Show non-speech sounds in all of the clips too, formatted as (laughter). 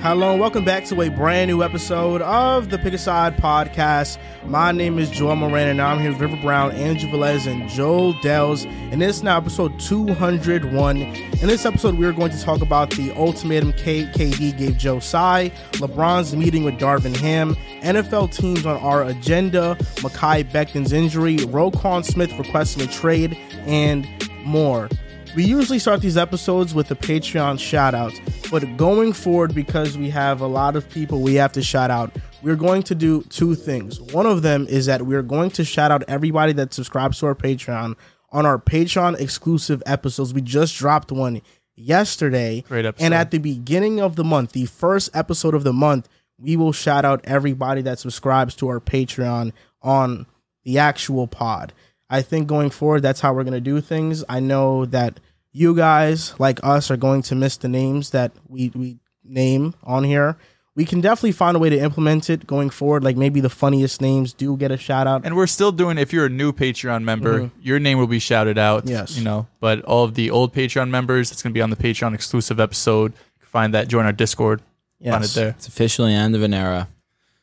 Hello, and welcome back to a brand new episode of the Pick Aside Podcast. My name is Joel Moran, and I'm here with River Brown, Andrew Velez, and Joel Dells. And this is now episode 201. In this episode, we are going to talk about the ultimatum KKD gave Joe Tsai, LeBron's meeting with Darvin Ham, NFL teams on our agenda, Makai Becton's injury, Roquan Smith requesting a trade, and more. We usually start these episodes with the Patreon shout outs, but going forward, because we have a lot of people we have to shout out, we're going to do two things. One of them is that we're going to shout out everybody that subscribes to our Patreon on our Patreon exclusive episodes. We just dropped one yesterday. Great episode. And at the beginning of the month, the first episode of the month, we will shout out everybody that subscribes to our Patreon on the actual pod. I think going forward, that's how we're going to do things. I know that you guys, like us, are going to miss the names that we, we name on here. We can definitely find a way to implement it going forward. Like maybe the funniest names do get a shout out. And we're still doing. If you're a new Patreon member, your name will be shouted out. Mm-hmm. Yes. you know. But all of the old Patreon members, it's going to be on the Patreon exclusive episode. You can find that. Join our Discord. Find it Yes. there. It's officially end of an era.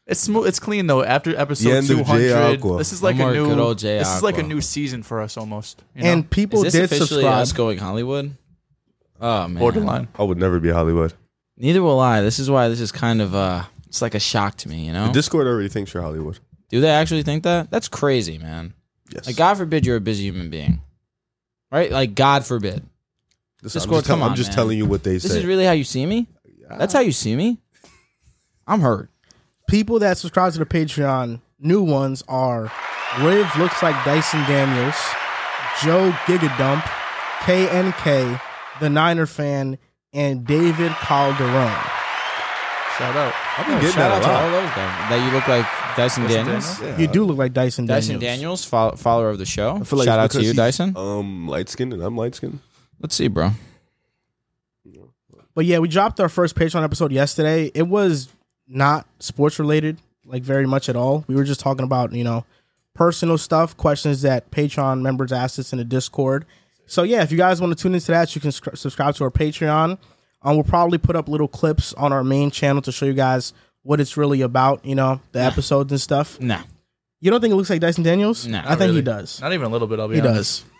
It's smooth. It's clean though. After episode end of two J. hundred, Aqua. this is like One a more new. good old J. this is like a Aqua. new season for us almost. You know? And people is did this officially subscribe. us going Hollywood? Oh man, borderline. I would never be Hollywood. Neither will I. This is why this is kind of uh, it's like a shock to me. You know? Discord already thinks you're Hollywood. Do they actually think that? That's crazy, man. Yes. Like, God forbid you're a busy human being, right? Like, God forbid. Listen, Discord, I'm just, tell- come on, I'm just man. telling you what they This say. is really how you see me. That's how you see me. I'm hurt. people that subscribe to the Patreon, new ones are Riv looks like Dyson Daniels, Joe Gigadump, KNK, the Niner fan, and David Calderon. Shout out. I've been getting Oh, Shout that out a to all lot. those guys. That you look like Dyson, Daniels. Daniels? Yeah. You do look like Dyson Daniels. Dyson Daniels, follow, follower of the show. I feel like Shout it's out to because you, he's, Dyson. Um, light skinned and I'm light skinned. Let's see, bro. But yeah, we dropped our first Patreon episode yesterday. It was not sports related, like very much at all. We were just talking about, you know, personal stuff, questions that Patreon members asked us in the Discord. So yeah, if you guys want to tune into that, you can scr- subscribe to our Patreon. Um, we'll probably put up little clips on our main channel to show you guys what it's really about, you know, the episodes and stuff. Nah. You don't think it looks like Dyson Daniels? Nah, I not think he really. does. Not even a little bit. I'll be He honest. does.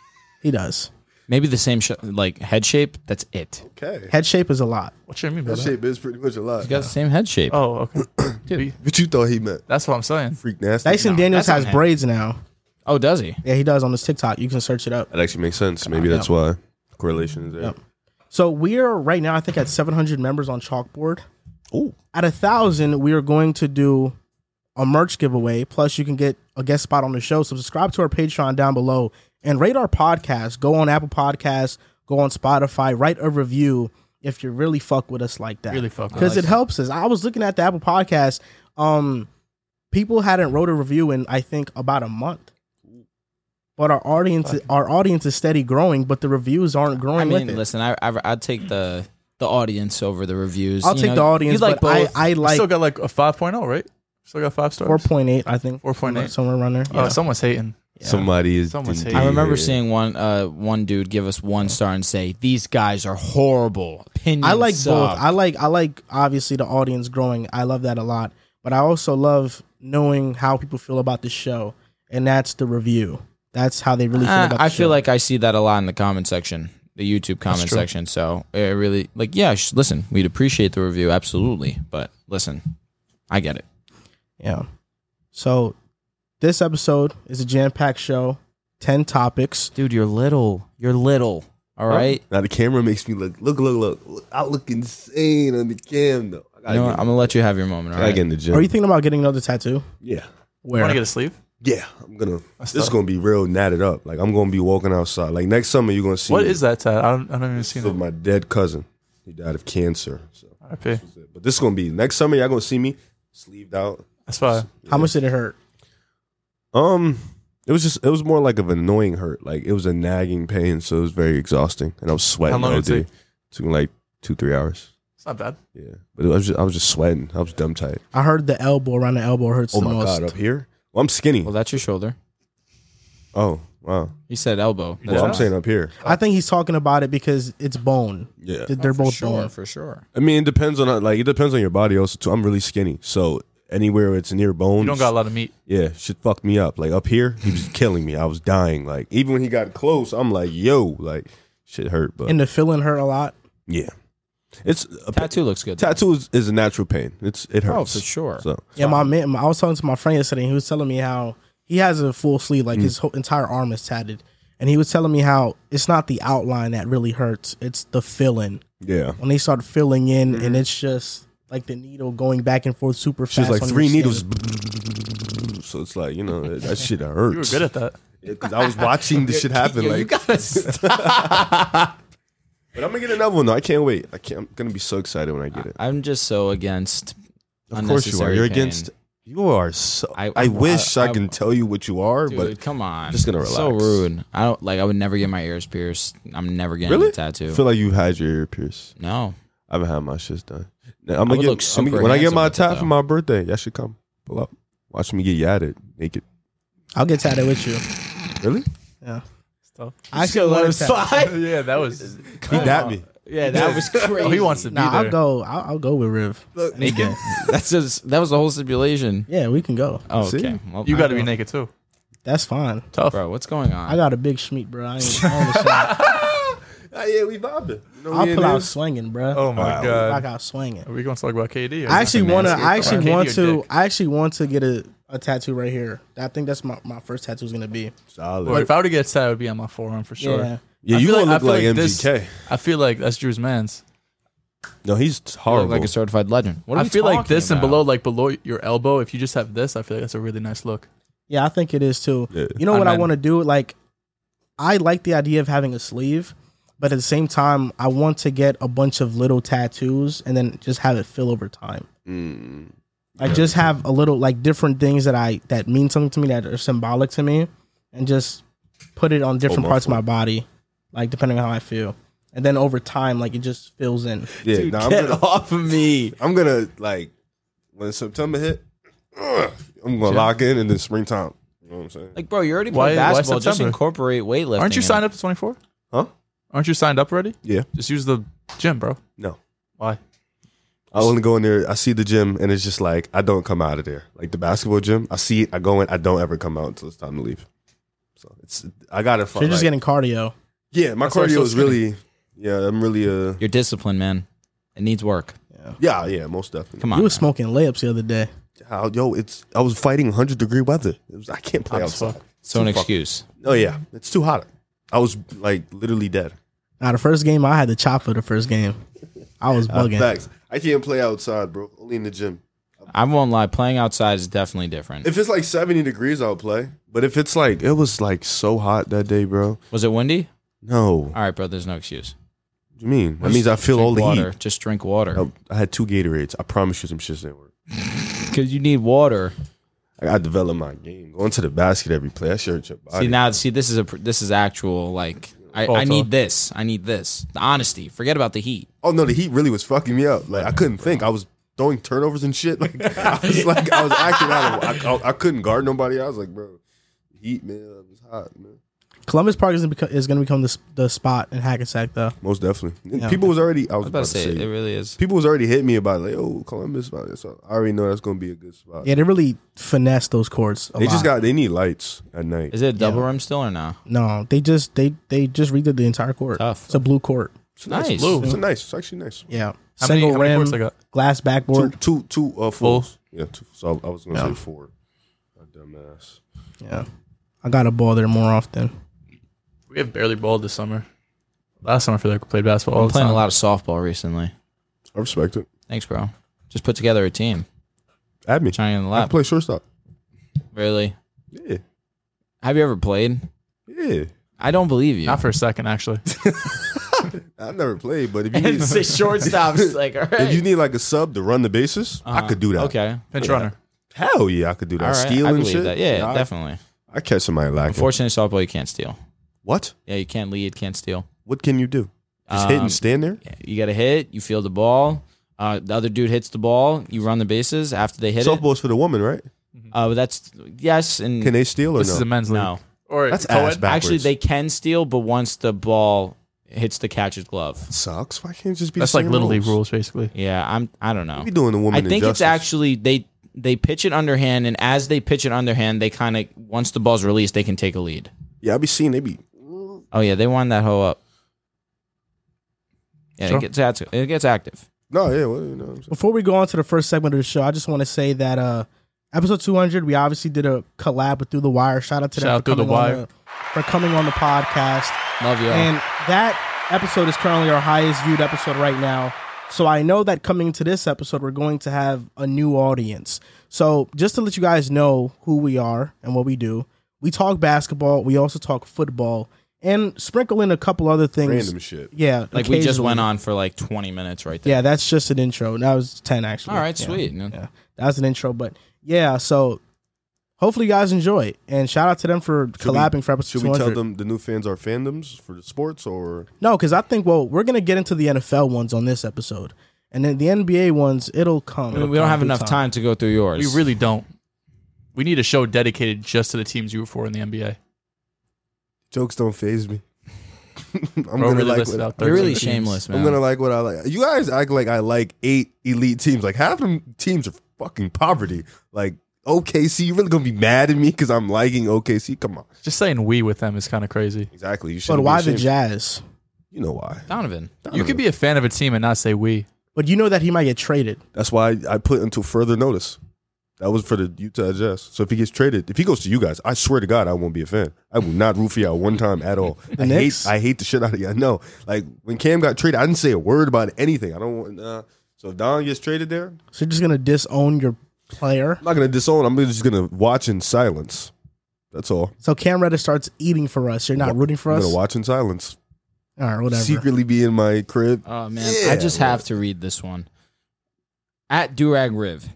He does. Maybe the same sh- like head shape. That's it. Okay. Head shape is a lot. What you mean by That that? shape is pretty much a lot. You got the same head shape. Oh, okay. (coughs) Dude, What you thought he meant? that's what I'm saying. Freak nasty. Dyson Daniels that's has okay. braids now. Oh, does he? Yeah, he does on his TikTok. You can search it up. That actually makes sense. Maybe that's why correlation is there. So we are right now, I think, at 700 members on Chalkboard. Ooh. At a thousand, we are going to do a merch giveaway. Plus, you can get a guest spot on the show. So subscribe to our Patreon down below and rate our podcast. Go on Apple Podcasts, go on Spotify, write a review if you really fuck with us like that. Really fuck with because us. it helps us. I was looking at the Apple Podcast. Um, people hadn't wrote a review in I think about a month. But our audience, our audience is steady growing, but the reviews aren't growing I mean, with it. listen, I, I I'd take the the audience over the reviews. I'll You take know, the audience, You like but both? I, I I like still got like a 5.0, right? Still got five stars. 4.8, I think. 4.8. Somewhere around there. Oh, someone's hating. Somebody is. Someone's indeed hating. I remember here. seeing one uh one dude give us one star and say these guys are horrible. Opinions I like suck." both. I like I like obviously the audience growing. I love that a lot. But I also love knowing how people feel about the show. And that's the review. That's how they really feel Ah, about the I feel show. like I see that a lot in the comment section, the YouTube comment true. section. So it really like yeah. Sh- listen, we'd appreciate the review absolutely, but listen, I get it. Yeah. So this episode is a jam-packed show. Ten topics. Dude, you're little. You're little. All right. Now the camera makes me look. Look, look, look. look. I look insane on the cam though. I gotta You know get- what? I'm gonna let you have your moment. All I gotta right. get in the gym. Are you thinking about getting another tattoo? yeah. Want Where? to get a sleeve? Yeah, I'm gonna. That's this is tough. gonna be real natted up. Like I'm gonna be walking outside. Like next summer, you're gonna see. What me. is that, Tad? I don't, I don't even see This is of that. my dead cousin? He died of cancer. So, RIP. but this is gonna be next summer. Y'all gonna see me sleeved out. That's why. How much did it hurt? Um, it was just. It was more like of an annoying hurt. Like it was a nagging pain. So it was very exhausting, and I was sweating. long all did it day. took me like two, three hours. It's not bad. Yeah, but it was just, I was just sweating. I was dumb tight. I heard the elbow around the elbow hurts Oh the my most. god, up here. Well, I'm skinny. Well, that's your shoulder. Oh, Wow. He said elbow. Well, I'm what- saying up here. I think he's talking about it because it's bone. Yeah. They're Oh, for both sure, bone. for sure. I mean, it depends on like it depends on your body also too. I'm really skinny, so anywhere it's near bones, You don't got a lot of meat. yeah, shit fucked me up. Like up here, he was (laughs) killing me. I was dying. Like even when he got close, I'm like, yo, like shit hurt. But And the feeling hurt a lot. yeah, it's a, Tattoo looks good. tattoo is, is a natural pain. It's it Oh, hurts. for sure. So Yeah, my man. I was talking to my friend yesterday, and he was telling me how he has a full sleeve, Mm. like his whole entire arm is tatted, and he was telling me how it's not the outline that really hurts; it's the feeling yeah, when they start filling in, and it's just like the needle going back and forth super she's fast. like on three your skin. needles. (laughs) So it's like you know that, that shit hurts. You were good at that. because I was watching this (laughs) shit happen. Yo, like, you gotta stop. (laughs) but I'm gonna get another one. though. I can't wait. I can't. I'm gonna be so excited when I get it. I'm just so against. Of course you are. unnecessary You're pain. against. You are so. I- I, I- wish I, I- can tell you what you are, Dude, but come on. just gonna So relax. rude. I don't like. I would never get my ears pierced. I'm never getting Really? a tattoo. I feel like you had your ear pierced. no. (laughs) I haven't had my shit done. Now, I'm I would gonna get. look I'm super gonna, when I get handsome my with it, tat for though. my birthday, y'all should come. Pull up. Watch me get yatted naked. I'll get tatted with you. Really? Yeah, (laughs) tough. I actually want to tatted. (laughs) yeah, that was. He uh, dat me. Yeah, that was crazy. Oh, he wants to be Nah, I'll there. go. I'll, I'll go with Riv. naked. (laughs) That's just that was the whole stipulation. Yeah, we can go. Oh, See? okay. Well, You I got to be don't- naked too. That's fine. Tough. bro. What's going on? I got a big schmeat, bro. I ain't, I ain't ashamed. Ah, yeah, we vibing. I'll pull out swinging, bro. Oh my I god. got swinging. Are we going to talk about KD? or I actually something? want to. Landscape I actually around want KD or to. dick? I actually want to get a, a tattoo right here. I think that's my, my first tattoo is gonna be. Solid. Or if I were to get a tattoo, it would be on my forearm for sure. Yeah. yeah, I you feel gonna I look feel like, this- MGK. I feel like that's Drew's man's. no, he's You horrible. look like a certified legend. What are I we feel like talking this and about? below, like below your elbow. If you just have this, I feel like that's a really nice look. Yeah, I think it is too. Yeah. You know what I'm I in. want to do? Like, I like the idea of having a sleeve, but at the same time, I want to get a bunch of little tattoos and then just have it fill over time. Mm. I just have a little like different things that I that mean something to me that are symbolic to me, and just put it on different Oh, my parts of my fault. body, like depending on how I feel, and then over time, like it just fills in. Yeah, Dude, nah, I'm get gonna, off of me. I'm gonna like when September hit, ugh, I'm gonna lock in and then springtime. You know what I'm saying? Like, bro, you already Why- played why basketball. Just September? incorporate weightlifting. Aren't you in signed up to 24? huh? Aren't you signed up already? Yeah. Just use the gym, bro. No. Why? I only go in there. I see the gym, and it's just like I don't come out of there. Like the basketball gym, I see it. I go in. I don't ever come out until it's time to leave. So it's I gotta. So Find, you're just like- getting cardio. yeah. why My I'm cardio so is really yeah. I'm really uh You're disciplined, man. It needs work. yeah yeah most definitely. Come on. You was now. smoking layups the other day. How- yo, it's I was fighting 100 degree weather. It was, I can't play Hot as outside. fuck. so an excuse. Oh yeah, it's too hot. I was like literally dead. Now the first game I had the chop for the first game. I (laughs) was bugging. Facts. I can't play outside, bro. Only in the gym. I won't lie. Playing outside is definitely different. If it's like 70 degrees, I'll play. But if it's like it was like so hot that day, bro. Was it windy? No, what All right, bro. There's no excuse. do you mean? That means I feel Drink all the water. heat. Just drink water I, I had two Gatorades. I promise you, some shits didn't work. because you need water. I gotta develop my game. Going to the basket every play. That shit hurts your body. See now, see this is a pr- this is actual like I, Paul I need talk. this. I need this. The honesty. Forget about the heat. oh no, the heat really was fucking me up. Like I couldn't think. I was throwing turnovers and shit. (laughs) Like I was like I was acting out. Of, I, I, I couldn't guard nobody. I was like, bro, heat man, it's hot man. Columbus Park is, beco- is going to become the, s- the spot in Hackensack, though. Most definitely. People was already. I was, I was about to say it really is. people was already hitting me about it, like, oh, Columbus. about it. So I already know that's gonna be a good spot. Yeah, they really finesse those courts. A they just lot. got they need lights at night. Is it a double rim still or no? no. They just they they just redid the entire court. Tough. It's a blue court. It's nice. Nice. Blue. It's a nice. It's actually nice. Yeah, How many- single how many rim, courts they got? glass Two, backboard. two, two uh, fulls. Yeah. Two, so I, I was gonna Yeah. say four. My dumbass. Yeah, I got to ball there more often. We have barely balled this summer. Last summer, I feel like we played basketball. all I'm the playing a time. lot of softball recently. I respect it. Thanks, bro. Just put together a team. Add me. Johnny on the I can lap. play shortstop. Really? Yeah. Have you ever played? Yeah. I don't believe you. (laughs) Not for a second, (laughs) actually. I've never played, but if (laughs) you need, shortstops. (laughs) Like, all if you need like a sub to run the bases, I Uh-huh. could do that. Okay. Pinch runner. Hell yeah, I could do that. All right. Steal I and believe shit. that. Yeah, I, definitely. I catch somebody lacking. Unfortunately, softball you can't steal. what? Yeah, you can't lead, can't steal. What can you do? Just hit Um, and stand there. Yeah, You got to hit. You field the ball. Uh, the other dude hits the ball. You run the bases after they hit it. Softball's for the woman, right? Uh, but that's yes and Can they steal or This Oh, no? is a men's league. no. Or That's Cohen? ass backwards. Actually, they can steal, but once the ball hits the catcher's glove, sucks. Why can't it just be? That's the like same little league rules, rules? basically. yeah, I'm. I don't know. You be doing the I woman. think it's injustice. actually they they pitch it underhand, and as they pitch it underhand, they kind of once the ball's released, they can take a lead. Yeah, I be seeing they be. Oh yeah, they wind that hoe up. Yeah, Sure. it gets active. It gets active. No, yeah, well, you know what I'm saying. Before we go on to the first segment of the show, I just want to say that uh episode 200, we obviously did a collab with Through the Wire. Shout out to them Shout for, out Through the coming on Wire. for coming on the podcast. Love you. And that episode is currently our highest viewed episode right now. So I know that coming to this episode, we're going to have a new audience. So just to let you guys know who we are and what we do, we talk basketball. We also talk football and sprinkle in a couple other things. random shit. Yeah, like we just went occasionally. on for like 20 minutes right there. Yeah, that's just an intro. That was ten actually. All right, Yeah. sweet. No- Yeah, that was an intro. But yeah, so hopefully you guys enjoy it. And shout out to them for collabing for episode Should we tell 200. them the new fans are fandoms for the sports or No, because I think well, we're gonna get into the NFL ones on this episode, and then the NBA ones it'll come. I mean, we don't have enough time to go through yours. We really don't. We need a show dedicated just to the teams you were for in the NBA. jokes don't phase me. (laughs) Bro, I'm gonna really like listed what out I, You're (laughs) really 13 teams. shameless, man. I'm gonna like what I like. You guys act like I like eight elite teams. Like half of them teams are fucking poverty. Like OKC, you really gonna be mad at me because I'm liking OKC? Come on, Just saying we with them is kind of crazy. exactly. You should. But why the Jazz? You know why? Donovan. You could be a fan of a team and not say we. But you know that he might get traded. That's why I put until further notice. That was for the Utah Jazz. So if he gets traded, if he goes to you guys, I swear to God, I won't be a fan. I will not root for y'all one time at (laughs) all. I hate, Knicks? I hate the shit out of y'all. No, like when Cam got traded, I didn't say a word about anything. I don't want. Uh, so if Don gets traded there, I'm So you're just gonna disown your player. not gonna disown. I'm just gonna watch in silence. That's all. So Cam Reddish starts eating for us. You're not rooting for I'm us. gonna All watch in silence. right, whatever. Secretly be in my crib. Oh man, Yeah, I just have to read this one. At Durag Riv.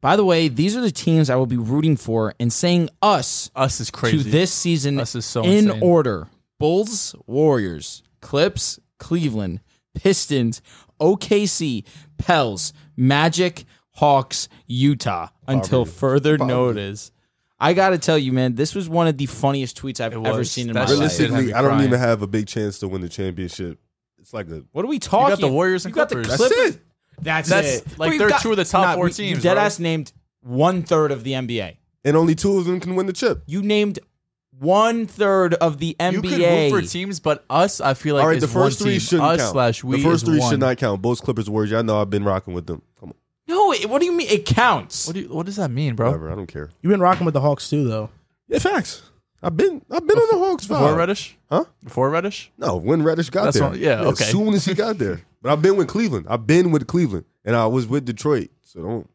By the way, these are the teams I will be rooting for and saying us Us is crazy. to this season Us is so in insane. order: Bulls, Warriors, Clips, Cleveland, Pistons, OKC, Pels, Magic, Hawks, Utah. Until further notice, I gotta tell you, man, this was one of the funniest tweets I've It ever was. seen in That my shit life. did have me Realistically, I don't crying. even have a big chance to win the championship. It's like a What are we talking? the Warriors and you got Clippers. The That's Clippers. it. That's, That's- it. like, We've they're two of the top four we- teams, You bro. deadass named one third of the NBA. and only two of them can win the chip. You named one third of the You NBA. could root for teams, but us, I feel like All right, is the first one three team. shouldn't us count. slash we the first is three one. should not count. Both Clippers, Warriors. Y'all know I've been rocking with them. Come on, no, it- what do you mean? It counts. What, do you, what does that mean, bro? whatever. I don't care. You've been rocking with the Hawks too, though. Yeah, facts. I've been I've been on the Hawks Before vibe. Reddish? Huh? Before Reddish? No, when Reddish got That's there. what- yeah, okay. As soon as he got (laughs) there, but I've been with Cleveland. I've been with Cleveland, and I was with Detroit. So don't.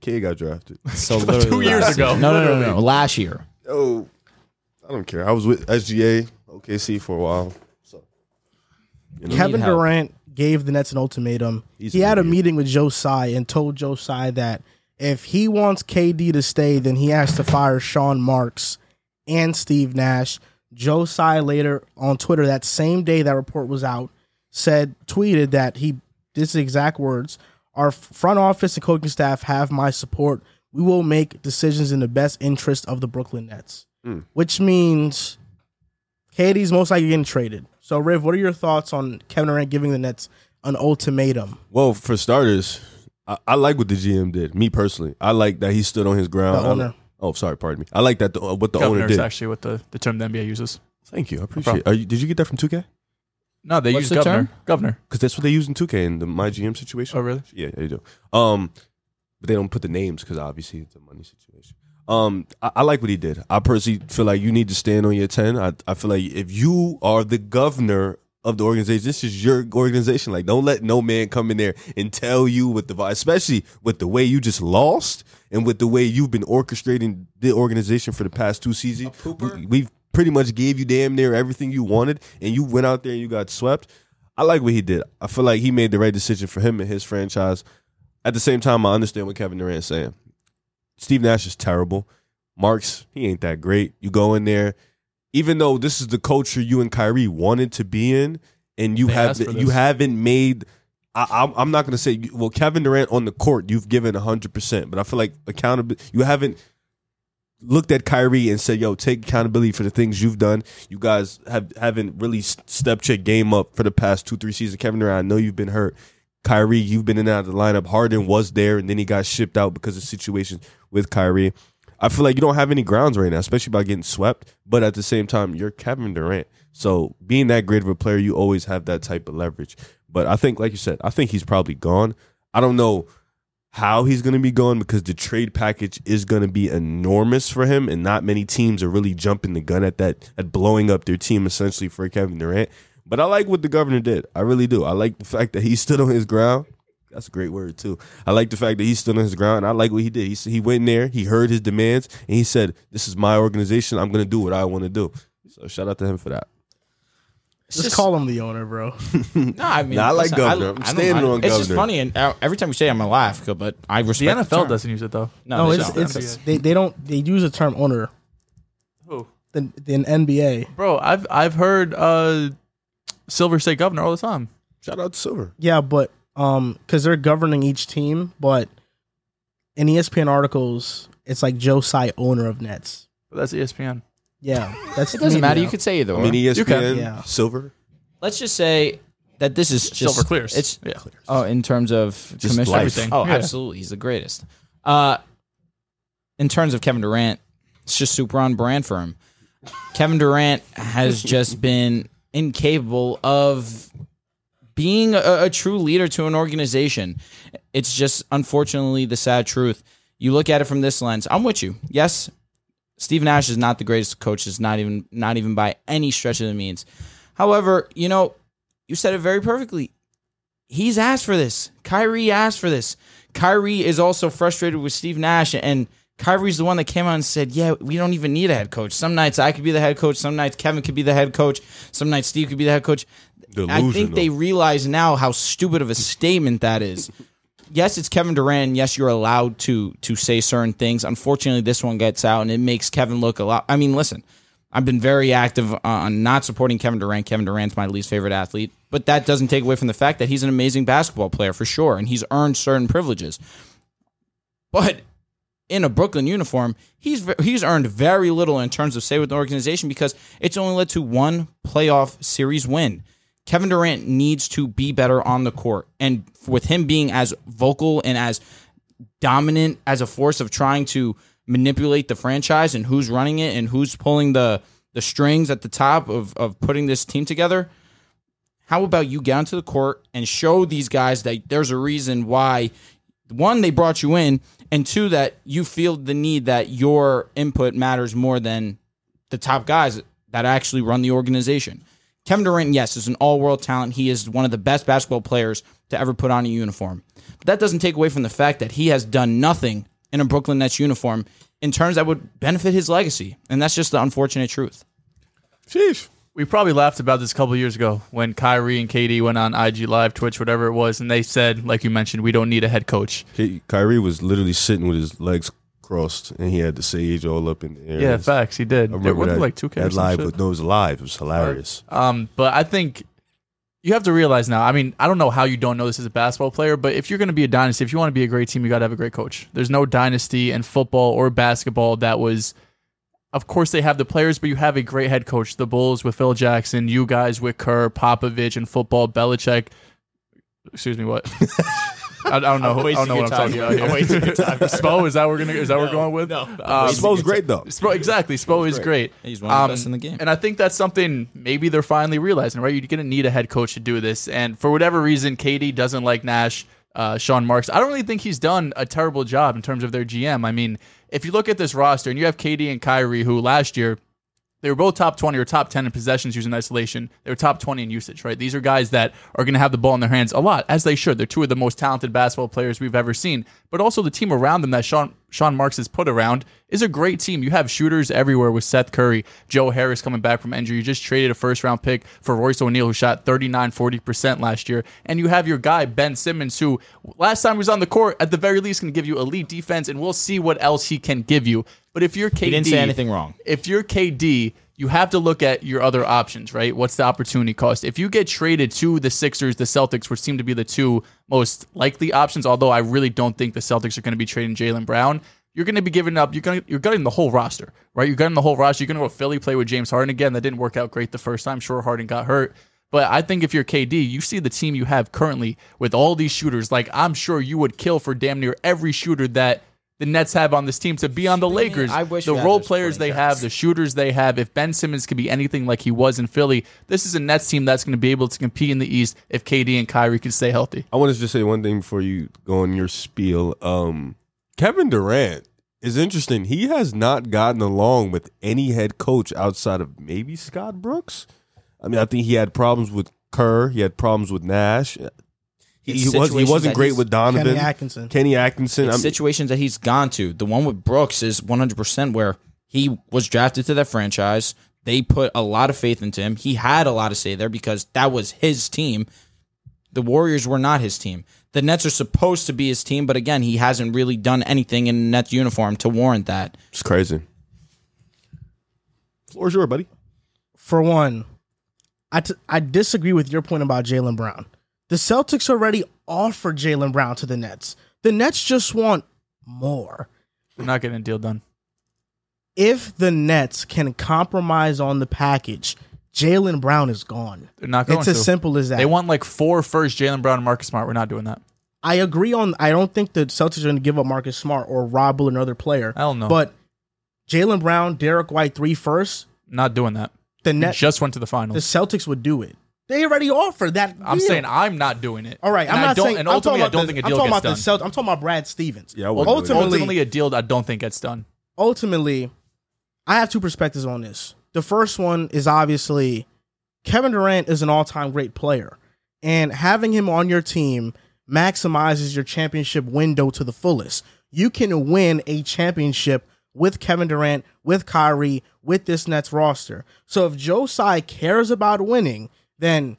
K (laughs) got drafted. so (laughs) literally Two years last ago, season. No, no, no, no, literally. no. Last year. Oh, I don't care. I was with SGA, OKC for a while. Kevin need help. Durant gave the Nets an ultimatum. He's he an had a idiot. meeting with Joe Tsai and told Joe Tsai that if he wants KD to stay, then he has to fire Sean Marks and Steve Nash. Joe Tsai later on Twitter that same day that report was out said tweeted that he this is exact words our front office and coaching staff have my support. We will make decisions in the best interest of the Brooklyn Nets, Hmm. which means KD's most likely getting traded. So, Riv, what are your thoughts on Kevin Durant giving the Nets an ultimatum? Well, for starters, I, I like what the GM did. Me personally, I like that he stood on his ground. The I- owner. oh, sorry, pardon me. I like that the, uh, what the Governor owner is did. actually what the, the term the NBA uses. Thank you. I appreciate it. Are you, did you get that from 2K? No, they What's use the governor. term? Governor. Because that's what they use in 2K in the My GM situation. Oh, really? Yeah, they do. Um, but they don't put the names because obviously it's a money situation. Um, I, I like what he did. I personally feel like you need to stand on your 10. I, I feel like if you are the governor of the organization, this is your organization. Like, don't let no man come in there and tell you what the vibe, especially with the way you just lost and with the way you've been orchestrating the organization for the past two seasons. We, we've pretty much gave you damn near everything you wanted, and you went out there and you got swept. I like what he did. I feel like he made the right decision for him and his franchise. At the same time, I understand what Kevin Durant's saying. Steve Nash is terrible. Marks, he ain't that great. You go in there, even though this is the culture you and Kyrie wanted to be in, and you They asked have for you this. haven't made. I, I'm- I'm not gonna say you- well, Kevin Durant on the court, you've given 100, percent but I feel like accountability. You haven't looked at Kyrie and said, "Yo, take accountability for the things you've done. You guys have haven't really s- stepped your game up for the past two, three seasons. Kevin Durant, I know you've been hurt. Kyrie, you've been in and out of the lineup. Harden was there, and then he got shipped out because of situations with Kyrie. I feel like you don't have any grounds right now, especially by getting swept. But at the same time, you're Kevin Durant, so being that great of a player, you always have that type of leverage. But I think, like you said, I think he's probably gone. I don't know." how he's going to be going because the trade package is going to be enormous for him, and not many teams are really jumping the gun at that at blowing up their team essentially for Kevin Durant. But I like what the governor did. I really do. I like the fact that he (laughs) stood on his ground. That's a great word too. I like the fact that he stood on his ground, and I like what he did. He s- he went in there, he heard his demands, and he said, "This is my organization. I'm going to do what I want to do." So shout out to him for that. Just, just- call him the owner, bro. No, I mean, Nah, I like listen, governor. I'm don't standing mind. on It's just governor. funny, and uh, every time you say, it, I'm gonna laugh, but I The respect NFL the term. doesn't use it though. No, No, they Oh, it's don't. it's they, they don't they use the term owner. Who? The, the NBA. Bro, I've I've heard uh, Silver State Governor all the time. Shout out to Silver. Yeah, but um, because they're governing each team, but in E ESPN articles, it's like Joe Tsai, owner of Nets. But that's E ESPN. Yeah, that's It doesn't matter. You could. could say either. I mean, E or. ESPN, yeah. Silver, Let's just say that this is just Silver clears. It's yeah. oh, in terms of Just commission, life. Everything. Oh, Yeah. absolutely, he's the greatest. Uh, in terms of Kevin Durant, it's just super on brand for him. Kevin Durant (laughs) has just been incapable of being a, a true leader to an organization. It's just unfortunately the sad truth. You look at it from this lens. I'm with you. Yes, Steve Nash is not the greatest coach. Is not even not even by any stretch of the means. However, you know, you said it very perfectly. He's asked for this. Kyrie asked for this. Kyrie is also frustrated with Steve Nash, and Kyrie's the one that came out and said, "Yeah, we don't even need a head coach. Some nights I could be the head coach. Some nights Kevin could be the head coach. Some nights Steve could be the head coach." I think Delusional. they realize now how stupid of a statement that is. yes, it's Kevin Durant. and Yes, you're allowed to to say certain things. Unfortunately, this one gets out, and it makes Kevin look a lot. I mean, listen, I've been very active on not supporting Kevin Durant. Kevin Durant's my least favorite athlete, but that doesn't take away from the fact that he's an amazing basketball player for sure, and he's earned certain privileges. But in a Brooklyn uniform, he's ve- he's earned very little in terms of say with the organization because it's only led to one playoff series win. Kevin Durant needs to be better on the court, and f- with him being as vocal and as dominant as a force of trying to manipulate the franchise and who's running it and who's pulling the the strings at the top of of putting this team together. How about you get onto the court and show these guys that there's a reason why one they brought you in and two that you feel the need that your input matters more than the top guys that actually run the organization. Kevin Durant, yes, is an all-world talent. He is one of the best basketball players to ever put on a uniform. But that doesn't take away from the fact that he has done nothing in a Brooklyn Nets uniform in terms that would benefit his legacy, and that's just the unfortunate truth. sheesh. We probably laughed about this a couple years ago when Kyrie and KD went on IG Live, Twitch, whatever it was, and they said, like you mentioned, we don't need a head coach. Ky- Kyrie was literally sitting with his legs crossed, and he had the sage all up in the air. Yeah, It's- facts. He did. I It remember wasn't that, like two K that live, but no, it was live. It was hilarious. Um, but I think you have to realize now. I mean, I don't know how you don't know this as a basketball player, but if you're going to be a dynasty, if you want to be a great team, you got to have a great coach. There's no dynasty in football or basketball that was. Of course, they have the players, but you have a great head coach. The Bulls with Phil Jackson, you guys with Kerr, Popovich, and football, Belichick. Excuse me, (laughs) what? I, I don't know. I don't know what I'm talking about here. (laughs) Spo, is that we're gonna? Is that we're going with? No, um, Spo was great though. Spo, exactly. Spo is great. Um, He's one of the best in the game. And I think that's something maybe they're finally realizing, right? You're going to need a head coach to do this. And for whatever reason, KD doesn't like Nash, uh, Sean Marks. I don't really think he's done a terrible job in terms of their GM. I mean, if you look at this roster and you have KD and Kyrie, who last year they were both top 20 or top 10 in possessions using isolation. They were top 20 in usage, right? These are guys that are going to have the ball in their hands a lot, as they should. They're two of the most talented basketball players we've ever seen. But also the team around them that Sean, Sean Marks has put around is a great team. You have shooters everywhere with Seth Curry, Joe Harris coming back from injury. You just traded a first round pick for Royce O'Neal, who shot 39, 40% last year. And you have your guy, Ben Simmons, who last time he was on the court, at the very least, can give you elite defense, and we'll see what else he can give you. But if you're KD, He didn't say anything wrong. if you're KD, you have to look at your other options, right? What's the opportunity cost? If you get traded to the Sixers, the Celtics, which seem to be the two most likely options, although I really don't think the Celtics are going to be trading Jalen Brown, you're going to be giving up. You're going you're gutting the whole roster, right? You're gutting the whole roster. You're going to go to Philly play with James Harden again. That didn't work out great the first time. Sure, Harden got hurt. But I think if you're KD, you see the team you have currently with all these shooters. Like I'm sure you would kill for damn near every shooter that the Nets have on this team to be on the Lakers. I wish the we had role those players they 20 have, the shooters they have. If Ben Simmons could be anything like he was in Philly, this is a Nets team that's going to be able to compete in the East if KD and Kyrie can stay healthy. I want to just say one thing before you go on your spiel. Um, Kevin Durant is interesting. He has not gotten along with any head coach outside of maybe Scott Brooks. I mean, I think he had problems with Kerr. He had problems with Nash. He, It's he was he situations wasn't that great he's- with Donovan. Kenny Atkinson. Kenny Atkinson. It's I'm- situations that he's gone to. The one with Brooks is 100% where he was drafted to that franchise. They put a lot of faith into him. He had a lot of say there because that was his team. The Warriors were not his team. The Nets are supposed to be his team, but again, he hasn't really done anything in Nets uniform to warrant that. it's crazy. Floor's yours, buddy. for one, I, t- I disagree with your point about Jalen Brown. The Celtics already offered Jalen Brown to the Nets. The Nets just want more. We're not getting a deal done. If the Nets can compromise on the package, Jalen Brown is gone. They're not going it's as to. simple as that. They want like four first Jalen Brown and Marcus Smart. We're not doing that. I agree on. I don't think the Celtics are going to give up Marcus Smart or Rob Will, another player. I don't know. But Jalen Brown, Derek White, three first. Not doing that. The We Nets, just went to the the finals. Celtics would do it. They already offered that. I'm deal. saying I'm not doing it. All right, And I'm I not don't, saying. And I'm talking ultimately, I about don't the- think a I'm deal talking gets about done. the Celt- I'm talking about Brad Stevens. Yeah, I wouldn't do it. ultimately, ultimately, a deal I don't think gets done. ultimately, I have two perspectives on this. The first one is obviously Kevin Durant is an all time great player, and having him on your team maximizes your championship window to the fullest. You can win a championship with Kevin Durant, with Kyrie, with this Nets roster. So if Joe Tsai cares about winning, then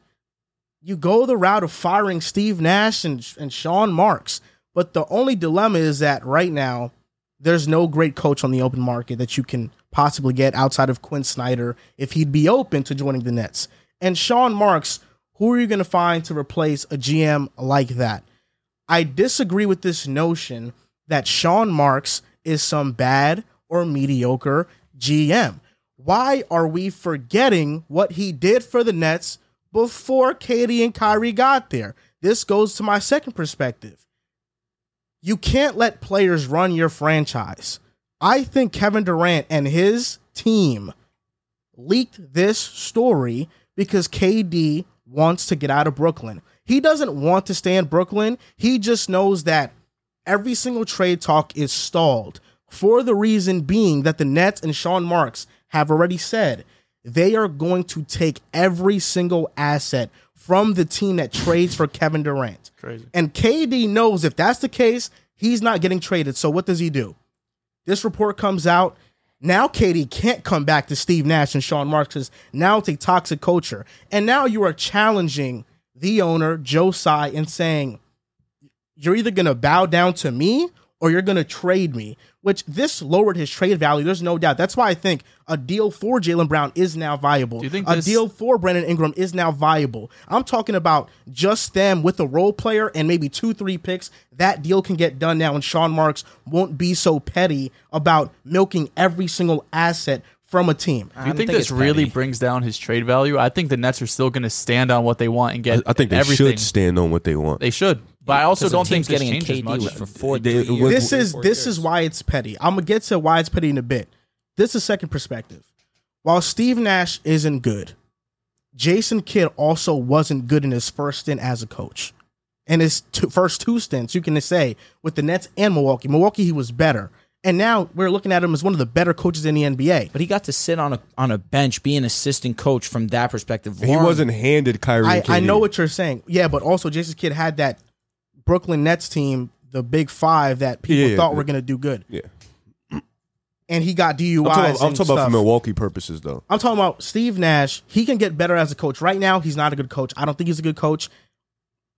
you go the route of firing Steve Nash and, and Sean Marks. But the only dilemma is that right now, there's no great coach on the open market that you can possibly get outside of Quinn Snyder if he'd be open to joining the Nets. And Sean Marks, who are you going to find to replace a GM like that? I disagree with this notion that Sean Marks is some bad or mediocre GM. Why are we forgetting what he did for the Nets before Katie and Kyrie got there? This goes to my second perspective you can't let players run your franchise. I think Kevin Durant and his team leaked this story because KD wants to get out of Brooklyn. He doesn't want to stay in Brooklyn. He just knows that every single trade talk is stalled for the reason being that the Nets and Sean Marks have already said they are going to take every single asset from the team that trades for Kevin Durant. Crazy. And KD knows if that's the case, he's not getting traded. So what does he do? This report comes out. Now KD can't come back to Steve Nash and Sean Marks. 'cause Now it's a toxic culture. And now you are challenging the owner, Joe Tsai, and saying, you're either going to bow down to me or you're going to trade me, which this lowered his trade value. There's no doubt. That's why I think a deal for Jalen Brown is now viable. Do you think a this- deal for Brandon Ingram is now viable? I'm talking about just them with a role player and maybe two, three picks. That deal can get done now, and Sean Marks won't be so petty about milking every single asset from a team. Do you don't think, think this it's really petty. brings down his trade value? I think the Nets are still going to stand on what they want and I, get. I think they everything. should stand on what they want. They should. But I also Because the don't think team's this getting changes in KD much. was for four They- three it was- years. this is Four this years. is why it's petty. I'm gonna get to why it's petty in a bit. This is second perspective. While Steve Nash isn't good, Jason Kidd also wasn't good in his first stint as a coach. In his two, first two stints, you can say with the Nets and Milwaukee. Milwaukee, he was better, and now we're looking at him as one of the better coaches in the NBA. But he got to sit on a on a bench, be an assistant coach from that perspective. he Learn. wasn't handed Kyrie. I, and I KD. know what you're saying. Yeah, but also Jason Kidd had that Brooklyn Nets team, the Big Five that people Yeah, thought yeah. were gonna do good, Yeah, and he got DUIs. I'm talking, about, I'm and talking about for stuff. Milwaukee purposes though. I'm talking about Steve Nash. He can get better as a coach. Right now, he's not a good coach. I don't think he's a good coach.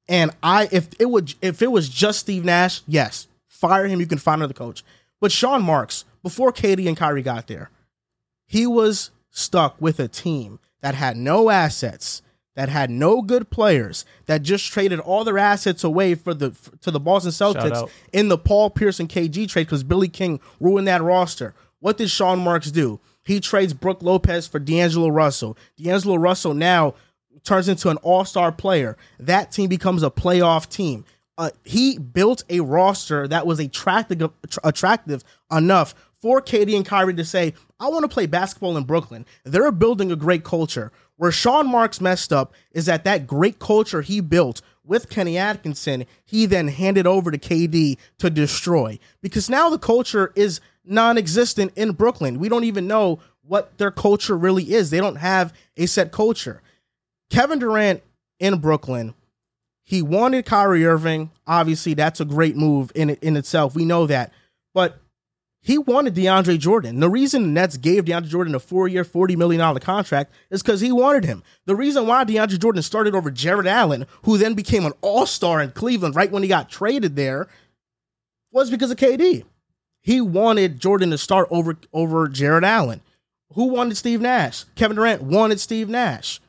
And I, if it would, if it was just Steve Nash, yes, fire him. You can find another coach. But Sean Marks, before Katie and Kyrie got there, he was stuck with a team that had no assets, that had no good players that just traded all their assets away for the f- to the Boston Celtics out. in the Paul Pierce and KG trade because Billy King ruined that roster. What did Sean Marks do? He trades Brooke Lopez for D'Angelo Russell. D'Angelo Russell now turns into an all star player. That team becomes a playoff team. Uh, he built a roster that was attractive, attractive enough for Katie and Kyrie to say, I want to play basketball in Brooklyn. They're building a great culture. Where Sean Marks messed up is that that great culture he built with Kenny Atkinson, he then handed over to KD to destroy. Because now the culture is non existent in Brooklyn. We don't even know what their culture really is. They don't have a set culture. Kevin Durant in Brooklyn, he wanted Kyrie Irving. Obviously, that's a great move in in itself. We know that. But he wanted DeAndre Jordan. The reason the Nets gave DeAndre Jordan a four-year, $40 million contract is because he wanted him. The reason why DeAndre Jordan started over Jared Allen, who then became an all-star in Cleveland right when he got traded there, was because of KD. He wanted Jordan to start over over Jared Allen. Who wanted Steve Nash? Kevin Durant wanted Steve Nash.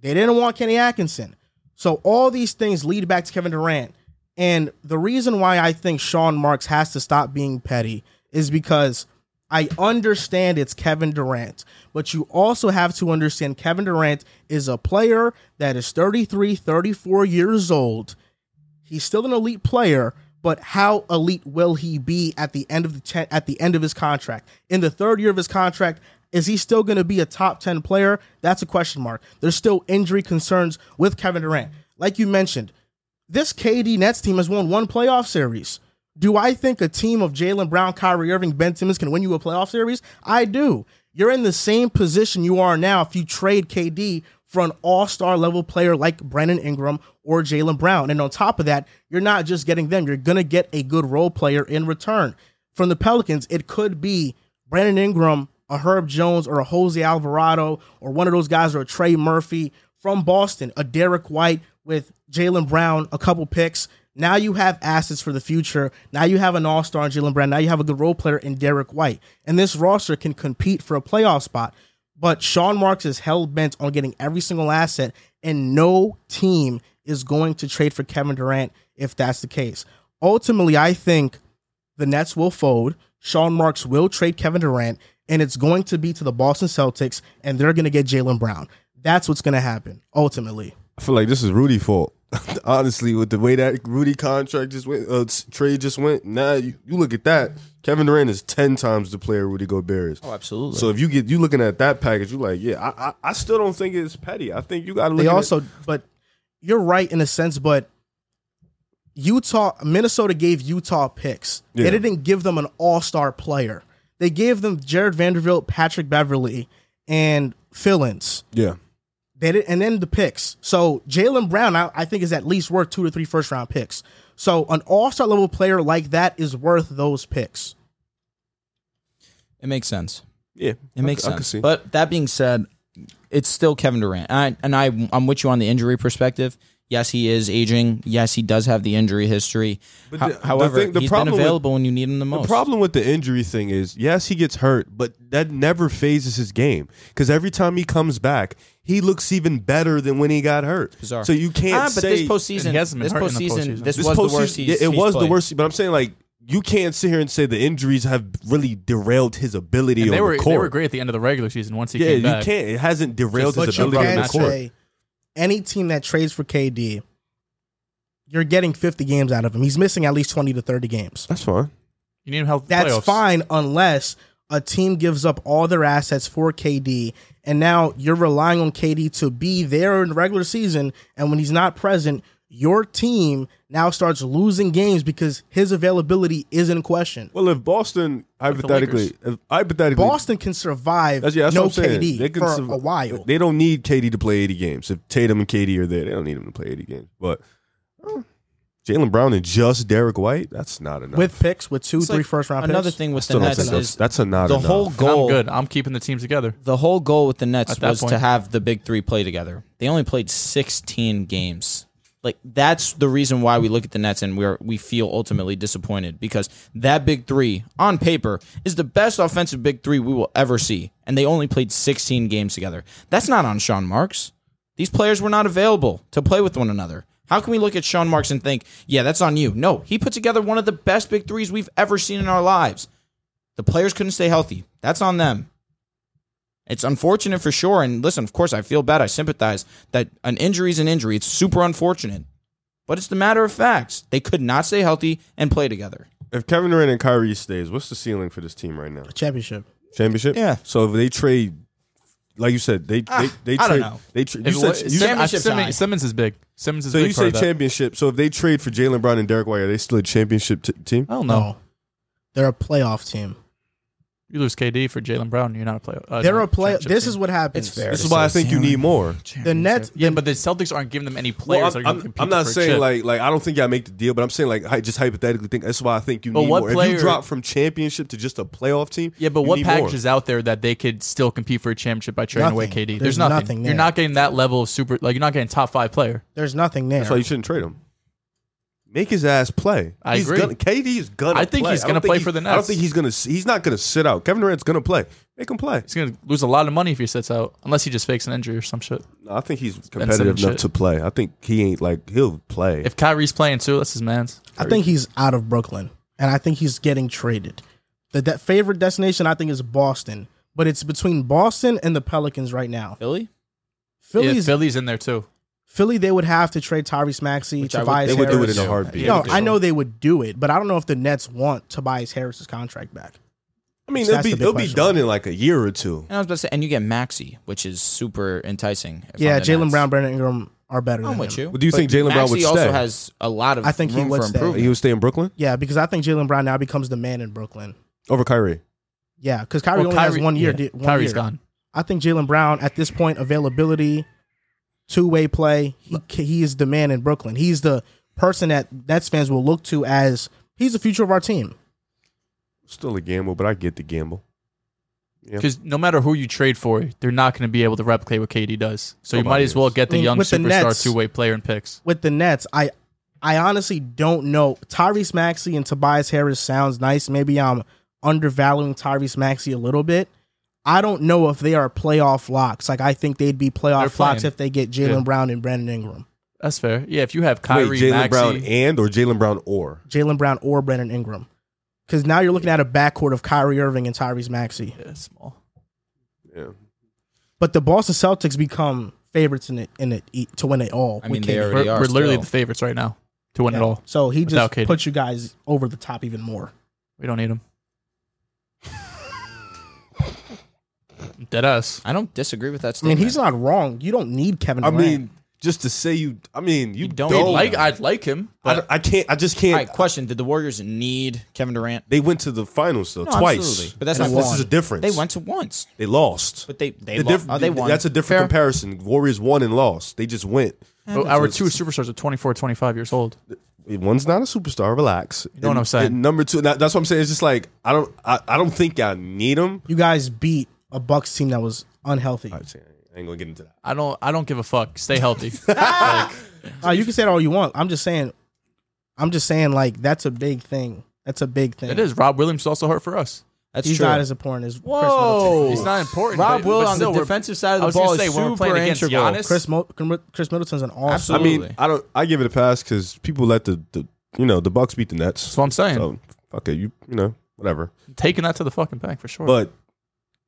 They didn't want Kenny Atkinson. So all these things lead back to Kevin Durant. And the reason why I think Sean Marks has to stop being petty is because I understand it's Kevin Durant, but you also have to understand Kevin Durant is a player that is 33, 34 years old. He's still an elite player, but how elite will he be at the end of the ten, at the end of his contract? In the third year of his contract, is he still going to be a top 10 player? That's a question mark. There's still injury concerns with Kevin Durant. Like you mentioned, this KD Nets team has won one playoff series. Do I think a team of Jalen Brown, Kyrie Irving, Ben Simmons can win you a playoff series? I do. You're in the same position you are now if you trade KD for an all star level player like Brandon Ingram or Jalen Brown. And on top of that, you're not just getting them, you're going to get a good role player in return. From the Pelicans, it could be Brandon Ingram, a Herb Jones, or a Jose Alvarado, or one of those guys, or a Trey Murphy from Boston, a Derek White with Jalen Brown, a couple picks. Now you have assets for the future. Now you have an all star in Jalen Brown. Now you have a good role player in Derek White. And this roster can compete for a playoff spot. But Sean Marks is hell bent on getting every single asset, and no team is going to trade for Kevin Durant if that's the case. Ultimately, I think the Nets will fold. Sean Marks will trade Kevin Durant, and it's going to be to the Boston Celtics, and they're going to get Jalen Brown. That's what's going to happen ultimately. I feel like this is Rudy's fault. (laughs) Honestly, with the way that Rudy contract just went, uh, s- trade just went. Now you, you look at that. Kevin Durant is ten times the player Rudy Gobert is. Oh, absolutely. So if you get you looking at that package, you like, yeah, I, I I still don't think it's petty. I think you got to look. They at it- also, but you're right in a sense, but Utah, Minnesota gave Utah picks. Yeah. They didn't give them an all star player. They gave them Jared Vanderbilt, Patrick Beverly, and Fillins. yeah, They did, and then the picks. So Jalen Brown, I, I think, is at least worth two to three first round picks. So an all star level player like that is worth those picks. it makes sense. yeah, It makes I, c- I can sense. see. But that being said, it's still Kevin Durant, and I, and I I'm with you on the injury perspective. Yes, he is aging. Yes, he does have the injury history. But Ho- the- the however, thing- the he's been problem with- available when you need him the most. The problem with the injury thing is, yes, he gets hurt, but that never phases his game because every time he comes back, he looks even better than when he got hurt. Bizarre. So you can't ah, but say this postseason, And he hasn't been this hurt in the postseason, postseason. this, was the worst. postseason- He's, yeah, it he's was the played. worst. But I'm saying like you can't sit here and say the injuries have really derailed his ability And on they were the court. they were great at the end of the regular season once he Yeah, came you back. can't. It hasn't derailed Just let his your ability on the guys court. say- any team that trades for KD, you're getting 50 games out of him. He's missing at least 20 to 30 games. That's fine. You need him help. the That's playoffs. fine unless a team gives up all their assets for KD, and now you're relying on KD to be there in the regular season. And when he's not present, your team now starts losing games because his availability is in question. Well, if Boston hypothetically, if hypothetically, Boston can survive That's, yeah, that's no what I'm saying. KD They can for surv- a while. They don't need KD to play 80 games. If Tatum and KD are there, they don't need him to play 80 games. But uh, Jalen Brown and just Derek White, that's not enough. with picks, with two, It's three like first round picks. Another thing with the Still don't Nets think that's, is that's a not the enough. whole And goal. I'm good. I'm keeping the team together. The whole goal with the Nets At that was to point. have the big three play together. They only played 16 games. Like that's the reason why we look at the Nets and we're we feel ultimately disappointed because that big three on paper is the best offensive big three we will ever see, and they only played 16 games together. That's not on Sean Marks. These players were not available to play with one another. How can we look at Sean Marks and think, yeah, that's on you? No, he put together one of the best big threes we've ever seen in our lives. The players couldn't stay healthy. That's on them. It's unfortunate for sure. And listen, of course, I feel bad. I sympathize that an injury is an injury. It's super unfortunate. But it's the matter of facts. They could not stay healthy and play together. If Kevin Durant and Kyrie stays, what's the ceiling for this team right now? Championship. Championship. Yeah. So if they trade, like you said, they Ah, they, they I don't trade. know. They tra- If you it said, was- you Sim- I- Championship's high. Simmons, Simmons is big. Simmons is so big. you say part of that. championship. So if they trade for Jalen Brown and Derek White, are they still a championship t- team? I don't know. No. They're a playoff team. You lose KD for Jalen Brown, you're not a player. Uh, They're a play. championship This team. is what happens. It's fair. This is why I think you need more. The Nets. Yeah, but the Celtics aren't giving them any players. Well, that are I'm, gonna I'm- compete I'm not for a saying chip. like like I don't think y'all make the deal, but I'm saying like I just hypothetically think that's why I think you But need what more. if player- you drop from championship to just a playoff team, Yeah, but you what need more. package is out there that they could still compete for a championship by trading away Nothing. KD? There's, There's nothing. nothing there. You're not getting that level of super. Like you're not getting top five player. There's nothing there. That's why you shouldn't trade him. Make his ass play. I he's agree. Gonna, KD is gonna. I think play. he's I don't gonna think play he- for the I don't Nets. think he's gonna. s- He's not gonna sit out. Kevin Durant's gonna play. Make him play. He's gonna lose a lot of money if he sits out, unless he just fakes an injury or some shit. No, I think he's Simmons competitive enough shit. to play. I think he ain't like he'll play. If Kyrie's playing too, that's his man's. I think he's out of Brooklyn, and I think he's getting traded. The de- favorite destination I think is Boston, but it's between Boston and the Pelicans right now. Philly? Philly's, Philly's Philly's in there too. Philly, they would have to trade Tyrese Maxey, Which I would- Tobias they would do it Harris. in a heartbeat. Yeah, no, because- I know they would do it, but I don't know if the Nets want Tobias Harris's contract back. I mean, So it'll that's be the big it'll be question. done in like a year or two. And I was about to say, and you get Maxi, which is super enticing. if yeah, I'm the Jalen Nets. Brown, Brandon Ingram are better. I'm than with him. you. Well, do you But think Jalen Brown would Maxey also stay? has a lot of I think he room would for stay. improvement. He would stay in Brooklyn Yeah, because I think Jalen Brown now becomes the man in Brooklyn. over Kyrie. Yeah, because Kyrie Well, only has one year. yeah, di- one Kyrie's year. gone. I think Jalen Brown at this point availability, two way play. He ca- he is the man in Brooklyn. He's the person that Nets fans will look to as he's the future of our team. Still a gamble, but I get the gamble. Yeah. Because no matter who you trade for, they're not going to be able to replicate what KD does. So you might Nobody as well is. get the I mean, young with the superstar Nets- two way player and picks. With the Nets, I I honestly don't know. Tyrese Maxey and Tobias Harris sounds nice. Maybe I'm undervaluing Tyrese Maxey a little bit. I don't know if they are playoff locks. Like I think they'd be They're playoff playing. locks if they get Jalen Yeah. Brown and Brandon Ingram. That's fair. Yeah, if you have Kyrie, Wait, Jalen Maxey- Brown and or Jalen Brown or Jalen Brown or Brandon Ingram. Because now you're looking at a backcourt of Kyrie Irving and Tyrese Maxey. yeah, small. yeah. But the Boston Celtics become favorites in it in it e- to win it all. I with mean, they KD. already We're, are. we're literally still. the favorites right now to win Yeah. it all. So he just Without KD. puts you guys over the top even more. We don't need him. (laughs) Dead ass. I don't disagree with I that mean, statement. he's not wrong. You don't need Kevin. I Durant. mean, just to say you. I mean, you, You don't don't, like I'd like him, I, but I can't. I just All can't. right, question: Did the Warriors need Kevin Durant? They went to the finals though No, twice. absolutely. But that's And not this is a won. difference. They went to once, They lost. but they they The lost. diff- oh, they won. That's a different Fair. comparison. Warriors won and lost. They just went. our two superstars are 24, 25 years old. One's not a superstar. Relax. You know what I'm saying. number two. that- That's what I'm saying. It's just like I don't. I, I don't think I need them. you guys beat a Bucks team that was unhealthy. I ain't gonna get into that. I don't. I don't give a fuck. Stay (laughs) healthy. Uh, you can say it all you want. I'm just saying. I'm just saying, like that's a big thing. That's a big thing. it is. Rob Williams is also hurt for us. That's He's true. not as important as He's not important. Oh. Rob but- Will but on the still, we're- defensive side of I the was gonna ball say, is when we're super playing against integral. Giannis- Chris Mo- Chris Middleton's an all. I Absolutely. mean, I don't. I give it a pass because people let the, the you know the Bucks beat the That's Nets. what I'm saying. So fuck it. You you know whatever. Taking that to the fucking bank for sure. But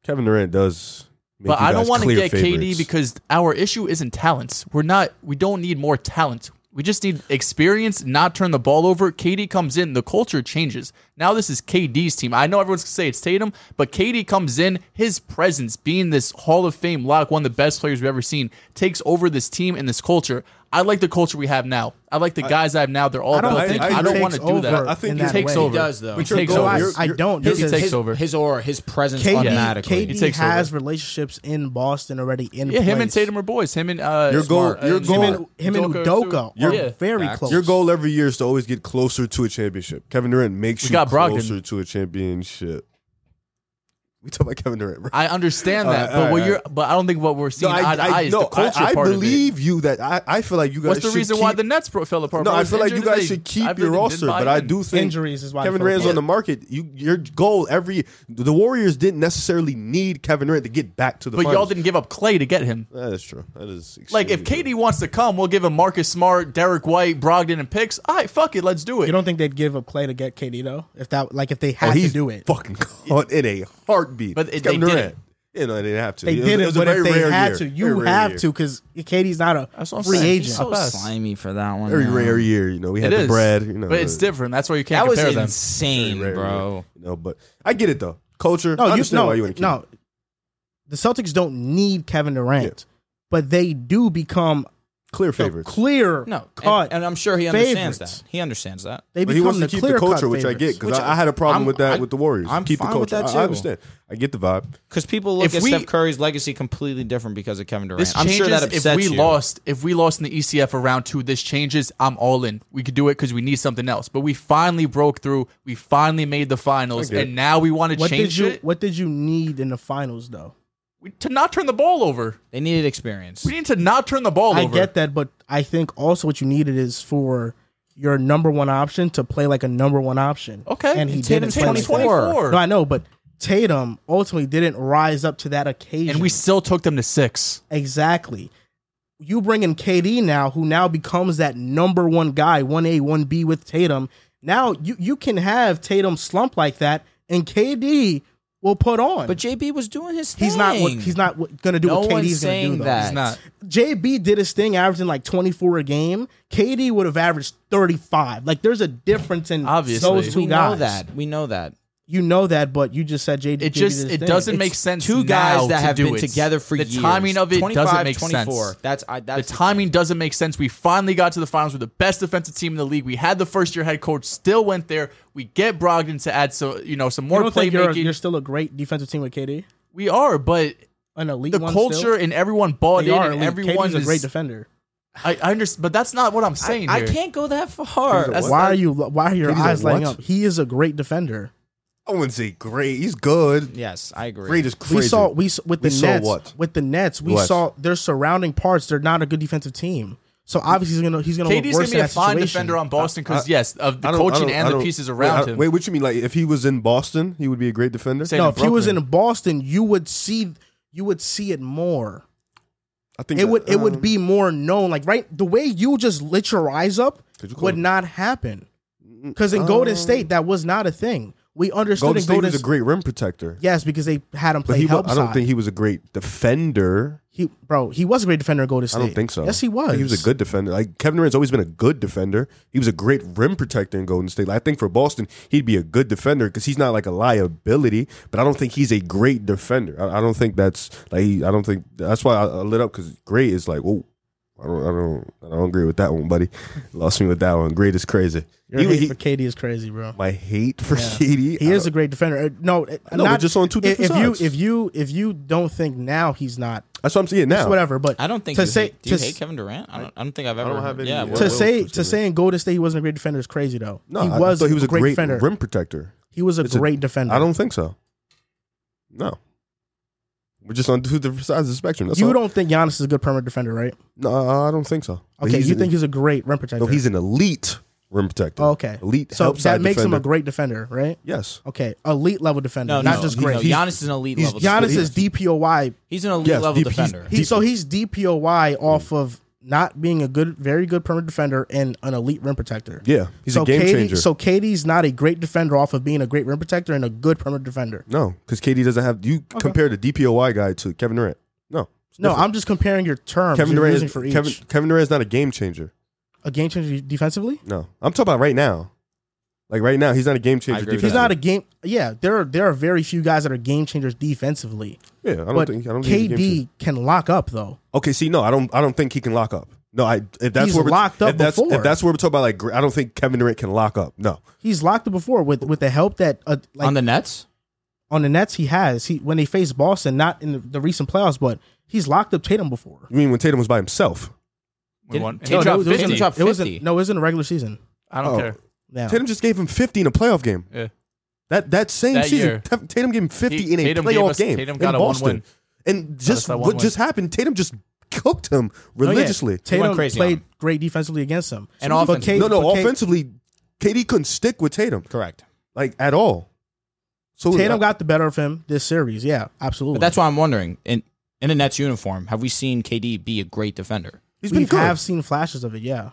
Kevin Durant does. Make But you I don't guys want to clear get KD favorites. because our issue isn't talents. We're not. We don't need more talent. We just need experience. Not turn the ball over. KD comes in. The culture changes. Now this is KD's team. I know everyone's gonna say it's Tatum, but KD comes in. His presence, being this Hall of Fame lock, one of the best players we've ever seen, takes over this team and this culture. I like the culture we have now. I like the guys I have now. They're all. I don't built in. think I he don't takes want to do that. over I think in he that takes way. over. He does, though. He But your takes goal- over. I- I don't. He His- takes his, over. His aura, his presence KD, automatically. KD takes over. has relationships in Boston already in Yeah, him and place. Tatum are boys. Him and uh, Your goal- Smart. your And goal- him and, him and Udoka too. are Yeah. very Facts. close. Your goal every year is to always get closer to a championship. Kevin Durant makes We you got Brogdon. closer to a championship. We talk about Kevin Durant. Right? I understand All that, right, but all right, what all you're, but I don't think what we're seeing eye to eye is the culture I, I part of it. believe you that I, I feel like you guys. What's the should reason why keep- the Nets bro- fell apart? No, bro? I It's feel like you injured guys and should they- keep I've your been- been roster, but I buying. do think Injuries is why they Kevin fell Durant's on apart. the market. You, your goal every the Warriors didn't necessarily need Kevin Durant to get back to the. But y'all finals. didn't give up Clay to get him. That is true. That is Like if extremely KD wants to come, we'll give him Marcus Smart, Derek White, Brogdon, and picks. All right, fuck it, let's do You it. don't think they'd give up Clay to get KD though? If that like if they had true. Oh, he's to do it, fucking caught in a heartbeat. But It's it- Kevin they did Durant. You know they didn't have to. they It was- did it it. was a but very if they rare had year. to, Very you rare have year. to because KD's not a That's what I'm free saying. He's agent. so- So Us. slimy for that one. Very man. rare year. You know we had It the is, Brad. You know, but it's uh, different. That's why you can't That was compare them. insane, very rare bro. year. You know, but I get it though. Culture. I no, you understand no, why you want to keep. no. The Celtics don't need Kevin Durant, but they do become Clear the favorites. clear No, cut. uh, and, and I'm sure he understands favorites. that. He understands that. they But become he wants the to keep clear the culture, which I get favorites. because I, I had a problem I'm- with that I- with the Warriors. I'm keep fine the with culture. that, I- too. I understand. I get the vibe. Because people look If at we- Steph Curry's legacy completely different because of Kevin Durant. This I'm changes sure that if upsets we you. lost if we lost in the ECF around two. This changes. I'm all in. We could do it because we need something else. But we finally broke through. We finally made the finals, I get and now we want to What did change you it What did you need in the finals though? We- to not turn the ball over. They needed experience. We need to not turn the ball I over. get that, but I think also what you needed is for your number one option to play like a number one option. Okay, and he Tatum didn't play like that. 2024. No, I know, but Tatum ultimately didn't rise up to that occasion. and we still took them to six. exactly. You bring in KD now, who now becomes that number one guy, one A, one B with Tatum. Now you you can have Tatum slump like that, and KD will put on. but JB was doing his thing. he's not what he's not what, gonna do No what one's KD's gonna do saying though. that. It's not. JB did his thing, averaging like 24 a game. KD would have averaged 35. Like, there's a difference in Obviously. those two we guys. know that. We know that. You know that, but you just said JD. It did just his it thing. doesn't It's- make sense. Two guys now that to have do been it. together for the years. timing of it 25, doesn't make 24. sense. That's I. The That's timing doesn't make sense. We finally got to the finals. We're the best defensive team in the league. We had the first year head coach. Still went there. We get Brogdon to add so you know some You more don't think you're, playmaking. you're still a great defensive team with KD? we are, but An elite the one culture still? and everyone bought They in. are and elite. everyone KD's a great is- defender. I, I understand, but that's not what I'm saying. I here. can't go that far. That's- why are you? Why are your KD's a eyes lighting what? up? He is a great defender. I wouldn't say great. He's good. yes, I agree. Great is crazy. We saw we s- with the We saw Nets. what? With the Nets, we What? saw their surrounding parts. They're not a good defensive team. So obviously he's gonna he's gonna look KD's worse gonna be a in that fine situation. defender on Boston because yes, of the I don't- I coaching don't- I and the don't- pieces wait, I around don't- him. Wait, what you mean? Like if he was in Boston, he would be a great defender. Say- No, in if he was Brooklyn. in Boston, you would see you would see it more. I think It would it um, would be more known. Like right, the way you just lit your eyes up Could you call would him- not happen. Because in Golden State, that was not a thing. We understood Golden in State Golden was a State- great rim protector, yes because they had him but play he. wa- help I don't side. think he was a great defender. he bro he was a great defender in Golden I State. don't think so. Yes, he was. He was a good defender. Like Kevin Durant's always been a good defender. He was a great rim protector in Golden State. Like, I think for Boston, he'd be a good defender because he's not like a liability. But I don't think he's a great defender. I, I don't think that's like. He, I don't think that's why I, I lit up because great is like. Whoa, I don't. I don't. I don't agree with that one, buddy. (laughs) Lost me with that one. Great is crazy. Your He- hate he- for KD is crazy, bro. my hate for Katie. He is a great defender. Uh, No, uh, I know, not but just on two if- different If you sides. if you if you don't think now he's not, That's what I'm seeing it's now. whatever. But I don't think to you say hate, do you to, hate Kevin Durant? I don't, I don't think I've ever. don't have heard, any- yeah, to to well, say Will to Smith. say in Golden State he wasn't a great defender is crazy though. No, he I- was. I thought he was a great, defender. rim protector. he was a it's a- great defender. I don't think so. No, we're just on two different sides of the spectrum. That's you all. don't think Giannis is a good perimeter defender, right? No, I don't think so. But Okay, he's you an- e- think he's a great rim protector. no? He's an elite rim protector. okay. elite. So help that side makes defender. him a great defender, right? Yes, Okay, elite level defender, no, not no, just he's- great. No, Giannis is an elite he's- level. Giannis defender. is DPOY. He's an elite Yes, level deep- he's- defender. He, so he's DPOY Mm. off of not being a good, very good perimeter defender and an elite rim protector. yeah, he's so a game KD changer. So KD's not a great defender off of being a great rim protector and a good perimeter defender. no, because KD doesn't have you compare the DPOY guy to Kevin Durant. No, it's No, different. I'm just comparing your terms. Kevin you're Durant using is for each. Kevin, Kevin Durant's not a game changer. a game changer defensively. No, I'm talking about right now. Like right now, he's not a game changer. agree with He's defensively. not a game. Yeah, there are there are very few guys that are game changers defensively. Yeah, I don't But think I don't think he's a game changer. KD can lock up though. Okay, see, no, I don't. I don't think he can lock up. No, I. If that's He's where we're locked up if that's, before. If that's where we're talking about, like, gr- I don't think Kevin Durant can lock up. No, He's locked up before with with the help that uh, like on the Nets. on the Nets he has. He when they faced Boston, not in the, the recent playoffs, but he's locked up Tatum before. you mean when Tatum was by himself? We won. Didn't- He No, dropped those- those 50. are dropped It wasn't 50. no, it was in the regular season. I don't Oh. care. Yeah. Tatum just gave him fifty in a playoff game. Yeah. That that same That season, year. T- Tatum gave him 50 in a Tatum gave playoff us- game Tatum in got a one Boston. win. And just that what one win. just happened? Tatum just cooked him religiously. Oh, Tatum crazy on played him. great defensively against him. And For offensively. Kate- No, no, for Kate- offensively, KD couldn't stick with Tatum Correct. like at all. So uh, Tatum got the better of him this series. Yeah, absolutely. But that's why I'm wondering. In in a Nets uniform, have we seen KD be a great defender? he's we been good. have seen flashes of it. Yeah,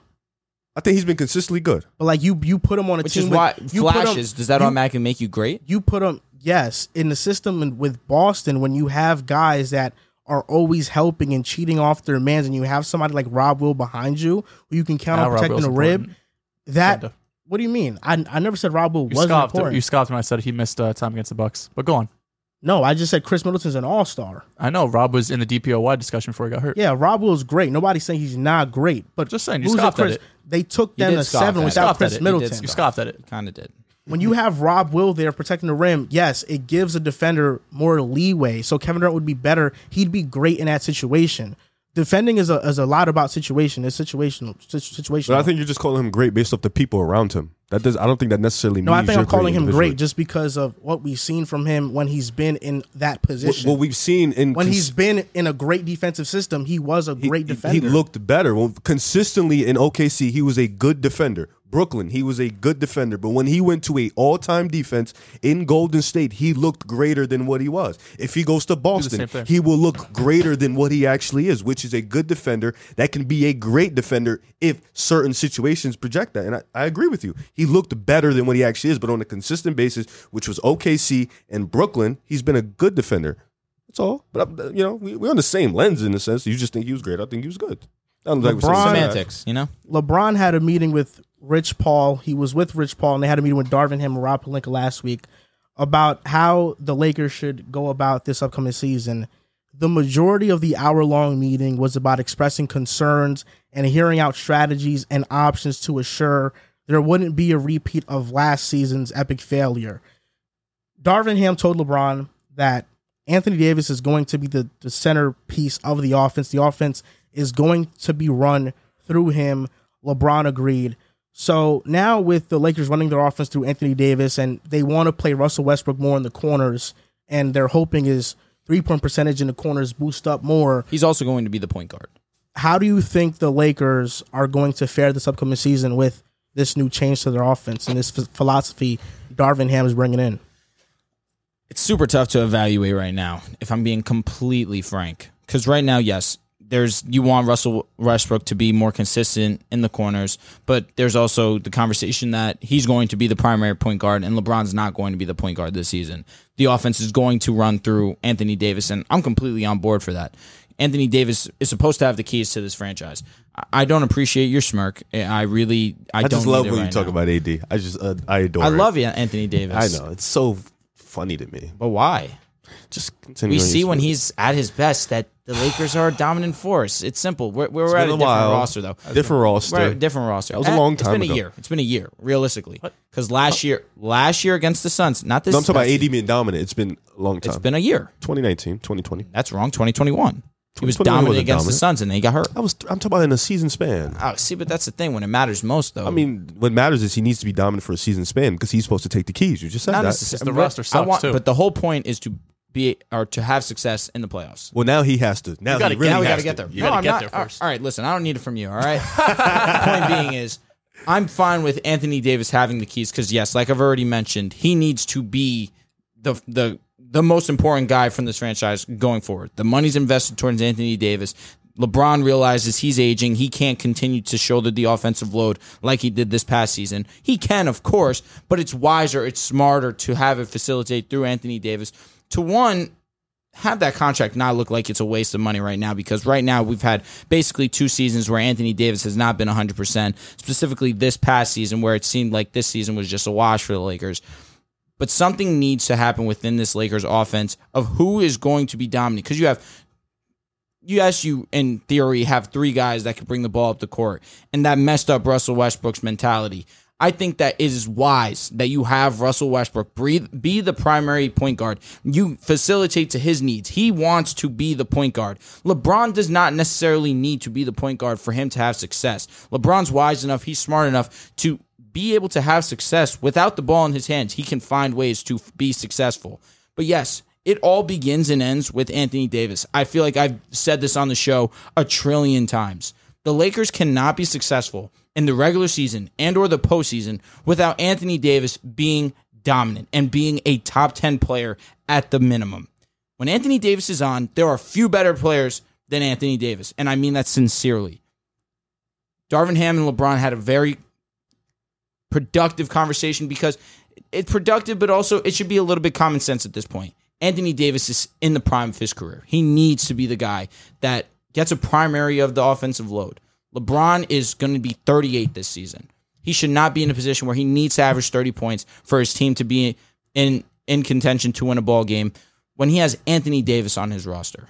I think he's been consistently good. but like you, you put him on a Which team. is with- why you put him- flashes does that you- automatically make you great? you put them yes in the system and with Boston when you have guys that are always helping and cheating off their mans and you have somebody like Rob Will behind you who you can count Now on Rob protecting Will's the rib. important. That Kinda. what do you mean? I I never said Rob Will You wasn't scoffed, important. you scoffed when I said he missed uh, time against the Bucks. But go on. no, I just said Chris Middleton's an all star. I know Rob was in the DPOY discussion before he got hurt. Yeah, Rob Will's great. Nobody's saying he's not great, but Just saying, you losing scoffed at Chris, it. they took You them did to scoff seven at it. without Scoffed at it. Chris You did Middleton. You scoffed at it. Kind of did. when you have Rob Will there protecting the rim, yes, it gives a defender more leeway. So Kevin Durant would be better. He'd be great in that situation. Defending is a is a lot about situation. It's situational. Situ- situational. But I think you're just calling him great based off the people around him. That does. I don't think that necessarily. no, I means think you're I'm calling him individually. great just because of what we've seen from him when he's been in that What, position. what we've seen in when cons- he's been in a great defensive system, he was a he- great he- defender. He looked better well, consistently in OKC. He was a good defender. Brooklyn, he was a good defender, but when he went to a all-time defense in Golden State, he looked greater than what he was. If he goes to Boston, same thing. he will look greater than what he actually is, which is a good defender that can be a great defender if certain situations project that. And I, I agree with you. He looked better than what he actually is, but on a consistent basis, which was OKC and Brooklyn, he's been a good defender. That's all. But I'm- you know, we, we're on the same lens in a sense. You just think he was great. I think he was good. I don't think we're saying LeBron- that. Semantics, you know. LeBron had a meeting with Rich Paul. He was with Rich Paul, and they had a meeting with Darvin Ham and Rob Palinka last week about how the Lakers should go about this upcoming season. The majority of the hour long meeting was about expressing concerns and hearing out strategies and options to assure there wouldn't be a repeat of last season's epic failure. Darvin Ham told LeBron that Anthony Davis is going to be the, the centerpiece of the offense. The offense is going to be run through him. LeBron agreed. So now with the Lakers running their offense through Anthony Davis and they want to play Russell Westbrook more in the corners, and they're hoping his three point percentage in the corners boost up more. He's also going to be the point guard. How do you think the Lakers are going to fare this upcoming season with this new change to their offense and this ph- philosophy Darvin Ham is bringing in? It's super tough to evaluate right now, if I'm being completely frank. Because right now, yes, there's you want Russell Westbrook to be more consistent in the corners, but there's also the conversation that he's going to be the primary point guard and LeBron's not going to be the point guard this season. The offense is going to run through Anthony Davis, and I'm completely on board for that. Anthony Davis is supposed to have the keys to this franchise. I- I don't appreciate your smirk. I really, I, I don't just love need it when you right talk now. about AD. I just uh, I adore. I it. love you, Anthony Davis. I know it's so funny to me. but why? Just We continue. on your see when story. he's at his best that the Lakers are a dominant force. It's simple. We're, we're It's at a been different while. roster though. Different roster. We're at a different roster. That was a long It's time been ago. a year. It's been a year, realistically. Because last year, last year against the Suns, not this. No, I'm talking past about year. AD being dominant. It's been a long time. It's been a year. 2019, 2020. That's wrong. 2021. He was 2021 dominant wasn't against the dominant. Suns, and then he got hurt. I was. I'm talking about in a season span. Oh, see, but that's the thing when it matters most, though. I mean, what matters is he needs to be dominant for a season span because he's supposed to take the keys. You just said not that. necessarily. the roster I sucks, want, too. but the whole point is to be or to have success in the playoffs. Well, now he has to. Now gotta he really get- now we has gotta get to. there. You no, gotta I'm get not, there first. All right, listen, I don't need it from you. All right. (laughs) Point being is, I'm fine with Anthony Davis having the keys because yes, like I've already mentioned, he needs to be the the the most important guy from this franchise going forward. The money's invested towards Anthony Davis. LeBron realizes he's aging. He can't continue to shoulder the offensive load like he did this past season. He can, of course, but it's wiser, it's smarter to have it facilitate through Anthony Davis. To one, have that contract not look like it's a waste of money right now because right now we've had basically two seasons where Anthony Davis has not been 100%, specifically this past season where it seemed like this season was just a wash for the Lakers. But something needs to happen within this Lakers offense of who is going to be dominant because you have yes, you in theory have three guys that could bring the ball up the court, and that messed up Russell Westbrook's mentality. I think that it is wise that you have Russell Westbrook breathe, be the primary point guard. You facilitate to his needs. He wants to be the point guard. LeBron does not necessarily need to be the point guard for him to have success. LeBron's wise enough, he's smart enough to be able to have success without the ball in his hands. He can find ways to f- be successful. But yes, it all begins and ends with Anthony Davis. I feel like I've said this on the show a trillion times. The Lakers cannot be successful in the regular season and or the postseason without Anthony Davis being dominant and being a top 10 player at the minimum. When Anthony Davis is on, there are few better players than Anthony Davis, and I mean that sincerely. Darvin Ham and LeBron had a very productive conversation because it's productive, but also it should be a little bit common sense at this point. Anthony Davis is in the prime of his career. He needs to be the guy that gets a primary of the offensive load. LeBron is going to be 38 this season. He should not be in a position where he needs to average 30 points for his team to be in in contention to win a ball game when he has Anthony Davis on his roster.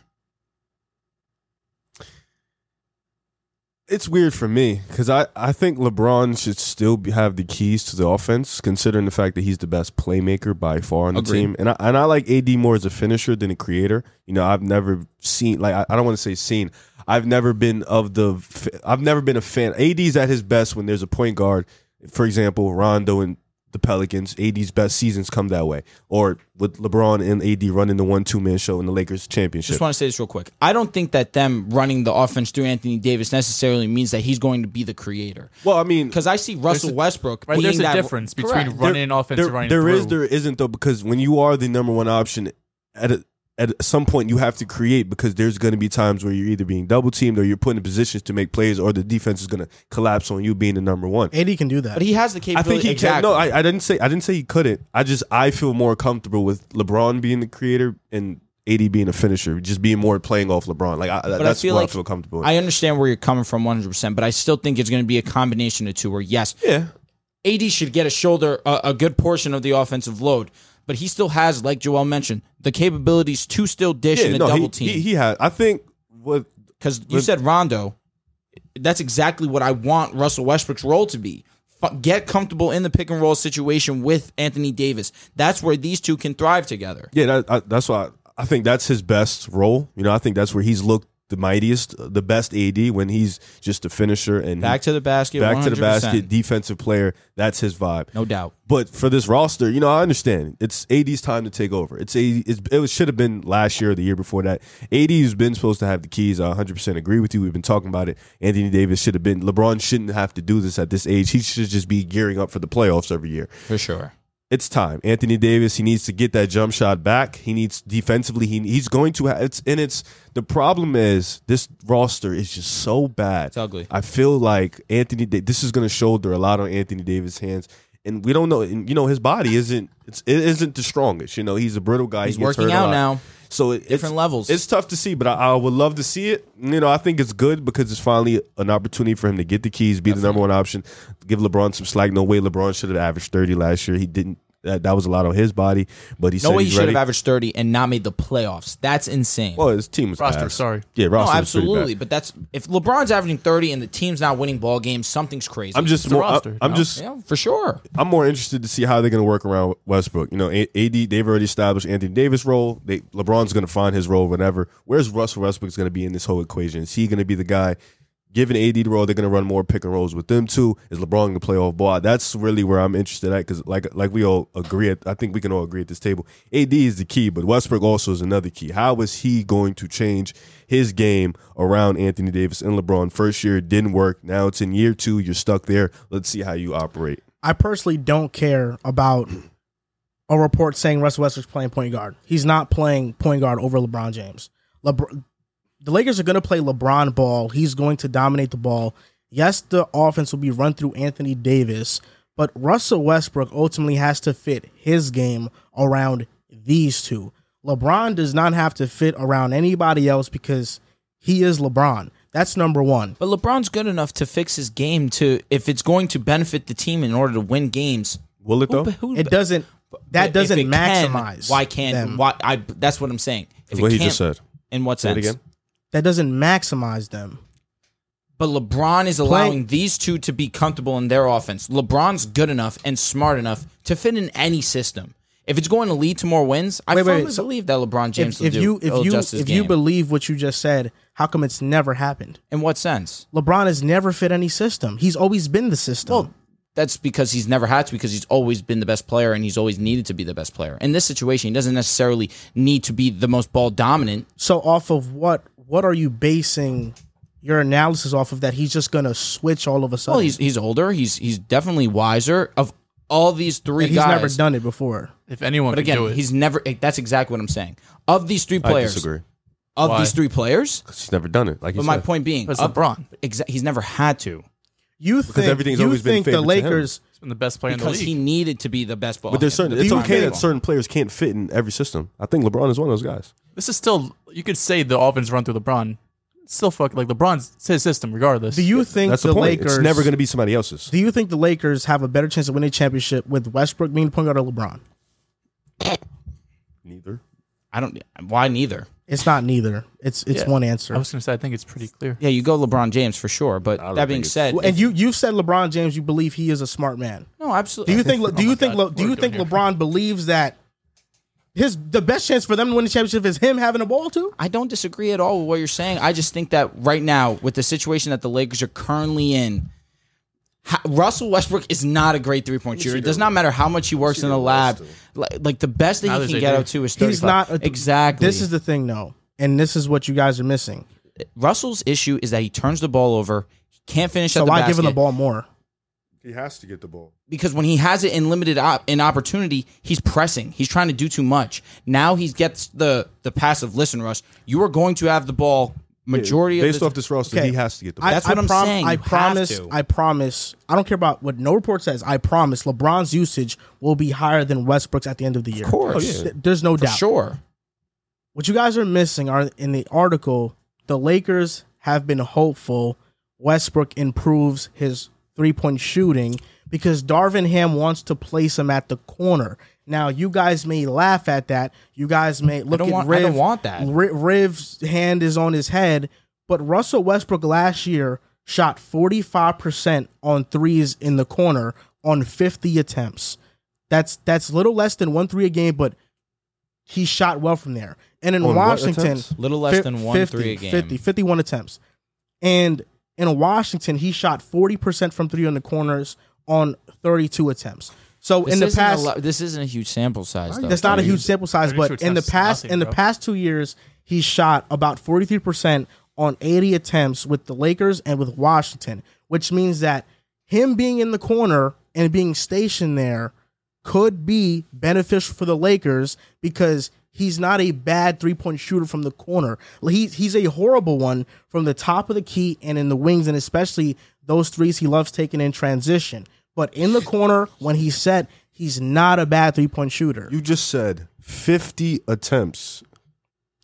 It's weird for me because I, I think LeBron should still be, have the keys to the offense, considering the fact that he's the best playmaker by far on the Agreed. team. And I, and I like AD more as a finisher than a creator. You know, I've never seen like I, I don't want to say seen. I've never been of the. f- I've never been a fan. AD's at his best when there's a point guard, for example, Rondo and the Pelicans. AD's best seasons come that way, or with LeBron and AD running the one two man show in the Lakers championship. Just want to say this real quick. I don't think that them running the offense through Anthony Davis necessarily means that he's going to be the creator. well, I mean, Because I see Russell Westbrook. Right, being there's a that- difference between Correct. running an offense there, and running there through. is, there isn't though because when you are the number one option at a, at some point you have to create because there's going to be times where you're either being double teamed or you're put in positions to make plays or the defense is going to collapse on you being the number one. AD can do that. But he has the I capability. think he exactly. can. No, I, I didn't say I didn't say he couldn't. I just I feel more comfortable with LeBron being the creator and AD being a finisher, just being more playing off LeBron. Like I, I that's feel what like I feel comfortable. With. I understand where you're coming from 100%, but I still think it's going to be a combination of two where, yes, yeah, AD should get a shoulder, a, a good portion of the offensive load, but he still has, like Joel mentioned, the capabilities to still dish in yeah. a No, double he, team. he he had. I think what Because you said Rondo, that's exactly what I want Russell Westbrook's role to be. Fu- Get comfortable in the pick and roll situation with Anthony Davis. That's where these two can thrive together. Yeah, that, I, that's why I, think that's his best role. You know, I think that's where he's looked the mightiest, uh, the best AD when he's just a finisher and Back to the basket. back to the 100%. basket, defensive player. That's his vibe. No doubt. But for this roster, you know, I understand it's AD's time to take over. It's AD, it's, it was- should have been last year or the year before that. AD has been supposed to have the keys. I 100 percent agree with you. We've been talking about it. Anthony Davis should have been. LeBron shouldn't have to do this at this age. He should just be gearing up for the playoffs every year For sure. it's time. Anthony Davis, he needs to get that jump shot back. He needs defensively. He he's going to. Have, it's and it's the problem is this roster is just so bad. It's ugly. I feel like Anthony. Da- This is going to shoulder a lot on Anthony Davis' hands, and we don't know. And you know his body isn't. It's it isn't the strongest. You know he's a brittle guy. He's he gets working hurt a out lot. now. So it, Different it's, levels. It's tough to see, but I, I would love to see it. You know, I think it's good because it's finally an opportunity for him to get the keys, be the number one option, give LeBron some slack. No way LeBron should have averaged thirty last year. He didn't. That, that was a lot on his body, but he No said way he he's should ready. have averaged 30 and not made the playoffs. That's insane. Well, his team was Roster, ass. sorry. yeah, no, roster. was pretty bad. absolutely. But that's if LeBron's averaging 30 and the team's not winning ball games, something's crazy. I'm just It's the more. I, roster, I'm no? just. yeah, for sure. I'm more interested to see how they're going to work around Westbrook. You know, A- AD they've already established Anthony Davis' role. They LeBron's going to find his role whenever. Where's Russell Westbrook's going to be in this whole equation? Is he going to be the guy giving AD the role? They're going to run more pick and rolls with them too. Is LeBron going to play off ball? That's really where I'm interested at because, like, like we all agree, at, I think we can all agree at this table. AD is the key, but Westbrook also is another key. How is he going to change his game around Anthony Davis and LeBron? First year it didn't work. Now it's in year two. You're stuck there. Let's see how you operate. I personally don't care about a report saying Russell Westbrook's playing point guard. He's not playing point guard over LeBron James. LeBron, the Lakers are going to play LeBron ball. He's going to dominate the ball. Yes, the offense will be run through Anthony Davis, but Russell Westbrook ultimately has to fit his game around these two. LeBron does not have to fit around anybody else because he is LeBron. That's number one. But LeBron's good enough to fix his game to if it's going to benefit the team in order to win games. Will it Who, though? who, It doesn't. That if doesn't it can, maximize. why can't? them. Why I? That's what I'm saying. If What it he can't- just said. In what Say it sense? again. That doesn't maximize them. But LeBron is allowing these two to be comfortable in their offense. LeBron's good enough and smart enough to fit in any system. If it's going to lead to more wins, I Wait, wait, firmly so believe that LeBron James if, will if do. you he'll if you adjust his if you game. believe what you just said, how come it's never happened? in what sense? LeBron has never fit any system. He's always been the system. that's because he's never had to because he's always been the best player and he's always needed to be the best player. In this situation, he doesn't necessarily need to be the most ball dominant. So off of what? What are you basing your analysis off of? That he's just gonna switch all of a sudden. Well, he's he's older. He's he's definitely wiser of all these three he's guys. never done it before. If anyone but could do again, it, he's never. That's exactly what I'm saying. Of these three players, I disagree. of Why? these three players. 'Cause He's never done it. Like you But my said. point being, that's of- LeBron. exa- he's never had to You think everything's you always been think the favored to him. Lakers? He's been the best player in the because league. he needed to be the best ball. But there's certain. handler. It's you okay think- that certain players can't fit in every system. I think LeBron is one of those guys. this is still you could say the offense run through LeBron. It's still fuck like LeBron's it's his system regardless. Do you think That's the, the, point. Lakers? It's never going to be somebody else's. Do you think the Lakers have a better chance of winning a championship with Westbrook being the point guard or LeBron? Neither. I don't. Why neither? It's not neither. It's it's Yeah. one I answer. was gonna say I think it's pretty clear. Yeah, you go LeBron James for sure. But don't that being think it's- said, Well, And you you've said LeBron James. You believe he is a smart man. no, Do absolutely. you (laughs) Oh think? Do you my think? God, Le- do we're you going think here. LeBron believes that his the best chance for them to win the championship is him having a ball too? I don't disagree at all with what you're saying. I just think that right now, with the situation that the Lakers are currently in, ha- Russell Westbrook is not a great three point shooter. It does not matter how much he works in the lab. Like, like the best that Neither he they can get do. up to is 35. He's not a, exactly. This is the thing, though, and this is what you guys are missing. Russell's issue is that he turns the ball over. He can't finish So at the why basket give him the ball more? He has to get the ball. because when he has it in limited op- in opportunity, he's pressing. He's trying to do too much. Now he gets the the passive. Listen, Russ, you are going to have the ball majority of Based the off this roster, Okay. he has to get the I- ball. That's what I I'm saying. I You have promise. to. I promise. I don't care about what no report says. I promise. LeBron's usage will be higher than Westbrook's at the end of the year. Of Oh, course. there's no for doubt. sure. What you guys are missing are in the article. The Lakers have been hopeful Westbrook improves his three point shooting because Darvin Ham wants to place him at the corner. Now you guys may laugh at that. You guys may look don't at want- I Riv. don't want that. Ri- Riv's hand is on his head, but Russell Westbrook last year shot forty five percent on threes in the corner on fifty attempts. That's that's little less than one three a game, but he shot well from there. And in On what Washington, attempts? Little less fif- than one three a game. 50, 51 attempts. And in Washington, he shot 40% from three on the corners on 32 attempts. So This in the isn't past, a lo- this isn't a huge sample size. Though, that's not a Tony. huge sample size, 32 but in the attempts is past, nothing, in the bro. past two years, he shot about 43% on 80 attempts with the Lakers and with Washington, which means that him being in the corner and being stationed there could be beneficial for the Lakers because he's not a bad three point shooter from the corner. He, he's a horrible one from the top of the key and in the wings, and especially those threes he loves taking in transition. But in the corner, when he's set, he's not a bad three point shooter. You just said 50 attempts.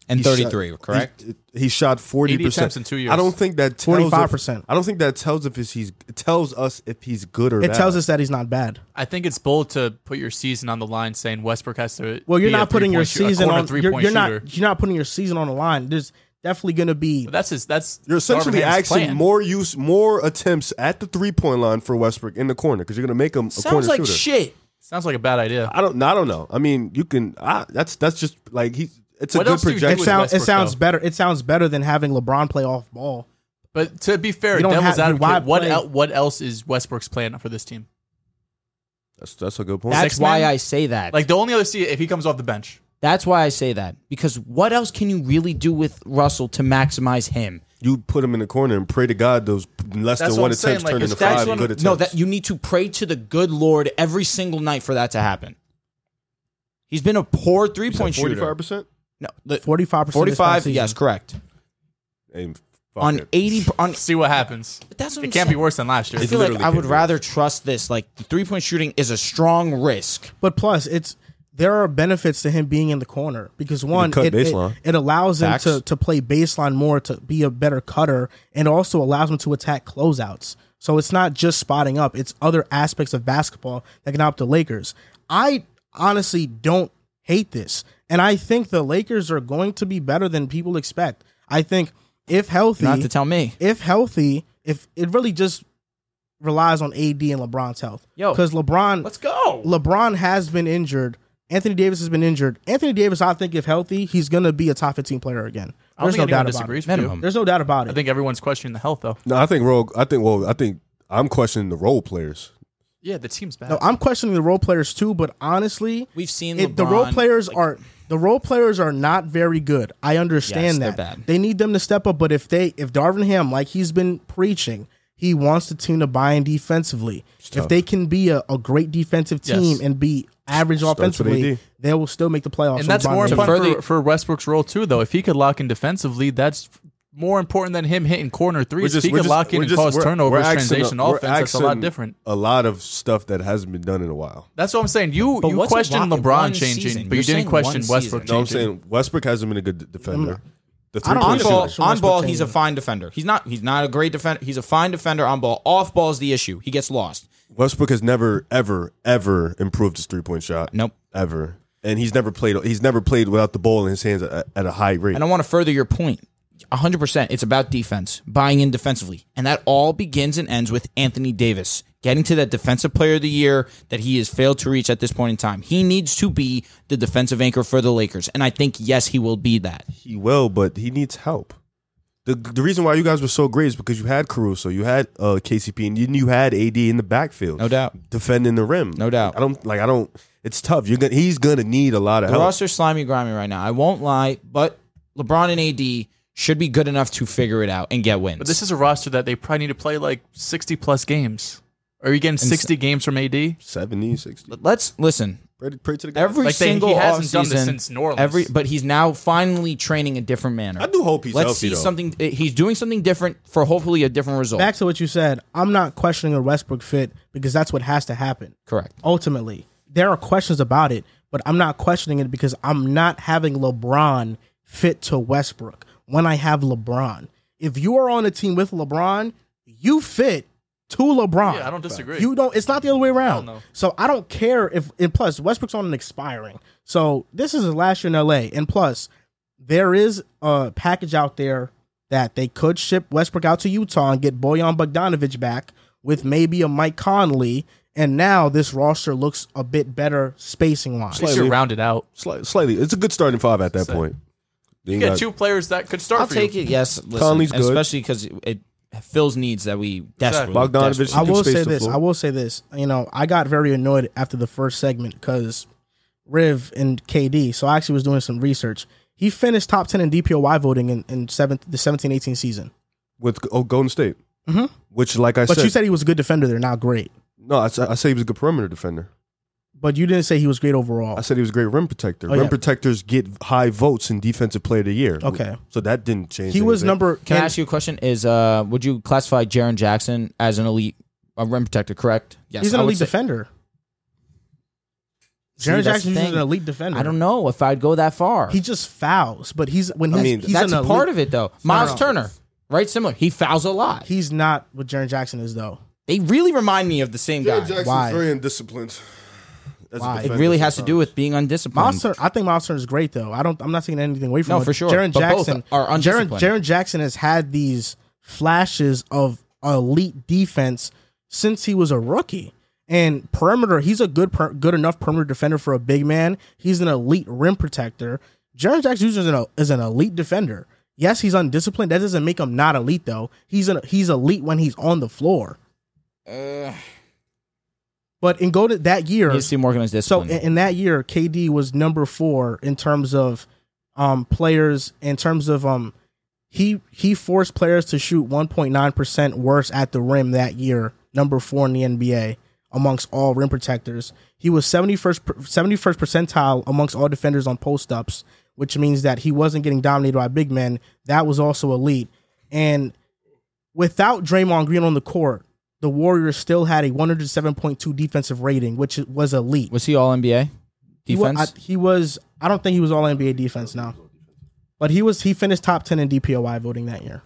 and He shot- thirty three. Correct. He, he shot 40 attempts percent in two years. I don't think that tells 45%. us- I don't think that tells if he's tells us if he's good or It bad. tells us that he's not bad. I think it's bold to put your season on the line saying Westbrook has to Well, you're be a not putting your three-point shoo- a season corner on. You're, three-point you're shooter. not. You're not putting your season on the line. There's definitely going to be. That's his that's You're essentially Darvin Ham's asking plan. more use, more attempts at the three point line for Westbrook in the corner because you're going to make him a Sounds corner like shooter. shit. Sounds like a bad idea. I don't, I don't know. I mean, you can. I, that's that's just like he. It's a What good else do you do It with projection. sounds. It Westbrook, sounds though. better. It sounds better than having LeBron play off ball. But to be fair, You don't devil's have- why advocate, what play- el- what else is Westbrook's plan for this team? That's that's a good point. That's Six why men? I say that. Like the only other see if he comes off the bench. that's why I say that because what else can you really do with Russell to maximize him? you put him in the corner and pray to God those less That's what than one I'm saying, attempts like, turn it's- into that's five what I'm- good attempts. No, that you need to pray to the good Lord every single night for that to happen. He's been a poor three point forty shooter. five percent No, the- Forty-five percent. 45 yes, correct. On eighty, on See what happens. But that's what it I'm can't be saying. worse than last year. I feel like literally I can't would be rather trust this. Like the three point shooting is a strong risk. But plus, it's there are benefits to him being in the corner because one, cut it, it- baseline. it allows him Facts. to to play baseline more, to be a better cutter, and also allows him to attack closeouts. So it's not just spotting up; it's other aspects of basketball that can help the Lakers. I honestly don't hate this, and I think the Lakers are going to be better than people expect. I think if healthy, Not to tell me. if healthy, if it really just relies on AD and LeBron's health. Yo, because LeBron, Let's go. LeBron has been injured. Anthony Davis has been injured. Anthony Davis, I think, if healthy, he's gonna be a top fifteen player again. I don't There's think no anyone doubt about disagrees it. with you. Minimum. There's no doubt about I it. think everyone's questioning the health though. No, I think role. I think well. I think I'm questioning the role players. Yeah, the team's bad. No, I'm questioning the role players too, but honestly, We've seen it, the role LeBron, players like, are the role players are not very good. I Yes, understand they're that. bad. They need them to step up, but if they if Darvin Ham, like he's been preaching, he wants the team to buy in defensively. If they can be a, a great defensive team Yes. and be average with offensively, AD. they will still make the playoffs. and with that's Von more Miller. important further- for, for Westbrook's role too, though. If he could lock in defensively, that's f- more important than him hitting corner threes. if he could lock in we're and just- cause we're- turnovers, we're axing a- transition we're offense, that's a lot axing different. A lot of stuff that hasn't been done in a while. That's what I'm saying. You But you what's a questioned lot- one LeBron changing, season? but You're you saying didn't question one Westbrook season. No, I'm changing. saying Westbrook hasn't been a good defender. The Mm. I don't three-point think Appreciate on ball, it. on Westbrook ball, changing. he's a fine defender. He's not. He's not a great defender. He's a fine defender on ball. Off ball is the issue. He gets lost. Westbrook has never, ever, ever improved his three point shot. Nope. Ever. And he's never played. He's never played without the ball in his hands at, at a high rate. And I want to further your point. 100%. It's about defense, buying in defensively. And that all begins and ends with Anthony Davis getting to that defensive player of the year that he has failed to reach at this point in time. He needs to be the defensive anchor for the Lakers. And I think, yes, he will be that. He will, but he needs help. The, the reason why you guys were so great is because you had Caruso, you had uh, KCP, and then you had AD in the backfield, No doubt. defending the rim, No doubt. I don't like. I don't. It's tough. You're gonna. He's gonna need a lot of The help. roster's slimy, grimy right now. I won't lie, but LeBron and AD should be good enough to figure it out and get wins. But this is a roster that they probably need to play like 60 plus games. Are you getting 60 games from AD? 70, 60. Let's listen. Pray to, pray to the guys. Every Like, they- he single hasn't done this offseason, since New Orleans. Every, but he's now finally training a different manner. I do hope he's Let's healthy see though. something. eh, He's doing something different for hopefully a different result. Back to what you said, I'm not questioning a Westbrook fit because that's what has to happen. Correct. ultimately. There are questions about it, but I'm not questioning it because I'm not having LeBron fit to Westbrook when I have LeBron. If you are on a team with LeBron, you fit to LeBron. Yeah, I don't disagree. You don't it's not the other way around. know. so I don't care if and plus Westbrook's on an expiring. So this is his last year in LA. And plus, there is a package out there that they could ship Westbrook out to Utah and get Boyan Bogdanovich back with maybe a Mike Conley. And now this roster looks a bit better spacing wise. They should round it out. Sli- slightly. It's a good starting five at that point. You Then you get got- two players that could start I'll for take you. it. Yes, listen, Conley's good. especially because it, it fills needs that we desperately. Bogdanovich- desperately- I can will space say the this. floor. I will say this. You know, I got very annoyed after the first segment because Riv and KD. So I actually was doing some research. He finished top ten in DPOY voting in, in seventh the 17-18 season. with oh, Golden State, which like I Mm-hmm. But said, you said he was a good defender. They're not great. no, I, said- I said he was a good perimeter defender. But you didn't say he was great overall. I said he was a great rim protector. Oh, rim yeah. protectors get high votes in defensive player of the year. Okay. so that didn't change. He was anything. number. Can I and- ask you a question? Is uh, would you classify Jaron Jackson as an elite a rim protector? Correct. Yes, he's an I would elite say- defender. See, Jaron that's the Jackson is thing. an elite defender. I don't know if I'd go that far. He just fouls, but he's when he's, mean, he's That's an elite, part of it, though. Miles no. Turner, right? Similar. He fouls a lot. He's not what Jaron Jackson is though. They really remind me of the same guy. Why? very undisciplined. Why? It really has to do with being undisciplined. Miles Turner, I think Miles Turner is great though. I don't. I'm not taking anything away from No, him. for sure. Jaron But both Jackson are Jaron, undisciplined. Jaron Jackson has had these flashes of elite defense since he was a rookie. And perimeter, he's a good, per, good enough perimeter defender for a big man. He's an elite rim protector. Jaron Jackson is an, is an elite defender. Yes, he's undisciplined. That doesn't make him not elite though. He's an, he's elite when he's on the floor. Uh, But in go to that year, you see Morgan as so disciplined. in, in that year, KD was number four in terms of um, players. In terms of um, he he forced players to shoot 1.9 percent worse at the rim that year. Number four in the NBA amongst all rim protectors. He was 71st per- 71st percentile amongst all defenders on post ups, which means that he wasn't getting dominated by big men. That was also elite. And without Draymond Green on the court, the Warriors still had a 107.2 defensive rating, which was elite. was he all NBA He wa- defense? I- He was, I, don't think he was all NBA defense now, but he was. He finished top ten in DPOI voting that year.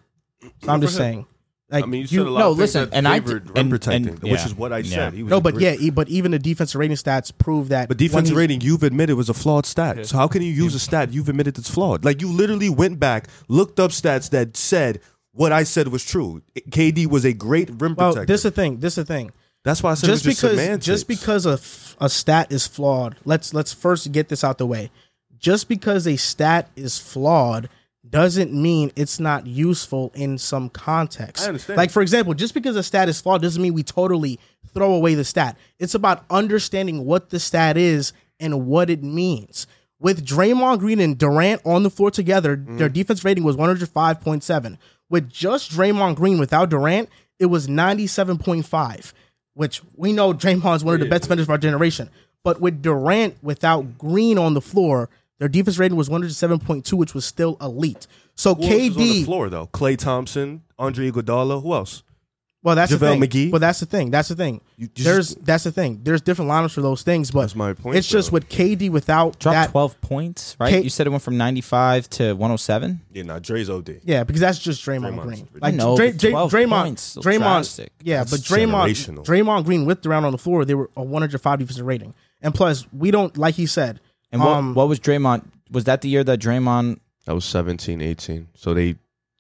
So I'm just saying, like I mean, you- you, said a lot. no, of things listen, that and I favored d- rim and- protecting, and- which yeah. is what I Yeah. said. He was no, a but great- yeah, e- but even the defensive rating stats prove that. But defense when he- rating, you've admitted was a flawed stat. So how can you use a stat you've admitted it's flawed? Like you literally went back, looked up stats that said what I said was true. KD was a great rim Well, protector. this is the thing. This is the thing. That's why I said just it was because semantics. just because a, f- a stat is flawed let's let's first get this out the way just because a stat is flawed doesn't mean it's not useful in some context. I understand. Like for example, just because a stat is flawed doesn't mean we totally throw away the stat. It's about understanding what the stat is and what it means. With Draymond Green and Durant on the floor together, Mm. their defense rating was 105.7. With just Draymond Green without Durant, it was 97.5 which we know Draymond's one of the best defenders of our generation. But with Durant without Green on the floor, their defense rating was 107.2, which was still elite. So Who else is on the KD, floor though. Clay Thompson, Andre Iguodala. Who else? well, that's the JaVale thing. McGee? But that's the thing. That's the thing. You- you There's just- that's the thing. There's different lineups for those things. But That's my point, It's just though. with KD without Dropped that. 12 points, right? Kate- you said it went from 95 to 107? Yeah, nah, Dre's OD. Yeah, because that's just Draymond Green. Like know, Dray- but Dray- 12 Draymond, Oh, points, still Draymond, drastic. yeah, That's but Draymond, generational. Draymond Green with Durant on the floor, they were a 105 defensive rating. And plus, we don't like he said. And what, um, what was Draymond? Was that the year that Draymond? That was 17, 18. So they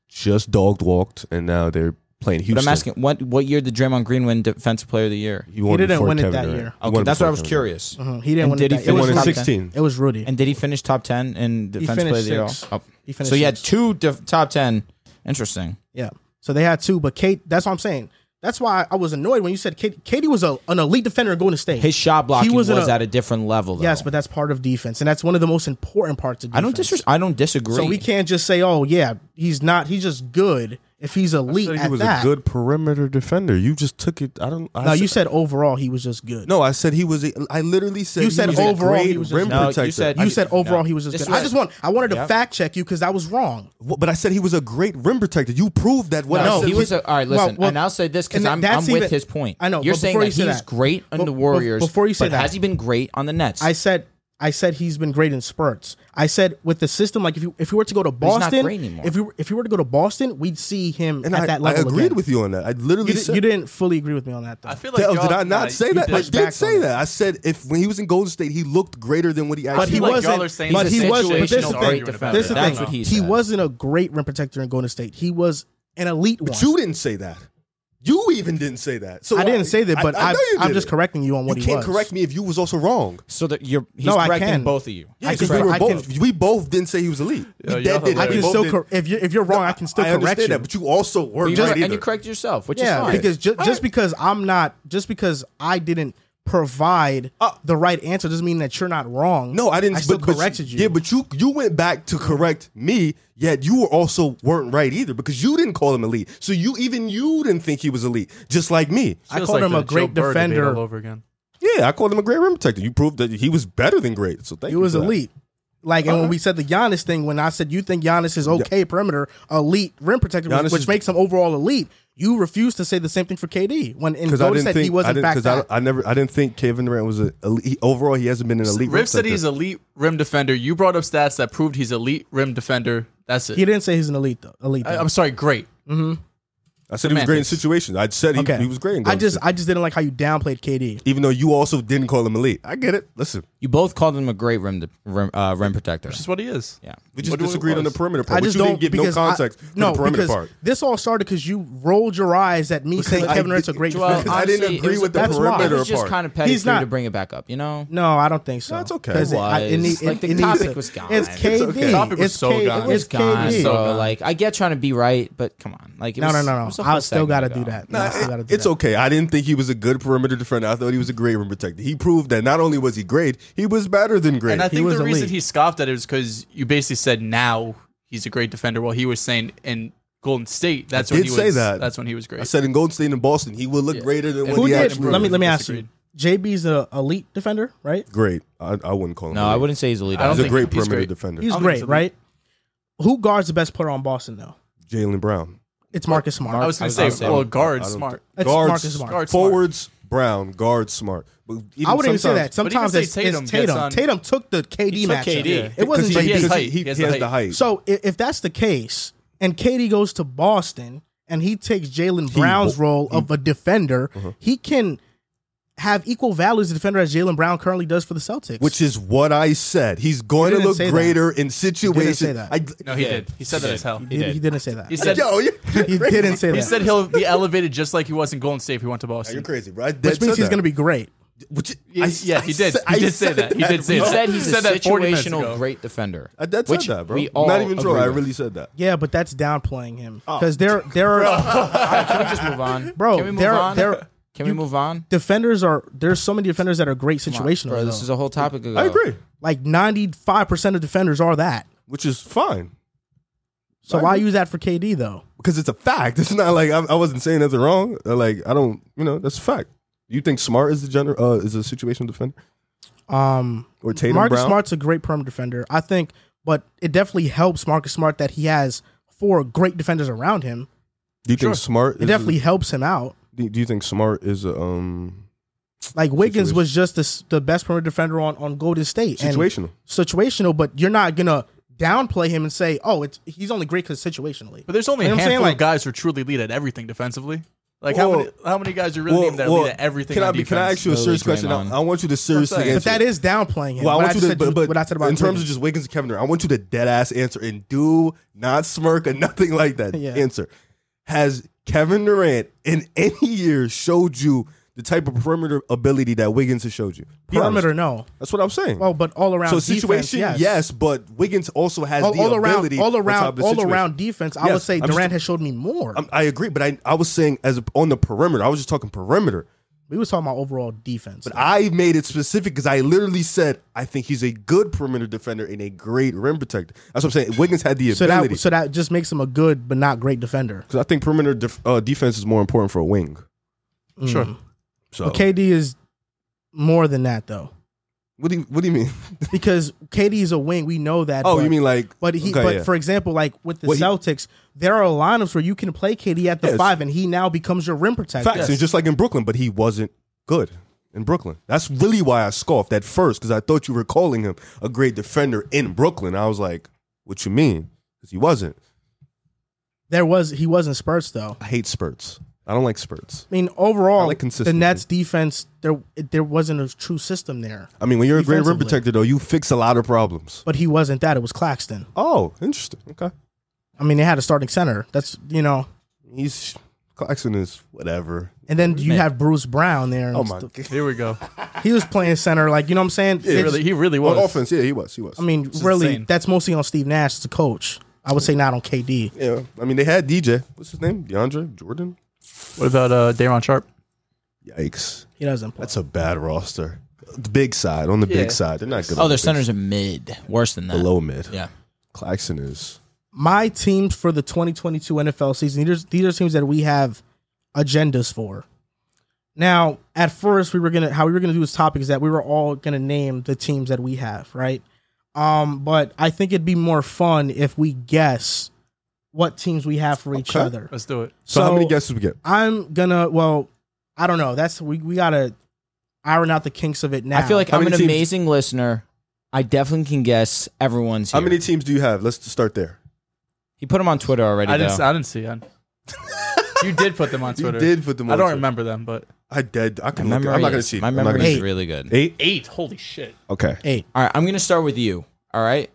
just dogged walked, and now they're playing Houston. But I'm asking, what what year did Draymond Green win Defensive Player of the Year? He, won He didn't before win it Kevin that Durant. year. He Okay, won that's what I before was Kevin curious. Mhm, he didn't And win it. did that- It he Durant. finish was He won in top Rudy. 16. It was Rudy. And did he finish top 10 in Defensive finished Player of the Year? sixth. Oh. He So finished he had sixth. two def- top 10. Interesting. Yeah. So they had two, but Kate. That's what I'm saying. That's why I was annoyed when you said Kate, Katie was a, an elite defender going to state. His shot blocking was, was in a- at a different level. Though. Oh. yes, but that's part of defense, and that's one of the most important parts of defense. I don't dis- I don't disagree. So we can't just say, "Oh, yeah, he's not. He's just good." If he's elite Durant. I at said he was that, a good perimeter defender. You just took it. I don't. I no, you said overall he was just good. No, I said he was. A, I literally said You he said was a overall he great was just- rim No, you protector. said- you I- said overall no. he was just This good. is I just want. I wanted to Yep. fact check you because I was wrong. Well, but I said he was a great rim protector. You proved that. What No, I said he was. A, all right, Well, listen, well, and I'll say this because and I'm, that's I'm with even- his point. I know, you're but saying before that you say he's that- great on but- the but- Warriors. before you say but that- has he been great on the Nets? I said I said he's been great in spurts. I said with the system, like if you if you were to go to he's not Boston, great anymore. if you if you were to go to Boston, we'd see him and at I, that I level. agreed again. with you on that. I literally you. Did, said you didn't fully agree with me on that though. I feel like Hell, y'all- did I nah, not say you that? I did. back did say on that. I said if when he was in Golden State, he looked greater than what he actually. But he feel was. like was. Y'all wasn't- are saying but this he is wasn't- but this is situational the thing. argument about This is it. the I don't thing. That's what know. he he said. wasn't a great rim protector in Golden State. He was an elite one. But you didn't say that. You even didn't say that. So I didn't say that, but I, know you I, am didn't. just correcting you on You what he can't was. correct me if you was also wrong. so that you're he's No, I correcting can. both of you. Yeah, I because can we correct- were I can- both. we both didn't say he was elite. Yo, we y'all dead did. I hilarious. We can both still did. cor- if you if you're wrong, I can still I correct you. understand that, but you also were You right and either. you correct yourself, which yeah, is fine. because ju- just because I'm not just because I didn't provide the right answer doesn't mean that you're not wrong. Uh, No, I didn't. I still but- but corrected you. Yeah, but you you went back to correct me. Yet you were also weren't right either because you didn't call him elite. So you even you didn't think he was elite, just like me. I Feels called like him the a great Joe Burrow debate defender. all over again. Yeah, I called him a great rim protector. You proved that he was better than great. So thank He you. was for that. elite. Like and when we said the Giannis thing, when I said you think Giannis is okay perimeter, elite rim protector, which, Giannis which is- makes him overall elite, you refuse to say the same thing for KD. When in Because I Golden didn't State, think he was I in didn't, fact. 'cause I, I never I didn't think Kevin Durant was a elite. he- overall he hasn't been an elite. rim Rip said he's protector. elite rim defender. You brought up stats that proved he's elite rim defender. That's he it. didn't say he's an elite though. Elite. I, though. I'm sorry, great. I said he was great in semantics. situations. I said he, okay, he was great. In I Golden just State. I just didn't like how you downplayed KD. even though you also didn't call him elite. I get it. Listen, you both called him a great rim de- rim, uh, rim protector. That's what he is. Yeah, we just What do we disagreed on call the us? perimeter part. I which just you don't didn't give no because I- context. for no, the perimeter because part. this all started because you rolled your eyes at me saying I Kevin Durant's a did- great Well, defender. I didn't honestly, it agree was- with the that's why. perimeter It was just part. kind of petty He's for you not- to bring it back up. You know, No, I don't think so. That's okay. 'Cause It, I- it It need- was. Like, it- the it needs topic to- was gone. It's It's KD. okay. The topic was It's so K- gone. It It was was God, KD. so like, I get trying to be right, but come on, like, it no, was, no, it no, was a no. whole I still segment gotta ago. do that. Nah, I still gotta do it's that. okay. I didn't think he was a good perimeter defender. I thought he was a great rim protector. He proved that not only was he great, he was better than great. And I think was the reason elite. he scoffed at it was because you basically said now he's a great defender, while he was saying in Golden State that's I when did he say was. that. That's when he was great. I said in Golden State and Boston, he would look greater than what Who he did? actually Let me let me ask you. Disagreed. JB's a elite defender, right? Great. I, I wouldn't call him. No, I elite. wouldn't say he's a leader. I don't He's a think great he's perimeter great. defender. He's I don't think great, he's elite. right? Who guards the best player on Boston though? Jalen Brown. It's Marcus Smart. I was I going was to gonna say, say- well, guard I don't- smart. It's Guards, Marcus Smart. Guard smart. forwards, Brown, guard, smart. But even I wouldn't even say that. Sometimes even sometimes- say it's Tatum it's gets Tatum. on- Tatum took the KD He took match. KD. It wasn't Because he JB. has because height. He, He has he has height. the height. So i- if that's the case, and KD goes to Boston and he takes Jalen Brown's role of a defender, Uh-huh. he can have equal value as a defender as Jalen Brown currently does for the Celtics. which is what I said. He's going You to didn't look say that. greater in situations. say that. I, No, he did. He said that as hell. he, he didn't say that. He said Yo, you're He didn't say that. (laughs) he said he'll be elevated just like he was in Golden State if he went to Boston. you're crazy, bro. I which means he's going to to be great. Which, Yeah, yeah, he did. sa- He I did say said that. He did say You that. said he's Said a that 40 minutes ago. situational great defender. I, that which said that, bro. We all Not even true. agree I with. really said that. Yeah, but that's downplaying him Oh. because there (laughs) there are Can we just move (laughs) on, Bro, Can we move there- on? there- Can we move on? defenders are there's so many defenders that are great situational. Bro, this though. is a whole topic. Ago. I agree, like ninety five percent of defenders are that. which is fine So why use that for KD though? because it's a fact. (laughs) It's not like I, I wasn't saying that's wrong. Uh, Like I don't, you know, that's a fact. You think Smart is the gener- uh, is a situational defender Um, or Tatum Marcus Brown? Smart's a great perimeter defender, I think, but it definitely helps Marcus Smart that he has four great defenders around him. Do you think Smart? It is definitely A, helps him out. do- do you think Smart is a, um Like Wiggins Situation- was just the, s- the best perimeter defender on, on Golden State. and situational? situational, but you're not gonna downplay him and say, "Oh, it's he's only great because situationally." But there's only You know a what I'm handful saying? Like- of guys who truly lead at everything defensively. Like how Well- many how many guys are really named that lead at everything Can on I be, can I defense? ask you a Lillard, serious question? I, Draymond. I want you to seriously saying. answer. But that is downplaying him. Well, I what, want I you to, said, but, but what I said about in terms Wiggins. of just Wiggins and Kevin Durant, I want you to dead ass answer and do not smirk or (laughs) nothing like that. Yeah. Answer: Has Kevin Durant in any year showed you the type of perimeter ability that Wiggins has showed you? Be honest. perimeter, no. That's what I'm saying. Oh, but all around so defense, situation, yes. but Wiggins also has All, the all around, ability all on top of around, the all situation. around defense. I Yes, would say I'm just- Durant has showed me more. I'm- I agree, but I I was saying as a, on the perimeter, I was just talking perimeter. we was talking about overall defense. But I made it specific because I literally said I think he's a good perimeter defender and a great rim protector. That's what I'm saying. Wiggins had the so ability. that so that just makes him a good but not great defender. Because I think perimeter def- uh, defense is more important for a wing. Hmm. Sure. So Mm. But KD is more than that though, what do you what do you mean? because KD is a wing. We know that. Oh, but, you mean like? But he, okay, but yeah. for example, like with the Well, he- Celtics, there are lineups where you can play KD at the Yes. five, and he now becomes your rim protector. facts, it's just like in Brooklyn, but he wasn't good in Brooklyn. That's really why I scoffed at first because I thought you were calling him a great defender in Brooklyn. I was like, what you mean? Because he wasn't. There was he wasn't Spurs though. I hate spurts. I don't like spurts. I mean, overall, I like the consistency. Nets defense there it, there wasn't a true system there. I mean, when you're a great rim Defensively. protector, though, you fix a lot of problems. But he wasn't that. It was Claxton. Oh, interesting. Okay. I mean, they had a starting center. That's you know. He's Claxton is whatever. And then you have Bruce Brown there. and Oh my stuff. god. Here we (laughs) go. (laughs) He was playing center, like you know what I'm saying. He It's- really, he really was. On offense, yeah, he was. He was. I mean, really, insane. that's mostly on Steve Nash as a coach. I would say not on KD. yeah. I mean, they had DJ. What's his name? DeAndre Jordan. What about uh, Daron Sharp? Yikes. He doesn't play. That's a bad roster. The big side, on the Yeah. big side. They're not good. Oh, on their the big center's a mid, worse than that. side. below mid. Yeah. Claxton is. My teams for the 2022 NFL season. These are, these are teams that we have agendas for. Now, at first, we were gonna how we were gonna do this topic is that we were all gonna name the teams that we have, right? Um, but I think it'd be more fun if we guess what teams we have for each Okay. other. Let's do it. So, how many guesses we get? I'm gonna. Well, I don't know. That's we we gotta iron out the kinks of it now. I feel like How I'm an many teams- amazing listener. I definitely can guess everyone's. How Here. many teams do you have? Let's start there. He put them on Twitter already. I didn't. though. I didn't see. I, (laughs) you did put them on Twitter. You did put them. I on don't Twitter. remember them, but I did. I My can look. memory it. I'm not gonna is- see. My I'm not gonna memory is see. really good. Eight. eight. Holy shit! Okay. eight. All right, I'm gonna start with you. All right,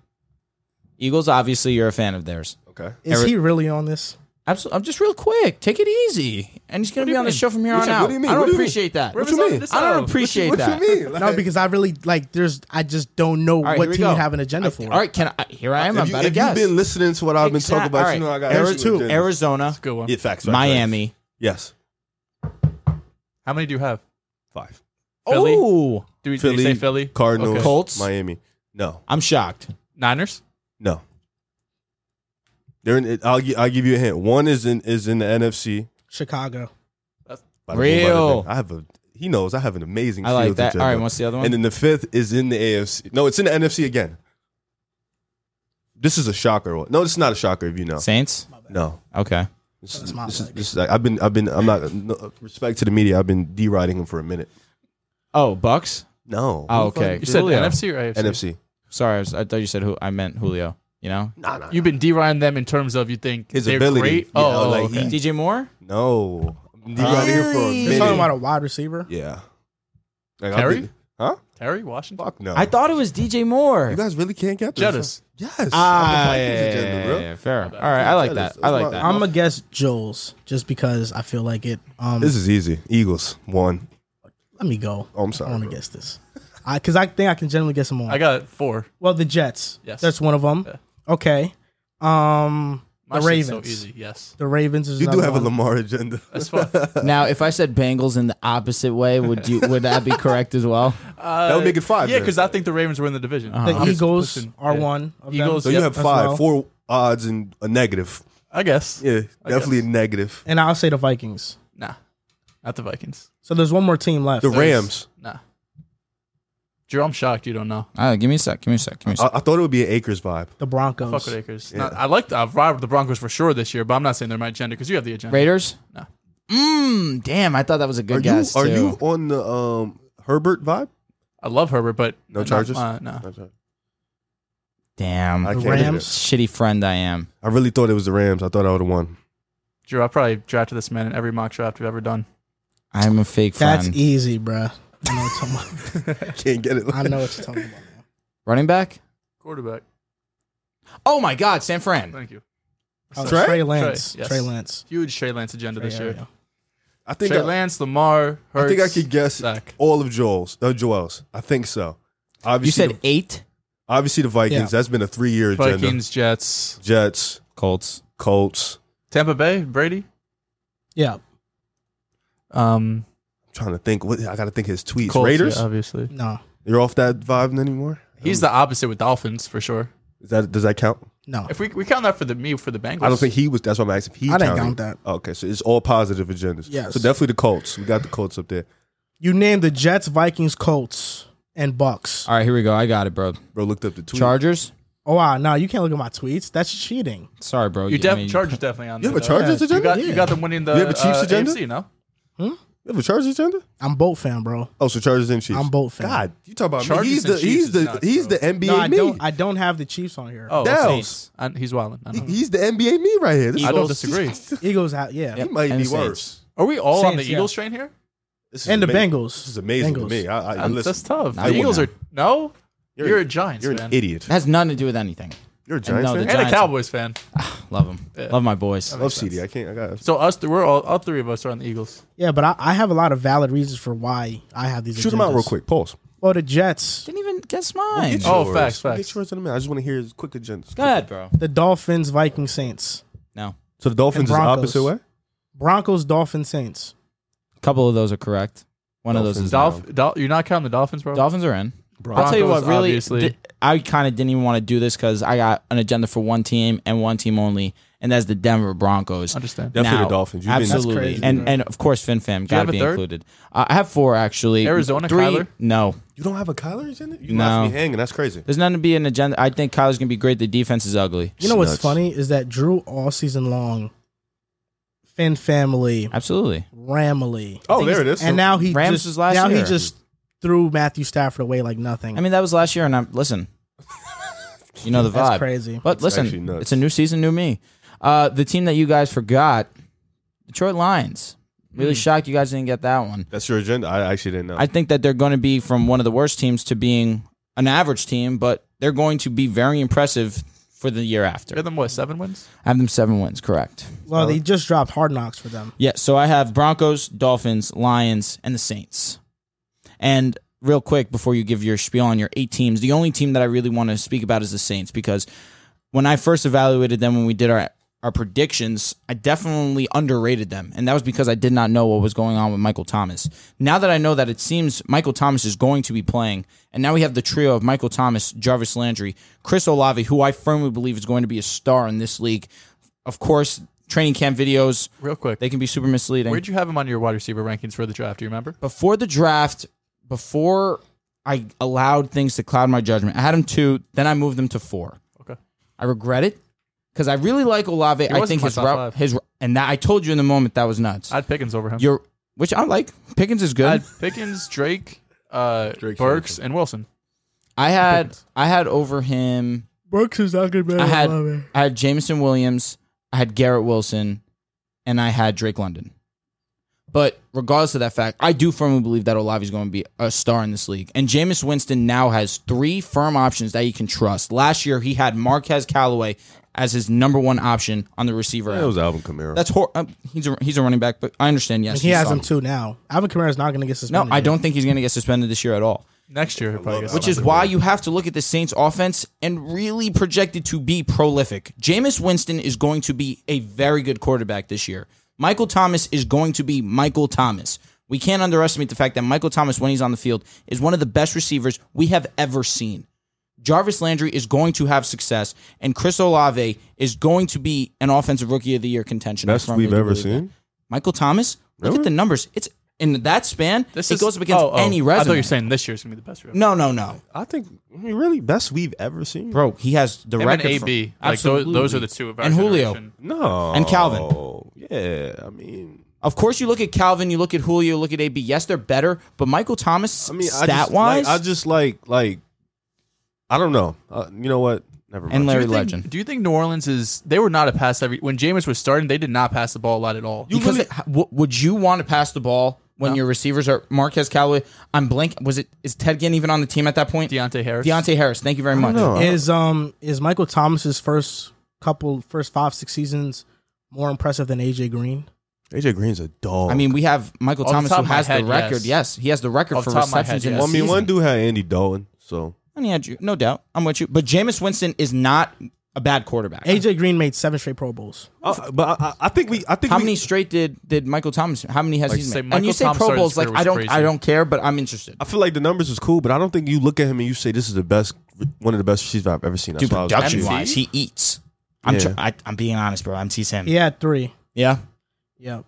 Eagles. Obviously, you're a fan of theirs. Okay. Is Every- he really on this? Absolutely. I'm just real quick. Take it easy, and he's gonna do be you on the mean? show from here What on you- out. what do you mean? I What don't do you mean? appreciate that. What you mean? I don't appreciate What that. you mean? Like, No, because I really like. There's I just don't know All right, what here we team you go. have an agenda I- for. All right, can I? Here I am. if I'm about you, to if you've guess. been listening to what I've been talking about, you know I got Ari- two. Arizona, Good one. Yeah, facts. facts, Miami. facts. Yes. How many do you have? Five. Philly. Oh, Do we, Philly, say Philly? Cardinals, Okay. Colts? Miami. No, I'm shocked. Niners. no. They're in, I'll gi- I'll give you a hint. One is in is in the NFC. Chicago. Bada boom, bada Real. bing. I have a. He knows I have an amazing. I like field that. All agenda. right, what's the other one? And then the fifth is in the AFC. No, it's in the NFC again. This is a shocker. No, it's not a shocker if you know. Saints. No. Okay. This, That's my this is, bad. this is, I've been, I've been, I'm not, no, respect to the media, I've been deriding him for a minute. Oh, Bucks. No. Oh, okay. You said Julio. NFC or AFC? NFC. Sorry, I, was, I thought you said who. I meant Julio. You know, Nah, nah. You've been deriding them in terms of you think His they're ability. great. Yeah, oh, like, okay. he- DJ Moore. No. I'm deriding him for a Really? You're talking about minute. a wide receiver. Yeah. Like, I'll Terry? be- Huh? Terry Washington. Fuck no. I thought it was DJ Moore. you guys really can't get this. Jettis. Yes. Ah, I'm the yeah, Vikings yeah, agenda, yeah, bro. yeah, fair. All right, I like that. I like that. I'm gonna guess Joel's just because I feel like it. Um, This is easy. Eagles. One. Let me go. Oh, I'm sorry, I want to bro. guess this. I Because I think I can generally guess them all. I got four. well, the Jets. Yes. That's one of them. Okay. Um, My the shit's Ravens. So easy. Yes. The Ravens is You do another have a one. Lamar agenda. That's (laughs) fun. uh, Now, if I said Bengals in the opposite way, would you would (laughs) that be correct as well? that would make it five, Yeah, then. because I think the Ravens were in the division. The I'm just Eagles pushing. are Yeah. one. Of them. Eagles, So you Yep, have as five, well. four odds and a negative. I guess. Yeah, I definitely guess. a negative. and I'll say the Vikings. Nah, not the Vikings. So there's one more team left. The Rams. Nah. Drew, I'm shocked you don't know. Uh, give me a sec. Give me a sec. Give me a I, sec. I thought it would be an Acres vibe. The Broncos. Fuck with Akers. Not- I like the, I've robbed the Broncos for sure this year, but I'm not saying they're my agenda because you have the agenda. Raiders. No. Mmm. Damn. I thought that was a good Are you guess are too. you on the um Herbert vibe? I love Herbert, but No not- Chargers? Uh, no. Okay. Damn. I The can't do Rams. that. Shitty friend I am. I really thought it was the Rams. I thought I would have won. Drew, I probably drafted this man in every mock draft we've ever done. I'm a fake friend. That's easy, bruh. I know what you're talking about. (laughs) Can't get it. I know what you're talking about. man. Running back. Quarterback. Oh my God, San Fran. Thank you. Oh, Trey? Trey? Lance. Trey, Trey, yes. Lance. Huge Trey Lance agenda Trey this year. area. I think Trey I, Lance, Lamar, Hurts. I think I could guess Zach. all of Joel's. Uh, Joel's. I think so. Obviously, You said the, eight. obviously the Vikings. Yeah. That's been a three-year agenda. Vikings, Jets, Jets, Colts. Colts. Tampa Bay, Brady. Yeah. Um, I'm trying to think. What I got to think his tweets. Colts, Raiders. yeah, obviously. No. You're off that vibe anymore. He's the opposite with Dolphins for sure. Is that does that count? No. If we, we count that for the me for the Bengals, I don't think he was. That's why I'm asking. If he I didn't counted. Oh, count that. Okay, so it's all positive agendas. Yes. So definitely the Colts. We got the Colts up there, You named the Jets, Vikings, Colts, and Bucks. All right, here we go. I got it, bro. bro. Looked up the tweet. Chargers. Oh, wow. No, you can't look at my tweets. That's cheating. Sorry, bro. you I def- mean, Chargers definitely on. You have there, a though. Chargers Yeah. You agenda. got You you got them winning the You have a Chiefs uh, agenda? AFC, no? have a Chargers agenda. I'm boat fan, bro. Oh, so Chargers and Chiefs. I'm both fan. God, you talk about me. Chargers He's and the Chiefs he's is the nuts, he's bro. the NBA No, I me. don't. I don't have the Chiefs on here. Oh, Dallas. that's Saints. I- he's wilding. I, know. he's the NBA me right here. This I don't Eagles- disagree. Eagles out. Yeah. (laughs) He might And be the worse. Are we all on the Saints, yeah. Eagles train here? This is And the amazing. Bengals. This is amazing to Bengals. me. I, I, That's- listen, That's tough. I The Eagles are wouldn't no. You're, You're- a Giants you're an fan idiot. It has nothing to do with anything. You're a Giants know fan. the and a Giants. Cowboys fan. Love them. Love my boys. I love CD. I can't. I got. So us, th- we're all, all three of us are on the Eagles. Yeah, but I, I have a lot of valid reasons for why I have these. Shoot him out agendas. real quick. Pause. Well, the Jets, Didn't even guess mine. Oh, facts, We'll facts. Get yours in a minute. I just want to hear his quick agenda. Go ahead, bro. the Dolphins, Vikings, Saints, No. So the Dolphins is Broncos. opposite way. Broncos, Dolphins, Saints. A couple of those are correct. One of those is Dolph- Dol- you're not counting the Dolphins, bro. Dolphins are in. Broncos, I'll tell you what, really, obviously. di- I kind of didn't even want to do this because I got an agenda for one team and one team only, and that's the Denver Broncos. Understand. Definitely the Dolphins. You've been- absolutely, That's crazy, and bro. and of course, FinFam got have to a be third? included. Uh, I I have four actually. Arizona, three. Kyler? No, You don't have a Kyler agenda? You No. left me hanging. That's crazy. there's nothing to be an agenda. I think Kyler's gonna be great. The defense is ugly. You know what's Nuts. funny is that Drew all season long, Finn family, Absolutely. Ramley, Oh, there it is. and now he Rams just was last now he year. just threw Matthew Stafford away like nothing. I mean, that was last year, and I'm listen. You know the vibe. That's crazy. But actually listen, nuts. it's a new season, new me. Uh, the team that you guys forgot, Detroit Lions. Really Hmm. shocked you guys didn't get that one. that's your agenda. I actually didn't know. I think that they're going to be from one of the worst teams to being an average team, but they're going to be very impressive for the year after. Get them what seven wins? I have them seven wins, correct? well, they just dropped Hard Knocks for them. Yeah, so I have Broncos, Dolphins, Lions, and the Saints. And real quick, before you give your spiel on your eight teams, the only team that I really want to speak about is the Saints because when I first evaluated them when we did our our predictions, I definitely underrated them. And that was because I did not know what was going on with Michael Thomas. Now that I know that it seems Michael Thomas is going to be playing, and now we have the trio of Michael Thomas, Jarvis Landry, Chris Olave, who I firmly believe is going to be a star in this league. Of course, training camp videos, Real quick, they can be super misleading. where'd you have him on your wide receiver rankings for the draft? Do you remember? before the draft, before I allowed things to cloud my judgment, I had him two, then I moved him to four. Okay. I regret it because I really like Olave. I was in think my his top route, five. his and that I told you in the moment that was nuts. I'd Pickens over him. You're which I like. Pickens is good. I'd Pickens, Drake, uh, Burks, and Wilson. I had I had over him. Brooks is not good. I had I had Jameson Williams. I had Garrett Wilson, and I had Drake London. But regardless of that fact, I do firmly believe that Olave is going to be a star in this league. And Jameis Winston now has three firm options that he can trust. Last year, he had Marquez Callaway as his number one option on the receiver. That end. was Alvin Kamara. That's hor- um, he's a he's a running back, but I understand. Yes, He he's has him soft. too now. Alvin Kamara's not going to get suspended. No, I yet. don't think he's going to get suspended this year at all. Next year, he'll probably gets Which is signed. why you have to look at the Saints offense and really project it to be prolific. Jameis Winston is going to be a very good quarterback this year. Michael Thomas is going to be Michael Thomas. We can't underestimate the fact that Michael Thomas, when he's on the field, is one of the best receivers we have ever seen. Jarvis Landry is going to have success, and Chris Olave is going to be an offensive rookie of the year contention. I Best firmly we've do ever believe that. seen? Michael Thomas. Look at Really? the numbers. It's in that span. This it is- goes up against oh, oh. any I thought resume. you were saying this year's gonna be the best. resume. no, no, no. I think I mean, really best we've ever seen. Bro, he has the Him and record. for- AB, like those, Absolutely. those are the two of our And Julio. generation. No. And Calvin. Yeah, I mean, Of course, you look at Calvin, you look at Julio, you look at AB. Yes, they're better, but Michael Thomas, I mean, I stat just, wise, like, I just like like I don't know. Uh, you know what? Never mind. and Larry Do you think- Legend. Do you think New Orleans is? They were not a pass heavy. When Jameis was starting, they did not pass the ball a lot at all. Because it- h- w- would you want to pass the ball when your receivers are Marquez Callaway? I'm blank. Was it is Ted Ginn even on the team at that point? Deontay Harris. Deontay Harris. Thank you very much. know. Is um is Michael Thomas's first couple first five six seasons more impressive than AJ Green? AJ Green's a dog. I mean, we have Michael Off the Thomas top who of my has head, the record. yes. Yes. he has the record Off for the top of my receptions head, in yes. a well, I mean, season. one dude had Andy Dalton, so And he had you- no doubt. I'm with you. But Jameis Winston is not a bad quarterback. AJ Green made seven straight Pro Bowls. Uh, but I, I- I think we I think How we, many straight did did Michael Thomas? How many has Like, he say made? And Michael you say Thomas Pro started his Bowls, like career I was don't, I crazy. don't care, but I'm interested. I feel like the numbers is cool, but I don't think you look at him and you say this is the best one of the best receiver I've ever seen. That's Dude, why I was production confused. wise, he eats. I'm Yeah. tr- I, I'm being honest, bro. I'm T Sam. He had three. yeah. Yeah,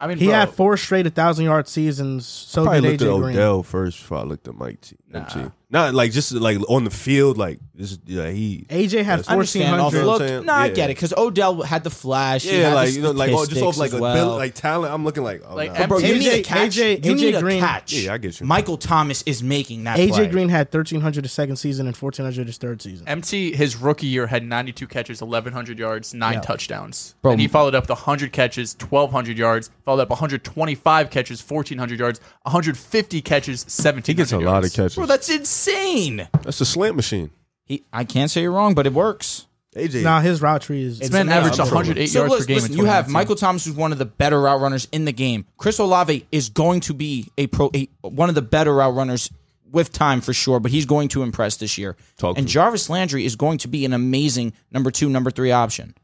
I mean, he bro, had four straight thousand yard seasons. So Probably did looked at AJ Green. Odell first before I looked at Mike T. MT. Not like just like on the field, like this. Is, yeah, he. AJ had Yes. I fourteen Understand off You know hundred. what look. I'm No, saying? I Yeah. get it because Odell had the flash. he Yeah, had like the you know, like oh, just off like statistics as a well. bill- like talent. I'm looking like oh, Like, nah. M- Bro, you AJ need a catch. AJ you need Green. a catch. Yeah, I get you. Michael Thomas is making that. play. AJ Green had thirteen hundred his second season and fourteen hundred his third season. MT his rookie year had 92 catches, 1100 yards, nine touchdowns. Bro, and he followed up the 100 catches, 1200 yards. Followed up 125 catches, 1400 yards, 150 catches, 1700 he gets a lot of catches. Bro, that's insane. That's a slant machine. He, I can't say you're wrong, but it works. AJ, Nah, his route tree is This man averaged I'm 108 So yards listen, per game. in listen, you have 2019. Michael Thomas, who's one of the better route runners in the game. Chris Olave is going to be a pro, a, one of the better route runners with time for sure, but he's going to impress this year. Talk and to- Jarvis Landry is going to be an amazing number two, number three option.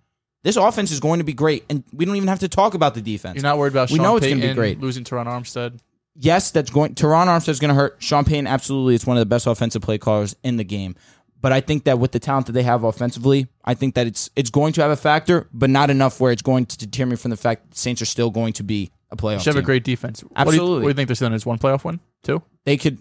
This offense is going to be great, and we don't even have to talk about the defense. You're not worried about We Sean know it's Payton gonna be great. losing to Ron Armstead. yes, that's going. Teron Armstead's going to hurt. Sean Payton absolutely is one of the best offensive play callers in the game. But I think that with the talent that they have offensively, I think that it's it's going to have a factor, but not enough where it's going to deter me from the fact that Saints are still going to be a playoff Should have a team. great defense. What do you, Absolutely. what do you think they're sitting on? Is one playoff win? Two? They could.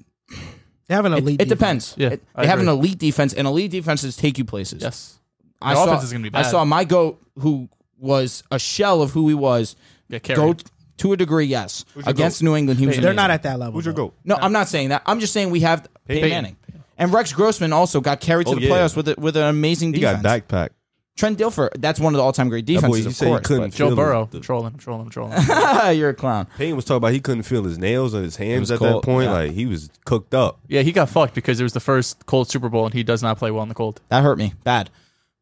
They have an It, elite. it depends. Yeah, It- I they have an agree. elite defense, and elite defenses take you places. Yes. I Their saw, offense is gonna be bad. I saw my goat, who was a shell of who he was, Get carried. go to a degree. Yes, against New England, he was. They're amazing. not at that level. who's your though. goat? No, I'm not saying that. I'm just saying we have Peyton, Peyton. Manning. And Rex Grossman also got carried to Oh, the yeah. playoffs with a, with an amazing He defense. got backpack. Trent Dilfer, that's one of the all time great That boy, defenses, he of said he course. couldn't. Joe feel Burrow. the- trolling, trolling, trolling. but- (laughs) You're a clown. Payne was talking about he couldn't feel his nails or his hands was at cold, that point. yeah. Like he was cooked up. (laughs) yeah, he got fucked because it was the first cold Super Bowl and he does not play well in the cold. That hurt me bad.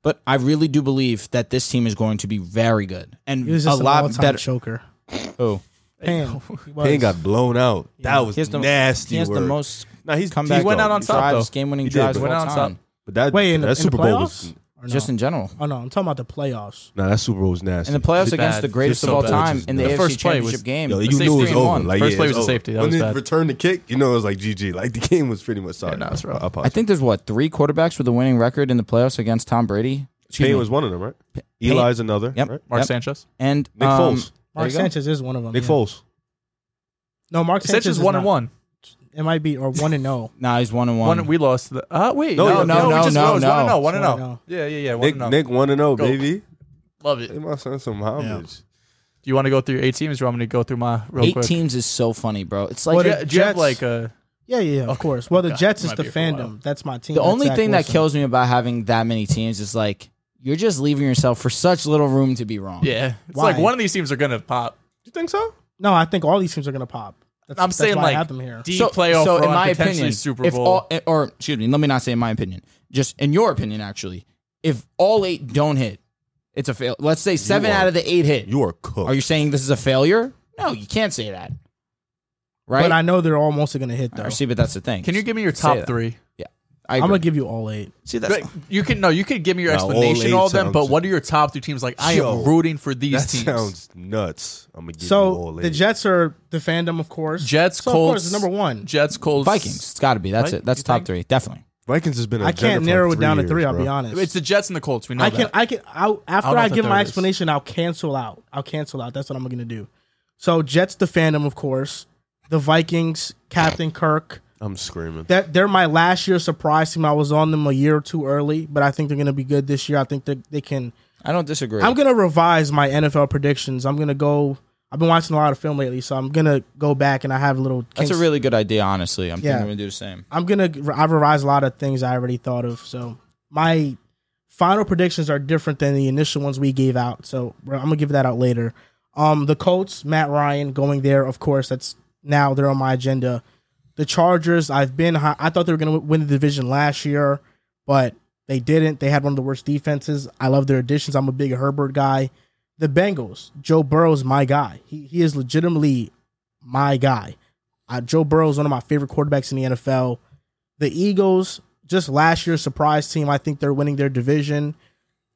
But I really do believe that this team is going to be very good and He was a just a lot lot better. better choker. Oh, Damn, he was. Payne got blown out. That was he has the, nasty. He has the word. most Nah, he's comeback he's went out on top, drives, though. game winning He did, drives. but- of all Went out on time. top. But that Wait, in, that the, in the Super Bowl was playoffs? Or no? Just in general. oh no, I'm talking about the playoffs. nah, that Super Bowl was nasty. In the playoffs against bad. the greatest Just of all so bad. time Just in the, bad. AFC The first play Championship was- game, Yo, the you safety knew it was and over. one. Like, First yeah, play it's was a over. safety. That when was they bad. returned the kick, you know, it was like GG. Like the game was pretty much sorry. no, it's rough. I apologize. I think there's what three quarterbacks with a winning record in the playoffs against Tom Brady. Excuse Payne me. was one of them, right? Eli's another. Yep. Right? Mark Yep. Sanchez. and Nick um, Foles. Mark there you go. Sanchez is one of them. Nick yeah. Foles. No, Mark Sanchez, Sanchez, is one and not. one. It might be or one and oh. no. Nah, he's one and one. One we lost. The, uh, wait, No, no, yeah, no, no, we no, just no, rose. One and no. oh, one and One and oh. oh. Yeah, yeah, yeah. One Nick and oh. Nick one and zero, Go. baby. love They it. must send some homage. Do you want to go through your eight teams, or you want me to go through my real Eight quick? teams is so funny, bro. It's like What Do you, The do you have Jets. like a? Yeah, yeah, yeah, of course. Well, the Okay. Jets Might is the be here for a while. fandom. That's my team. the That's only Zach thing that Wilson. kills me about having that many teams is like you're just leaving yourself for such little room to be wrong. Yeah, it's Why? like one of these teams are gonna pop. You think so? No, I think all these teams are gonna pop. That's, I'm that's saying why like I have them here. D playoff run, potentially Super if eh, Bowl. all or excuse me, let me not say in my opinion, just in your opinion, actually, if all eight don't hit, it's a fail. Let's say seven are- out of the eight hit. You are cooked. Are you saying this is a failure? No, you can't say that. Right? But I know they're almost going to hit though. Or see, but that's the thing. Can you give me your Say top that. three? I I'm agree. gonna give you all eight. see that's But You can no, you could give me your Nah, all explanation eight all of them, but sounds- what are your top three teams? Like I Yo, am rooting for these that teams. sounds nuts. I'm gonna give you So all the eight. Jets are the fandom, of course. Jets, so Colts, of course, it's number one. Jets, Colts, Vikings. It's got to be. That's Right? it. That's You top think? three, definitely. Vikings has been. I can't narrow it down to three. I'll be honest. It's the Jets and the Colts. We know I that. can. I can. I'll, I don't after know I if give that my third is. explanation, I'll cancel out. I'll cancel out. That's what I'm gonna do. So Jets, the fandom, of course. The Vikings, Captain Kirk. I'm screaming. That they're my last year surprise team. I was on them a year or two early, but I think they're gonna be good this year. I think that they can. I don't disagree. I'm gonna revise my NFL predictions. I'm gonna go. I've been watching a lot of film lately, so I'm gonna go back and I have a little. that's a kinks- really good idea, honestly. I'm Yeah. thinking I'm going to do the same. I'm gonna I've revised a lot of things I already thought of. So my final predictions are different than the initial ones we gave out. So I'm gonna give that out later. Um, the Colts, Matt Ryan going there. Of course, that's now they're on my agenda. The Chargers, I've been high, I thought they were gonna win the division last year, but they didn't. They had one of the worst defenses. I love their additions. I'm a big Herbert guy. The Bengals, Joe Burrow's my guy. He he is legitimately my guy. Uh, Joe Burrow is one of my favorite quarterbacks in the NFL. The Eagles, just last year's surprise team, I think they're winning their division.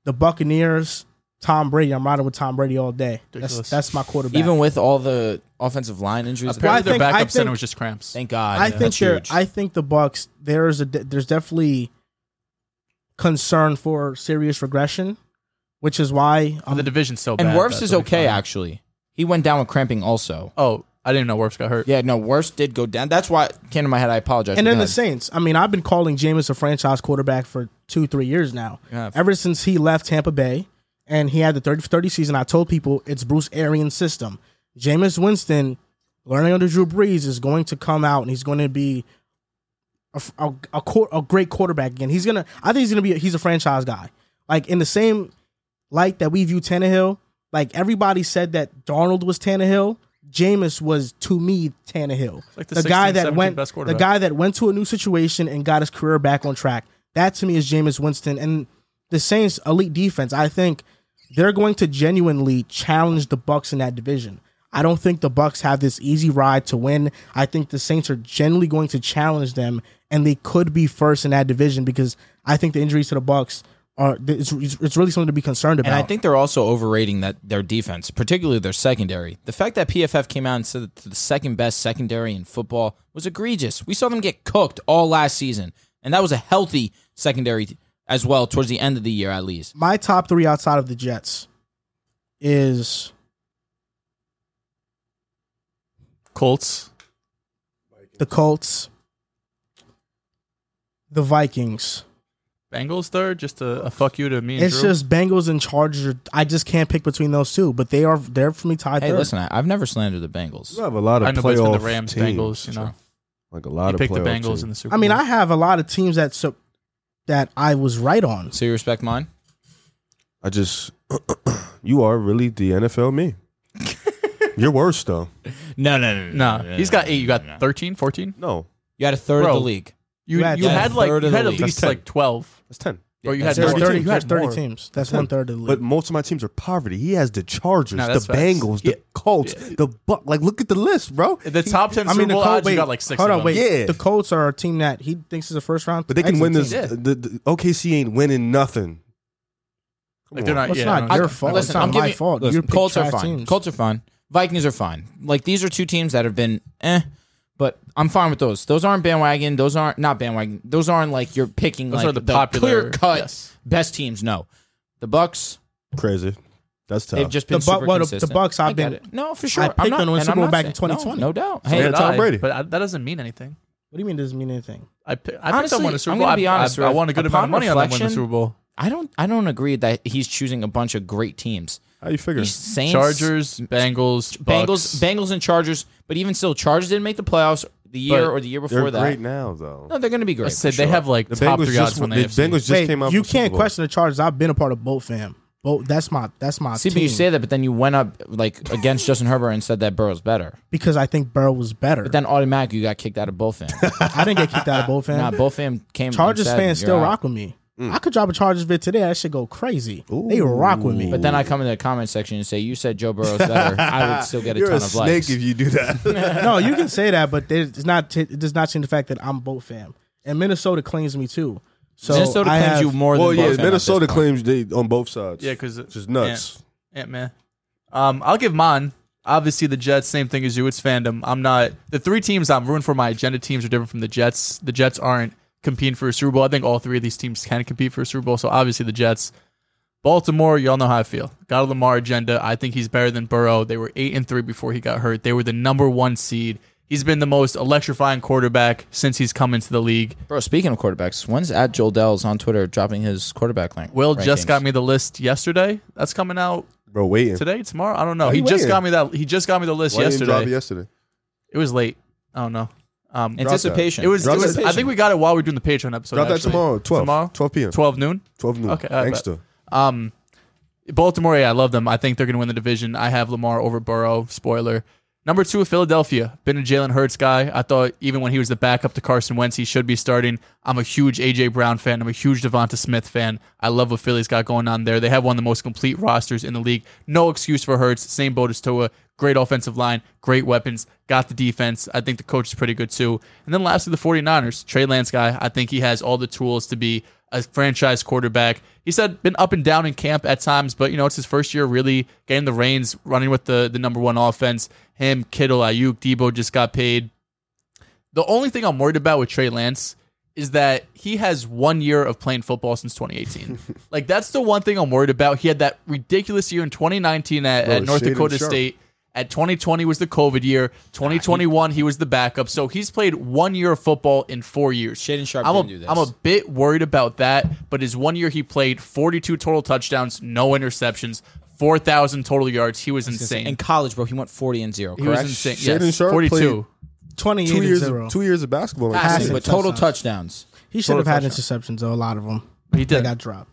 The Buccaneers, Tom Brady. I'm riding with Tom Brady all day. That's Ridiculous. that's my quarterback. Even with all the offensive line injuries, Apparently, I their think- backup I think- center was just cramps. thank God. I Yeah. think That's they're, huge. I think the Bucks. There's a de- there's definitely concern for serious regression, which is why Oh, um, the division's so bad. and Werfs that's is what we okay, found. actually. He went down with cramping also. Oh, I didn't know Werfs got hurt. Yeah, no, Werfs did go down. That's why it came to my head. I apologize. and Go then the ahead. Saints. I mean, I've been calling Jameis a franchise quarterback for two three years now. Yeah. Ever since he left Tampa Bay and he had the 30 30 season, I told people it's Bruce Arians' system. Jameis Winston, learning under Drew Brees, is going to come out and he's going to be a, f- a- a quar- a great quarterback again. He's gonna. I think he's gonna be. A, he's a franchise guy. Like in the same light that we view Tannehill. Like everybody said that Darnold was Tannehill. Jameis was to me Tannehill, like the the, guy 16th, that 17th went, best the quarterback. guy that went to a new situation and got his career back on track. That to me is Jameis Winston and the Saints' elite defense. I think they're going to genuinely challenge the Bucks in that division. I don't think the Bucks have this easy ride to win. I think the Saints are generally going to challenge them, and they could be first in that division because I think the injuries to the Bucks are it's, it's really something to be concerned about. And I think they're also overrating that their defense, particularly their secondary. The fact that PFF came out and said that the second best secondary in football was egregious. We saw them get cooked all last season, and that was a healthy secondary as well towards the end of the year, at least. my top three outside of the Jets is Colts. the Colts, the Vikings. Bengals third, just a, a fuck you to me and It's Drew. just Bengals and Chargers. I just can't pick between those two, but they are they're for me tied Hey, third. listen, I, I've never slandered the Bengals. You have a lot of I know, but it's been playoff the Rams, teams. Bengals. You know, like a you lot of picked the playoff Bengals teams. in the Super I mean, Bowl. I have a lot of teams that so that I was right on. So you respect mine? I just, (clears throat) you are really the (laughs) NFL me. You're worse though. No, no, no, no, he's got eight. You got 13, 14? No, You had a third Bro. of the league. You Yeah, you yeah. had like Third you of the had at league. least That's like twelve, that's ten. or you that's had There's more. 30, thirty- teams. you had That's 30 more. teams. That's one third of the But league. most of my teams are poverty. He has the Chargers, No, the that's facts. Bengals, Yeah. the Colts, the Buck. Like, look at the list, bro. The He- top ten I Super mean, the Bowl Colts. odds. wait, You got like six. hold of on, them. wait. Yeah. The Colts are a team that he thinks is a first round. But they can exit win this. team. Yeah. The, the OKC ain't winning nothing. Come Like, they're on. not. It's yeah, not I don't- your fault. Listen, It's not I'm my giving- fault. Listen, You're picking Colts are trash fine. teams. Colts are fine. Vikings are fine. Like these are two teams that have been eh, but I'm fine with those. Those aren't bandwagon. Those aren't not bandwagon. Those aren't like you're picking Those like are the popular- clear cut yes. best teams. No, the Bucks crazy. That's tough. they've just been The Bu- super well, the- the consistent. Bucks, I've I get been- it. no for sure. I I'm picked not- them to win and Super I'm Bowl not back in saying- no, 2020. No, doubt. So Hey, did Tom I, Brady. But I, that doesn't mean anything. What do you mean it doesn't mean anything? I, pi- I Honestly, picked someone to Super I'm Bowl. gonna be I- honest, I, I, Ref. won a good amount Upon of money on them winning the reflection, Super Bowl. I don't. I don't agree that he's choosing a bunch of great teams. How you figure? He's Saints, Chargers, Bengals, Bengals, Bucks. Bengals, and Chargers. But even still, Chargers didn't make the playoffs the year But or the year They're before great that. now, though. No, they're going to be great. I said for they sure. have like the top Bengals three odds just when won- they the Bengals Bengals. just Wait, came out. you with the Super can't Bowl. question the Chargers. I've been a part of both, fam. Both. That's my. That's my See, but team. you say that, but then you went up like against Justin Herbert and said that Burrow's better. because I think Burrow was better. But then automatically you got kicked out of both fam. (laughs) I didn't get kicked out of both, fam. nah, both fam came. and Chargers said, fans "You're still out." rock with me. Mm. I could drop a Chargers vid today. That should go crazy. They rock with me. But then I come in the comment section and say, "You said Joe Burrow's better." I would still get a (laughs) You're ton of a snake likes. if you do that. no, you can say that, but there's- it's not. It does not change the fact that I'm both fam, and Minnesota claims me too. So Minnesota I claims have- you more well, than yeah, Buffett at Minnesota this point. claims they on both sides. Yeah, because it's just nuts. Ant Man. Um, I'll give mine. Obviously, the Jets, same thing as you. It's fandom. I'm not. The three teams I'm rooting for, my agenda teams, are different from the Jets. The Jets aren't competing for a Super Bowl. I think all three of these teams can compete for a Super Bowl. So obviously, the Jets. Baltimore, y'all know how I feel. Got a Lamar agenda. I think he's better than Burrow. They were eight and three before he got hurt. They were the number one seed. He's been the most electrifying quarterback since he's come into the league. Bro, speaking of quarterbacks, when's at Joel Dell's on Twitter dropping his quarterback link? Will rankings? just got me the list yesterday. That's coming out Bro, waiting. today, tomorrow. I don't know. He you just waiting? got me that. He just got me the list Why you didn't drop yesterday. it yesterday? It was late. I don't know. Um, anticipation. it was. It Drop was that. I think we got it while we were doing the Patreon episode. Drop that actually. tomorrow, 12. Tomorrow, 12 p.m. 12 noon. 12 noon. Okay, Okay, I bet. Gangster. Um, Baltimore, yeah, I love them. I think they're going to win the division. I have Lamar over Burrow. Spoiler. Number two, Philadelphia. Been a Jalen Hurts guy. I thought even when he was the backup to Carson Wentz, he should be starting. I'm a huge AJ Brown fan. I'm a huge Devonta Smith fan. I love what Philly's got going on there. They have one of the most complete rosters in the league. No excuse for Hurts. Same boat as Toa. Great offensive line, great weapons, got the defense. I think the coach is pretty good too. And then lastly, the 49ers. Trey Lance guy. I think he has all the tools to be a franchise quarterback. He said been up and down in camp at times, but you know it's his first year really getting the reins, running with the the number one offense. Him, Kittle, Ayuk, Debo just got paid. The only thing I'm worried about with Trey Lance is that he has one year of playing football since 2018. like that's the one thing I'm worried about. He had that ridiculous year in 2019 at, Bro, at North shade him Dakota sharp. State. At 2020 was the COVID year. 2021 he was the backup. So he's played one year of football in four years. Shaden Sharpe I'm a, didn't do this. I'm a bit worried about that, but his one year he played 42 total touchdowns, no interceptions, 4,000 total yards. He was insane. in college, bro. He went forty and zero. he was Correct. insane. Shaden yes, Sharpe 42. twenty-eight Two and years, zero. of, two years of basketball. Like, Passing, Passing but total touchdowns. he should have had interceptions though. A lot of them. They He did. got dropped.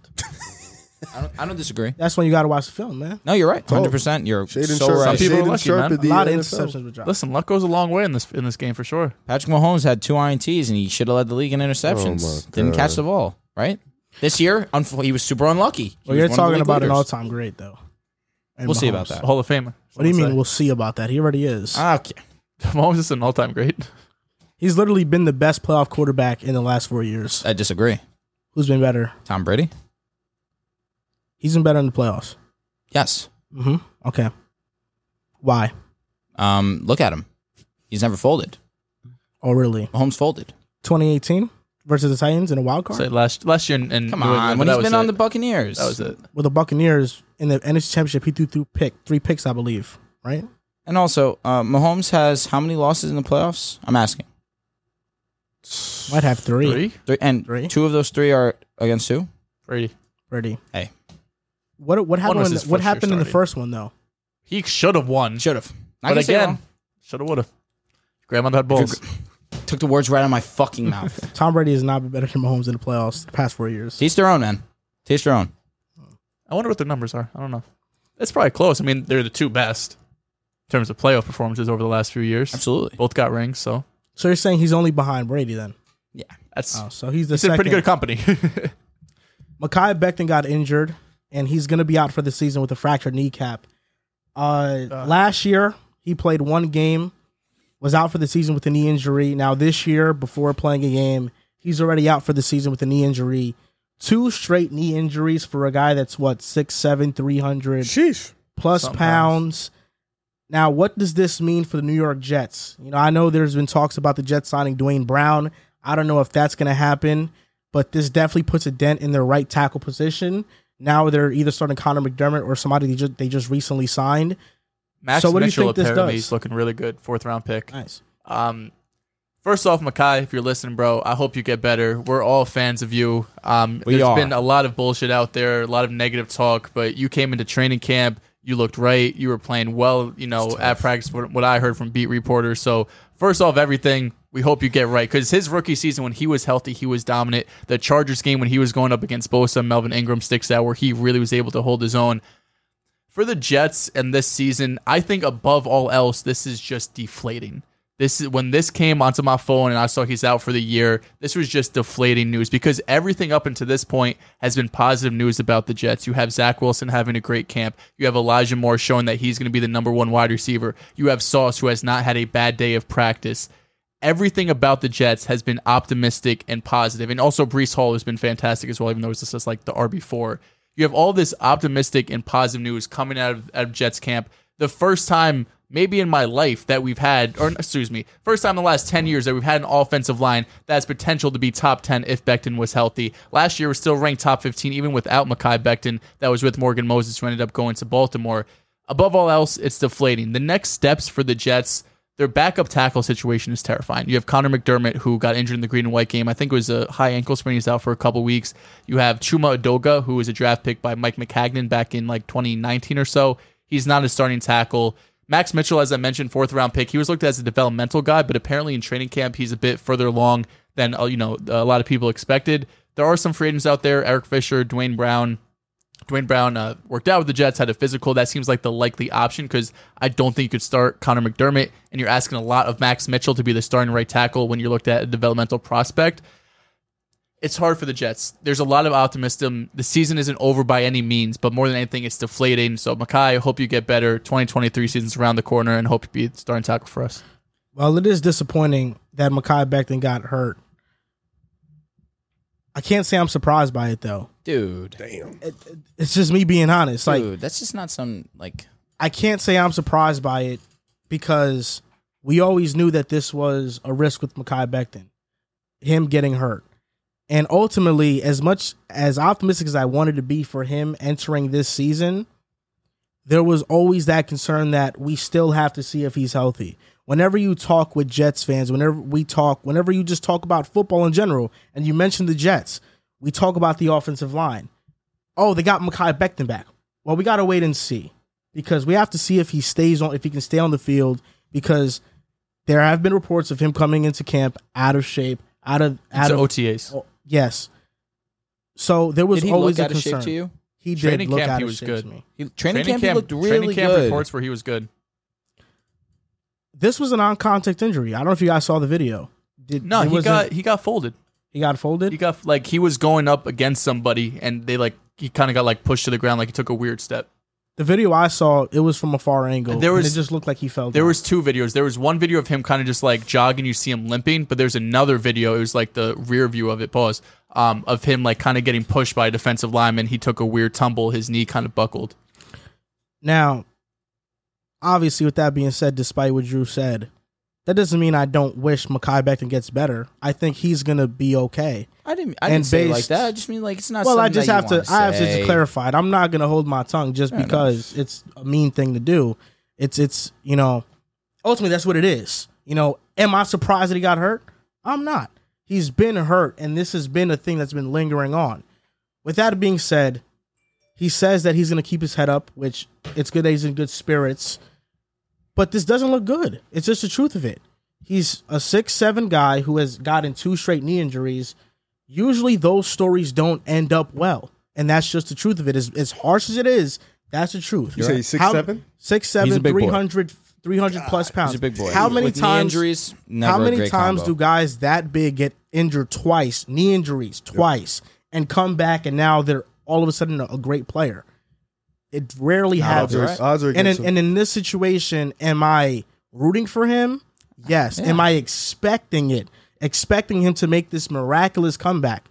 I don't, I don't disagree. That's when you got to watch the film, man. No, you're right. Hundred percent. You're Shaden so Sharp. right. people are Shaden lucky, Sharp man. at A the lot of NFL. interceptions were dropped. Listen, luck goes a long way in this in this game for sure. Patrick Mahomes had two ints and he should have led the league in interceptions. Oh my Didn't God. catch the ball. Right. This year, unf- he was super unlucky. He Well, was you're one of the talking league about an leaders. all-time great though. And We'll see Mahomes. about that. Ah, Hall of Famer. (laughs) What do you mean? We'll see about that. He already is. Okay. Mahomes is an all time great. He's literally been the best playoff quarterback in the last four years. I disagree. Who's been better? Tom Brady. He's been better in the playoffs. Yes. hmm Mm-hmm. Okay. Why? Um. Look at him. He's never folded. Oh, really? Mahomes folded. 2018 versus the Titans in a wild card Say last last year in, in Come New England, on. but When that he's was been on it. the Buccaneers, that was it. with the Buccaneers in the NFC Championship. He threw through pick three picks, I believe. Right? And also, uh, Mahomes has how many losses in the playoffs? I'm asking. Might have three. Three? Three, and Three. two of those three are against who? Brady. Brady. Hey, What what happened? was in his the- what first year happened in the starting. first one though? He should have won. should have. but again, should have would have. Grandma had balls. took the words right out of my fucking (laughs) mouth. Tom Brady has not been better than Mahomes in the playoffs the past four years. Teach their own, man. Teach their own. I wonder what their numbers are. I don't know. It's probably close. I mean, they're the two best in terms of playoff performances over the last few years. Absolutely. Both got rings, so So you're saying he's only behind Brady then? Yeah. that's Oh, so he's the it's in second. pretty good company. (laughs) Makai Becton got injured, and he's going to be out for the season with a fractured kneecap. Uh, last year, he played one game, was out for the season with a knee injury. Now, this year, before playing a game, he's already out for the season with a knee injury. Two straight knee injuries for a guy that's what, 6'7, 300 Sheesh. plus Sometimes. pounds. Now, what does this mean for the New York Jets? You know, I know there's been talks about the Jets signing Dwayne Brown. I don't know if that's going to happen, but this definitely puts a dent in their right tackle position. Now they're either starting Connor McDermott or somebody they just, they just recently signed. Max So what do you Mitchell think this apparently does? is looking really good. Fourth round pick. Nice. Um, first off, Makai, if you're listening, bro, I hope you get better. We're all fans of you. Um, We has are. been a lot of bullshit out there, a lot of negative talk, but you came into training camp. You looked right. You were playing well, you know, at practice, what, what I heard from beat reporters. So, first off, everything, we hope you get right. Because his rookie season, when he was healthy, he was dominant. The Chargers game, when he was going up against Bosa, Melvin Ingram sticks out where he really was able to hold his own for the Jets and this season, I think above all else, this is just deflating. This is when this came onto my phone and I saw he's out for the year. This was just deflating news because everything up until this point has been positive news about the Jets. You have Zach Wilson having a great camp. You have Elijah Moore showing that he's going to be the number one wide receiver. You have Sauce who has not had a bad day of practice everything about the Jets has been optimistic and positive. And also Brees Hall has been fantastic as well, even though it's just like the RB four. You have all this optimistic and positive news coming out of, out of Jets camp. The first time maybe in my life that we've had, or excuse me, first time in the last 10 years that we've had an offensive line that has potential to be top 10 if Becton was healthy. Last year was still ranked top 15, even without Makai Becton. That was with Morgan Moses, who ended up going to Baltimore. Above all else, it's deflating. The next steps for the Jets their backup tackle situation is terrifying. You have Connor McDermott, who got injured in the green and white game. I think it was a high ankle sprain. He's out for a couple weeks. You have Chuma Adoga, who was a draft pick by Mike McCagnon back in like 2019 or so. He's not a starting tackle. Max Mitchell, as I mentioned, fourth round pick. He was looked at as a developmental guy, but apparently in training camp he's a bit further along than uh, you know a lot of people expected. There are some free agents out there: Eric Fisher, Dwayne Brown, Dwayne Brown uh, worked out with the Jets, had a physical. That seems like the likely option because I don't think you could start Connor McDermott, and you're asking a lot of Max Mitchell to be the starting right tackle when you're looked at a developmental prospect. It's hard for the Jets. There's a lot of optimism. The season isn't over by any means, but more than anything, it's deflating. So, Makai, hope you get better. 2023 season's around the corner, and hope you be starting tackle for us. Well, it is disappointing that Makai Becton got hurt. I can't say I'm surprised by it though. dude. Damn. It's just me being honest. Like dude, that's just not some like I can't say I'm surprised by it because we always knew that this was a risk with Makai Becton, him getting hurt. And ultimately, as much as optimistic as I wanted to be for him entering this season, there was always that concern that we still have to see if he's healthy. Whenever you talk with Jets fans, whenever we talk, whenever you just talk about football in general, and you mention the Jets, we talk about the offensive line. Oh, they got Makai Becton back. Well, we gotta wait and see because we have to see if he stays on if he can stay on the field because there have been reports of him coming into camp out of shape, out of out It's of OTAs. Oh, yes. So there was did he always look out a of concern. shape to you? He did Training look camp, out he of was shape good. to me. He, training, camp, he looked really training camp good. reports where he was good. This was a non-contact injury. I don't know if you guys saw the video. Did No, it he wasn't- got he got folded. he got folded. He got like he was going up against somebody, and they like he kind of got like pushed to the ground, like he took a weird step. the video I saw, it was from a far angle. There and was- it just looked like he fell. There down. was two videos. There was one video of him kind of just like jogging, you see him limping, but there's another video. It was like the rear view of it, pause, um, of him like kind of getting pushed by a defensive lineman. He took a weird tumble, his knee kind of buckled. now, obviously, with that being said, despite what Drew said, that doesn't mean I don't wish Makai Becton gets better. I think he's gonna be okay. I didn't. I and didn't say it like based- that. I just mean like it's not. well, I something just that have you to. wanna I have to just say. clarify it. I'm not gonna hold my tongue just because it's a mean thing to do. It's it's you know, ultimately that's what it is. You know, am I surprised that he got hurt? I'm not. He's been hurt, and this has been a thing that's been lingering on. With that being said, he says that he's gonna keep his head up, which it's good that he's in good spirits. But this doesn't look good. It's just the truth of it. He's a six seven guy who has gotten two straight knee injuries usually those stories don't end up well, and that's just the truth of it. As, as harsh as it is, that's the truth. You say he's How- 6'7"? six He's a seven, big boy. 300, 300 plus pounds. He's a big boy. How many With knee times? Injuries. Never How a many great times combo. do guys that big get injured twice, knee injuries twice, and come back and now they're all of a sudden a, a great player? It rarely Odds happens. are, odds are And against in, him. and in this situation, am I rooting for him? Yes. Am I expecting it? Expecting him to make this miraculous comeback?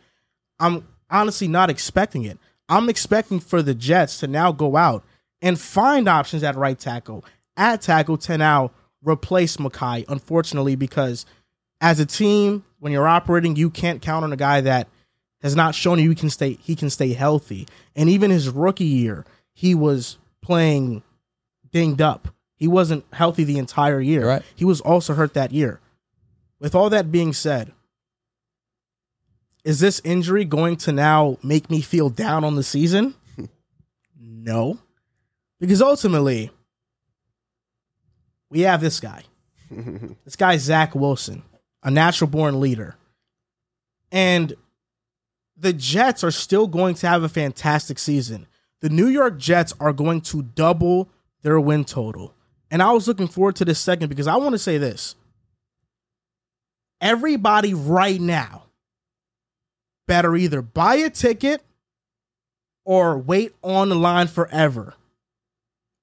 I'm honestly not expecting it. I'm expecting for the Jets to now go out and find options at right tackle, at tackle to now replace Makai, unfortunately, because as a team, when you're operating, you can't count on a guy that has not shown you he can stay he can stay healthy. And even his rookie year, he was playing dinged up. He wasn't healthy the entire year. You're right. He was also hurt that year. With all that being said, is this injury going to now make me feel down on the season? no. Because ultimately, we have this guy. this guy, Zach Wilson, a natural born leader. And the Jets are still going to have a fantastic season. The New York Jets are going to double their win total. And I was looking forward to this second because I want to say this. everybody right now better either buy a ticket or wait on the line forever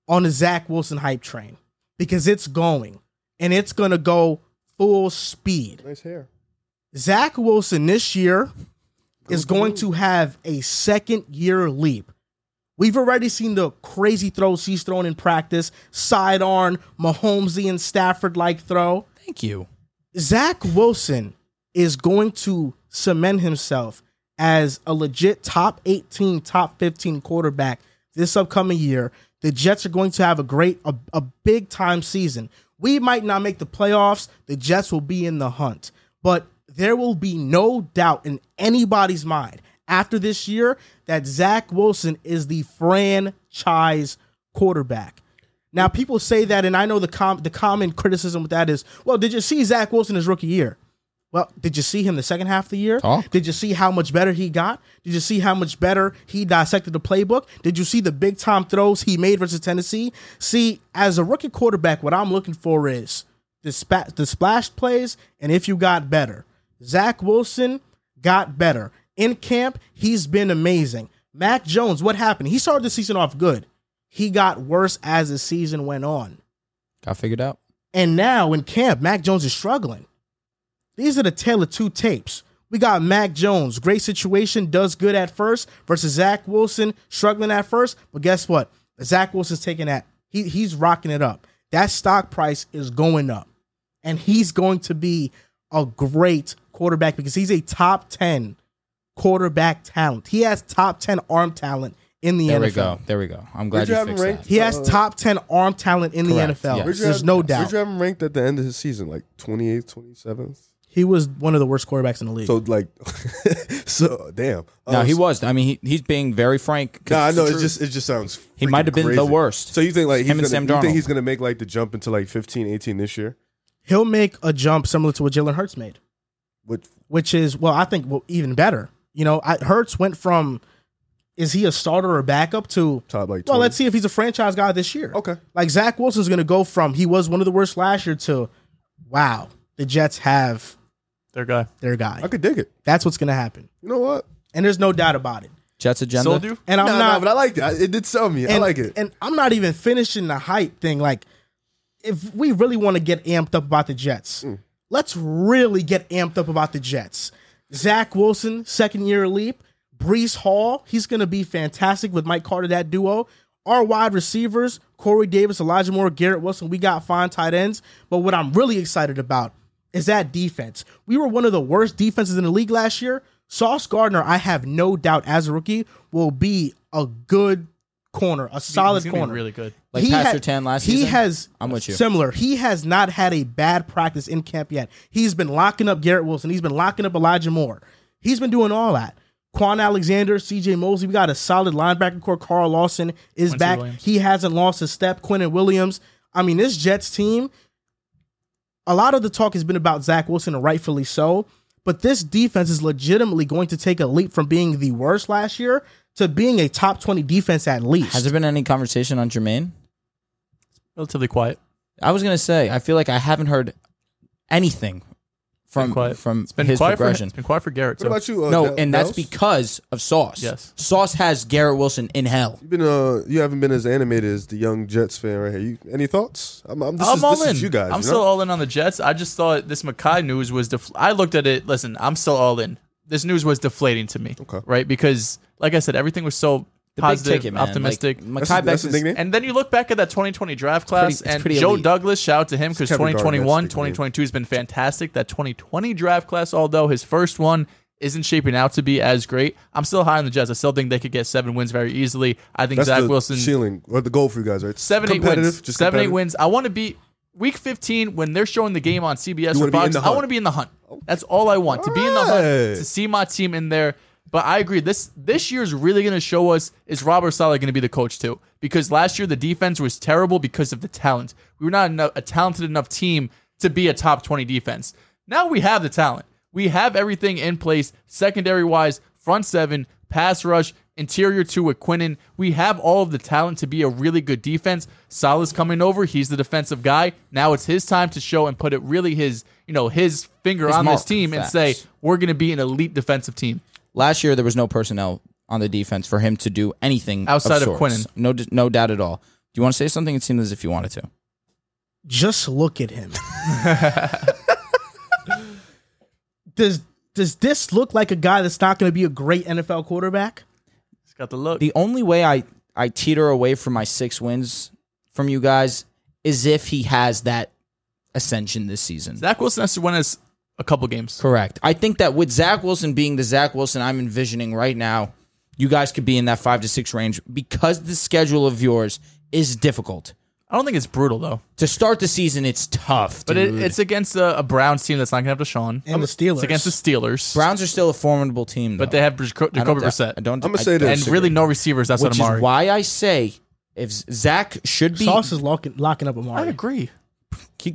on the Zach Wilson hype train because it's going and it's going to go full speed. Nice hair. Zach Wilson this year is going to have a second year leap. We've already seen the crazy throws he's thrown in practice, sidearm, Mahomesian Stafford like throw. Thank you. Zach Wilson is going to cement himself as a legit top 18, top 15 quarterback this upcoming year. The Jets are going to have a great, a, a big time season. We might not make the playoffs. The Jets will be in the hunt, but there will be no doubt in anybody's mind after this year that Zach Wilson is the franchise quarterback. Now, people say that, and I know the com- the common criticism with that is, well, did you see Zach Wilson his rookie year? Well, did you see him the second half of the year? Talk. Did you see how much better he got? Did you see how much better he dissected the playbook? Did you see the big time throws he made versus Tennessee? See, as a rookie quarterback, what I'm looking for is the, spa- the splash plays and if you got better. Zach Wilson got better. In camp, he's been amazing. Mac Jones, what happened? He started the season off good. He got worse as the season went on. Got figured out. And now in camp, Mac Jones is struggling. These are the tale of two tapes. We got Mac Jones, great situation, does good at first, versus Zach Wilson, struggling at first. But guess what? Zach Wilson's taking that. He, he's rocking it up. That stock price is going up. And he's going to be a great quarterback because he's a top 10 quarterback talent. He has top 10 arm talent in the There NFL. we go. There we go. I'm glad Did you you have him fixed ranked? that. He has top 10 arm talent in Correct, the NFL. yes. Where'd There's no doubt. Did you have him ranked at the end of his season, like 28th, 27th? He was one of the worst quarterbacks in the league. So like, (laughs) so damn. No, Um, he was. I mean, he, he's being very frank. 'cause No, I it's the know. It truth. just it just sounds. He freaking might have been the crazy. worst. So you think like he's Him and gonna, Sam you Darnold. think he's gonna make like the jump into like 15, 18 this year? He'll make a jump similar to what Jalen Hurts made, Which which is, well, I think well, even better. You know, I, Hurts went from is he a starter or backup to top like? 20? well, let's see if he's a franchise guy this year. Okay. Like Zach Wilson's going to go from he was one of the worst last year to wow, the Jets have Their guy. their guy. I could dig it. That's what's going to happen. You know what? And there's no doubt about it. Jets agenda. Sold you? And I'm Nah, nah, not but I liked it. I, it did sell me. I and, like it. And I'm not even finishing the hype thing. Like, if we really want to get amped up about the Jets, Mm. let's really get amped up about the Jets. Zach Wilson, second year leap. Brees Hall, he's going to be fantastic with Mike Carter, that duo. Our wide receivers, Corey Davis, Elijah Moore, Garrett Wilson, we got fine tight ends. But what I'm really excited about is that defense. We were one of the worst defenses in the league last year. Sauce Gardner, I have no doubt, as a rookie, will be a good corner, a solid He's gonna be corner. really good. Like past your 10 last he season? has I'm with you. similar. He has not had a bad practice in camp yet. He's been locking up Garrett Wilson. He's been locking up Elijah Moore. He's been doing all that. Quan Alexander, CJ Mosley, we got a solid linebacker core. Carl Lawson is back. Williams. He hasn't lost a step. Quentin Williams. I mean, this Jets team, a lot of the talk has been about Zach Wilson, and rightfully so. But this defense is legitimately going to take a leap from being the worst last year to being a top 20 defense at least. Has there been any conversation on Jermaine? Relatively quiet. I was gonna say. I feel like I haven't heard anything from Been quiet. from it's been his quiet For, progression. it's been quiet for Garrett. what So. about you? Uh, no, Del- and that's Dels? because of Sauce. Yes. Sauce has Garrett Wilson in hell. You've been uh, you haven't been as animated as the young Jets fan right here. You, any thoughts? I'm, I'm, this I'm is, all this in. is you guys. I'm you still know? all in on the Jets. I just thought this Makai news was. Def- I looked at it. Listen, I'm still all in. This news was deflating to me. Okay. Right, because like I said, everything was so positive, optimistic. Like, That's Mekhi the- that's the Becton's- thing, man. and then you look back at that 2020 draft class, pretty- it's and pretty Joe elite. Douglas, shout out to him because Kevin Garnett's 2021, the great. 2022 has been fantastic. That 2020 draft class, although his first one isn't shaping out to be as great, I'm still high on the Jets. I still think they could get seven wins very easily. I think That's Zach the Wilson ceiling or the goal for you guys, right? seven eight Competitive, wins. just seven eight competitive. wins. I want to be week fifteen when they're showing the game on CBS wanna or be in Fox. the I hunt. Oh. want to be in the hunt. That's all I want to be in the hunt Alright. to see my team in there. But I agree. This this year's really going to show us is Robert Sala going to be the coach too? Because last year the defense was terrible because of the talent. We were not enough, a talented enough team to be a top twenty defense. Now we have the talent. We have everything in place, secondary wise, front seven, pass rush, Interior two with Quinnen. We have all of the talent to be a really good defense. Salah's coming over. He's the defensive guy. Now it's his time to show and put it really his, you know, his finger on this mark. team Facts. and say, we're going to be an elite defensive team. Last year, there was no personnel on the defense for him to do anything Outside of sorts. Quinnen. No, d- no doubt at all. Do you want to say something? It seemed as if you wanted to. Just look at him. (laughs) does does this look like a guy that's not going to be a great NFL quarterback? He's got the look. The only way I I teeter away from my six wins from you guys is if he has that ascension this season. Zach Wilson has to win us a couple games. Correct. I think that with Zach Wilson being the Zach Wilson I'm envisioning right now, you guys could be in that five to six range because the schedule of yours is difficult. I don't think it's brutal, though. To start the season, it's tough. But dude. it, it's against a, a Browns team that's not going to have Deshaun. And the Steelers. It's against the Steelers. Browns are still a formidable team, but they have Jaco- I don't Jacoby doubt- I Brissett. don't. I'm gonna I- say this. And really no receivers. That's which what I'm is why I say if Zach should be. Sauce is locking, locking up Amari. agree. He-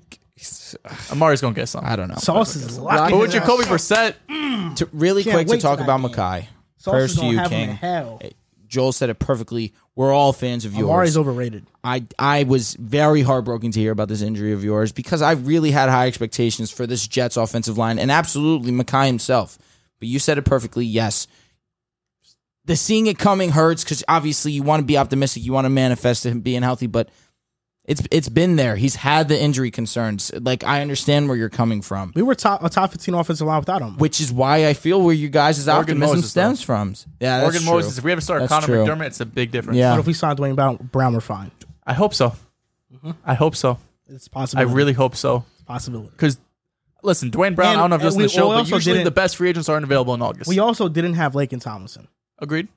Amari's going to get some. I don't know. Sauce is locking. But with his ass Jacoby up. Brissett, To- really Can't quick to wait talk till about that Makai. Sauce Prayers is to gonna you, have him in King. hell. Joel said it perfectly. We're all fans of yours. Amari's overrated. I I was very heartbroken to hear about this injury of yours because I really had high expectations for this Jets offensive line and absolutely Makai himself. But you said it perfectly. Yes, the seeing it coming hurts because obviously you want to be optimistic, you want to manifest him being healthy, but it's it's been there. He's had the injury concerns. Like I understand where you're coming from, We were top a top fifteen offensive line without him. which is why I feel where you guys' Morgan optimism Moses, though. stems from. Yeah, that's Morgan true. Moses. If we ever start That's Connor true. McDermott, it's a big difference. Yeah. But if we sign Dwayne Brown, Brown, we're fine. I hope so. I hope so. It's I possible. Mm-hmm. really hope so. possibility. Because listen, Dwayne Brown. And- I don't know if and this is the we- show, we but also usually didn't- the best free agents aren't available in August. We also didn't have Lake and Tomlinson. agreed.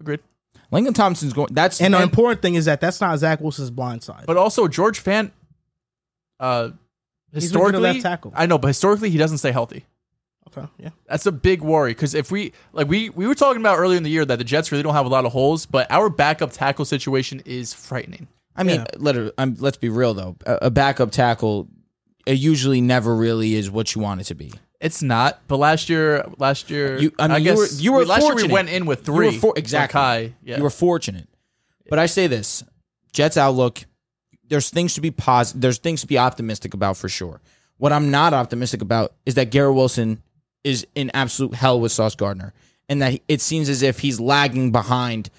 Agreed. Lincoln Thompson's going. That's And, the important thing is that that's not Zach Wilson's blind side. But also George Fant. Uh, been good at historically, left tackle. I know, but historically he doesn't stay healthy. okay, yeah. That's a big worry because if we like we we were talking about earlier in the year that the Jets really don't have a lot of holes, but our backup tackle situation is frightening. I mean, let her, um, let's be real though. A, a backup tackle, it usually never really is what you want it to be. It's not, but last year, last year, You- I mean, you guess were- you were last year fortunate. we went in with You were three. for- exactly. Mackay, yeah. You were fortunate, but I say this: Jets outlook. There's things to be positive. There's things to be optimistic about for sure. What I'm not optimistic about is that Garrett Wilson is in absolute hell with Sauce Gardner, and that he- it seems as if he's lagging behind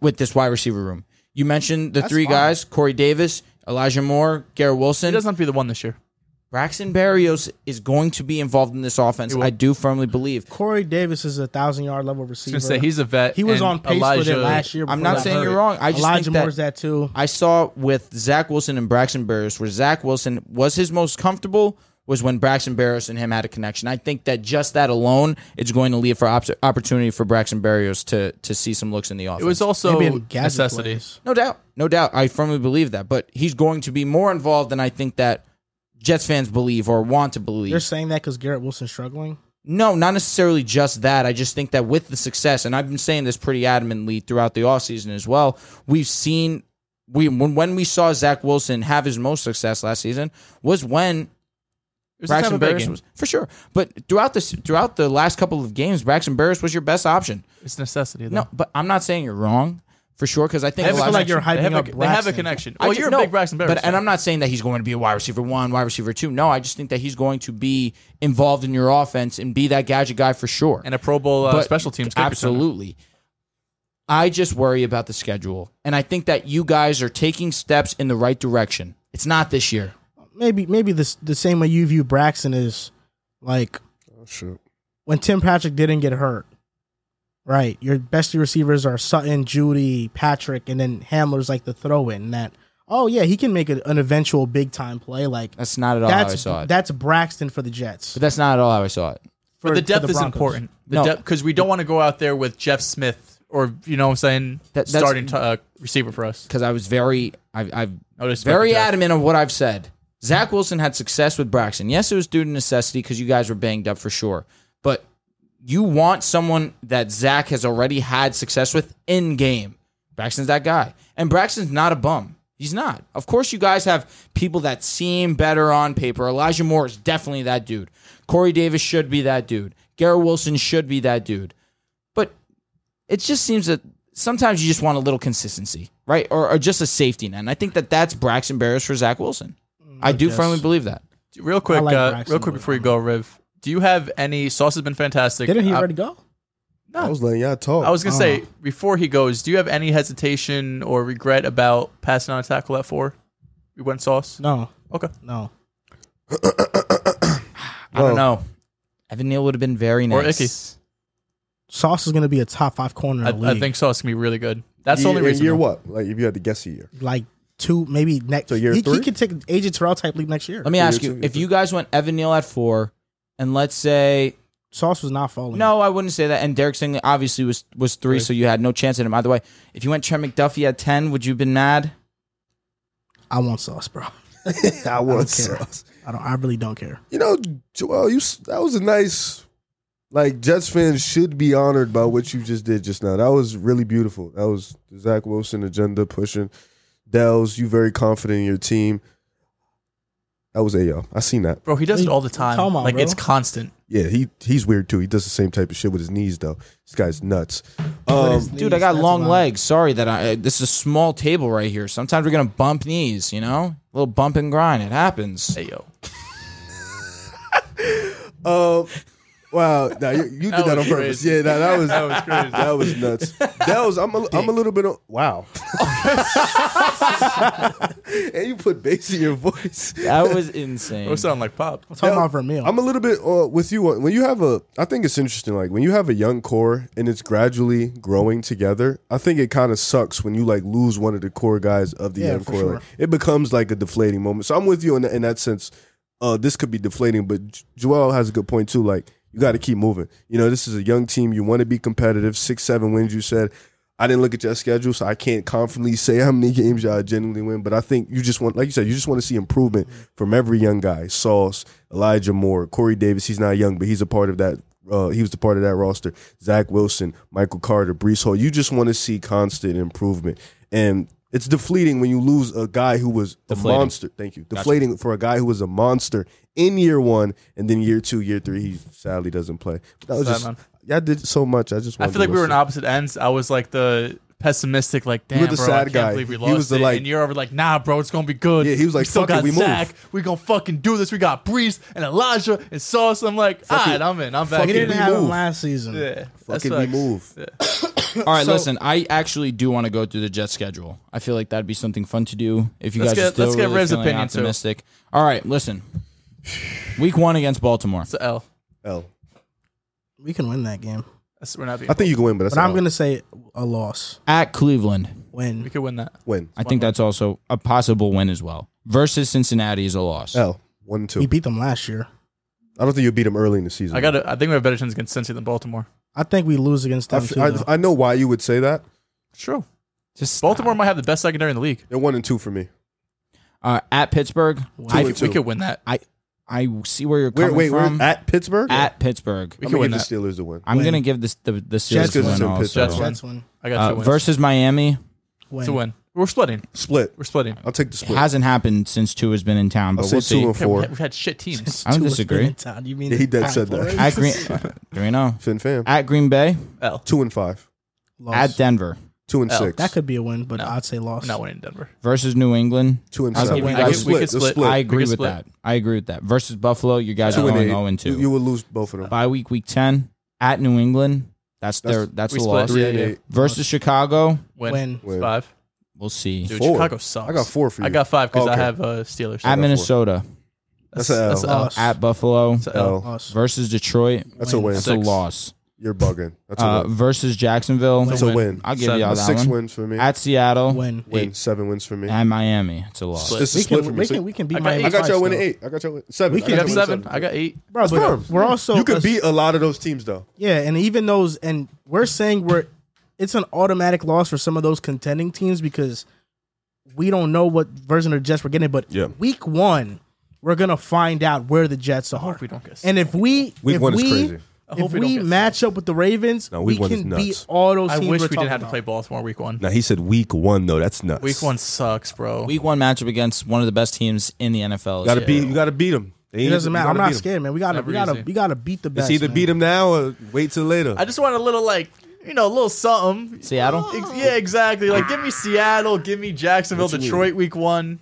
with this wide receiver room. You mentioned the three guys: Corey Davis, Elijah Moore, Garrett Wilson. he doesn't have to be the one this year. Braxton Berrios is going to be involved in this offense. I do firmly believe. Corey Davis is a thousand yard level I receiver. was gonna say he's a vet. he was and on pace Elijah, with it last year. I'm before not that saying hurt. you're wrong. I just Elijah think that, Moore's that too. I saw with Zach Wilson and Braxton Barrios where Zach Wilson was his most comfortable was when Braxton Barrios and him had a connection. I think that just that alone it's going to leave for op- opportunity for Braxton Barrios to to see some looks in the offense. It was also Maybe in gadget necessity. plays. no doubt, no doubt. I firmly believe that, but he's going to be more involved than I think that Jets fans believe or want to believe. You're saying that because Garrett Wilson's struggling. No, not necessarily just that. I just think that with the success, and I've been saying this pretty adamantly throughout the offseason as well, we've seen we when, when we saw Zach Wilson have his most success last season was when It was a Braxton Tampa Bay Barris game. was for sure. But throughout this throughout the last couple of games, Braxton Barris was your best option. It's necessity. Though. No, but I'm not saying you're wrong for sure because I think They have a I feel a lot of like connection. you're hyping they have up A, they have a Braxton. connection. I Well, ju- you're no, a big Braxton Barrios. But and I'm not saying that he's going to be a wide receiver one, wide receiver two. No, I just think that he's going to be involved in your offense and be that gadget guy for sure. and a Pro Bowl uh, But special teams. kicker. Absolutely. I just worry about the schedule, and I think that you guys are taking steps in the right direction. It's not this year. Maybe maybe this the same way you view Braxton is like Oh, shoot. when Tim Patrick didn't get hurt. Right, your best receivers are Sutton, Judy, Patrick, and then Hamler's like the throw in that. Oh yeah, he can make a, an eventual big time play. Like That's not at all how I that's saw it. that's Braxton for the Jets. but that's not at all how I saw it. For- But the for depth is Broncos. important. The No. depth because we don't want to go out there with Jeff Smith or you know what I'm saying That- that's- starting t- uh, receiver for us. Because I was very, I've, I've I would expect very that. adamant of what I've said. Zach Wilson had success with Braxton. Yes, it was due to necessity because you guys were banged up for sure. But you want someone that Zach has already had success with in game. Braxton's that guy. And Braxton's not a bum. He's not. Of course, you guys have people that seem better on paper. Elijah Moore is definitely that dude. Corey Davis should be that dude. Garrett Wilson should be that dude. But it just seems that sometimes you just want a little consistency, right? Or, or just a safety net. And I think that that's Braxton Barriers for Zach Wilson. I do Mm, guess. firmly believe that. Real quick, like uh, Braxton real quick Wheeler. before you go, Riv. Do you have any? Sauce has been fantastic. Didn't he I- already Oh. go? I was letting y'all talk. I was gonna say before he goes, do you have any hesitation or regret about passing on a tackle at four? We went sauce. No, Okay. no. I don't know. Evan Neal would have been very Or nice. Sauce is going to be a top five corner. In the I, I league. think sauce can be really good. That's the only reason. Year though. what? Like if you had to guess (laughs) a year. like two, maybe next. So year he, he three? Um, could take an AJ Terrell type league next year. Let me ask you're you: two- If you guys went Evan Neal at four, and let's say Sauce was not falling. no, I wouldn't say that. And Derek Stingley obviously was was three, so you had no chance at him either way. If you went Trent McDuffie at ten, would you have been mad? I want Sauce, bro. (laughs) I was. I don't. I really don't care. You know, Joel, you s- that was a nice. Like Jets fans should be honored by what you just did just now. That was really beautiful. That was the Zach Wilson agenda pushing. Dells, you very confident in your team. That was a yo. I seen that. Bro, he does it all the time. Come on, like bro. it's constant. Yeah, he he's weird too. He does the same type of shit with his knees though. This guy's nuts. Um, Dude, I got That's long about- legs. Sorry that I. This is a small table right here. Sometimes we're gonna bump knees. You know, a little bump and grind. It happens. Hey yo. um, wow, nah, you, you did That that, on was purpose. crazy. Yeah, nah, that was was crazy. that was nuts. Dells, I'm a, I'm a little bit on. (laughs) Wow. (laughs) and you put bass in your voice. That was insane. Bro, sound like pop. Talking about Vermeil. I'm a little bit uh, with you on, when you have a. I think it's interesting. Like when you have a young core and it's gradually growing together. I think it kind of sucks when you like lose one of the core guys of the Yeah, young for core. Like, sure. it becomes like a deflating moment. So I'm with you in, in that sense. Uh, this could be deflating, but J- Joel has a good point too. Like you got to keep moving. You know, this is a young team. You want to be competitive. Six, seven wins. You said. I didn't look at your schedule, so I can't confidently say how many games y'all genuinely win. But I think you just want, like you said, you just want to see improvement from every young guy. Sauce, Elijah Moore, Corey Davis. He's not young, but he's a part of that. Uh, he was a part of that roster. Zach Wilson, Michael Carter, Brees Hall. You just want to see constant improvement, and it's deflating when you lose a guy who was a Deflating. monster. Thank you. Deflating for a guy who was a monster in year one, and then year two, year three, he sadly doesn't play. That was Sad, just man. y'all did so much. I just I wanted feel like to we were on listen. opposite ends. I was like the pessimistic, like damn, were bro, the I sad can't guy. believe we He lost was the, it. like- and you're over like, nah, bro, it's gonna be good. Yeah, he was like, we still fuck it, got we move. Zach. We gonna fucking do this. We got Brees and Elijah and Sauce. I'm like, all right, I'm in. I'm back. he fuck didn't in. we have him move. last season. Yeah, that Fucking we sucks. move. Yeah. All right, listen. I actually do want to go through the Jets schedule. I feel like that'd be something fun to do if you Let's guys are get- still let's get really Rev's feeling opinion, too. optimistic. All right, listen. Week one against Baltimore. It's a L. L. We can win that game, That's, we're not being. I think you can win, but that's but I'm not- going to say a loss. At Cleveland, we Win. could win that. win. I think that's also a possible win as well. Versus Cincinnati is a loss. L one and two. We beat them last year. I don't think you beat them early in the season. I got. I think we have a better chance against Cincy than Baltimore. I think we lose against I, them f- too. I- though. I know why you would say that. True. Just stop. Baltimore might have the best secondary in the league. They're one and two for me. Uh, at Pittsburgh, I, and we two. could win that. I see where you're Wait, coming wait, from. we're at Pittsburgh. at Pittsburgh, We I'm could gonna win give the that. Steelers the win. I'm Win. gonna give this the the Jets Steelers because it's win in also. Pittsburgh. Jets win. Jets win. I Uh, got two wins. versus Miami Win. It's a win. We're splitting. Split. We're splitting. I'll take the split. hasn't happened since two has been in town, I'll but say we'll two see. and four. We've had shit (laughs) teams. I don't Two was disagree. been in town. You mean Yeah, he dead said Alright, (laughs) that. At (laughs) Green, oh. do we know? Finn Fam. At Green Bay, L. Two and five. loss. at Denver Two and L. six. that could be a win, but I'd say loss. We're not winning Denver. versus New England. two and I'll seven. give you Let's guys- we could Let's split. I agree could with split. that. I agree with that. Versus Buffalo, you guys Two are and going eight. zero and You, two. you will lose both of them. Bye week, week ten at New England. That's their That's- that's we a split. loss. Three and Yeah, yeah. eight. Versus Chicago, Win. Win. Win. Five. we'll see. Dude, Four. Chicago sucks. I got four for you. I got five because I Okay. have uh, Steelers. at four. Minnesota, That's a that's L. a L. Loss. at Buffalo, That's a L. L. Loss. versus Detroit. That's a win. That's Six. a loss. You're bugging. That's a Uh, win. versus Jacksonville, That's a win. win. I'll give Seven. y'all That's that Six one. wins for me. at Seattle Win. Win. Seven wins for me. and Miami. It's a loss. Split. It's a We split for can, me. we So can we can I beat got Miami. eight. I got twice, y'all win at though. eight. I got y'all win seven. We I can You got have Yeah. y'all seven. win I got eight. Bro, That's but uh, firm. we're also You could a- beat a lot of those teams though. Yeah, and even those, and we're saying we're it's an automatic loss for some of those contending teams because we don't know what version of Jets we're getting. But Yeah. week one, we're gonna find out where the Jets are. we don't get and if we Week if one is we, crazy. I hope If we don't we get match up with the Ravens, No, we week one is can nuts. beat all those I teams. wish we're we didn't talking have to about. play Baltimore week one. Now he said week one though. That's nuts. Week one sucks, bro. Week one matchup against one of the best teams in the NFL. You gotta beat. You gotta beat them. It doesn't matter. I'm not scared, man. We gotta Never we gotta easy. we gotta beat the best. It's either man. beat them now or wait till later. I just want a little like. you know, a little something. Seattle? Ex- Yeah, exactly. Like, give me Seattle, give me Jacksonville, What you Detroit, week one.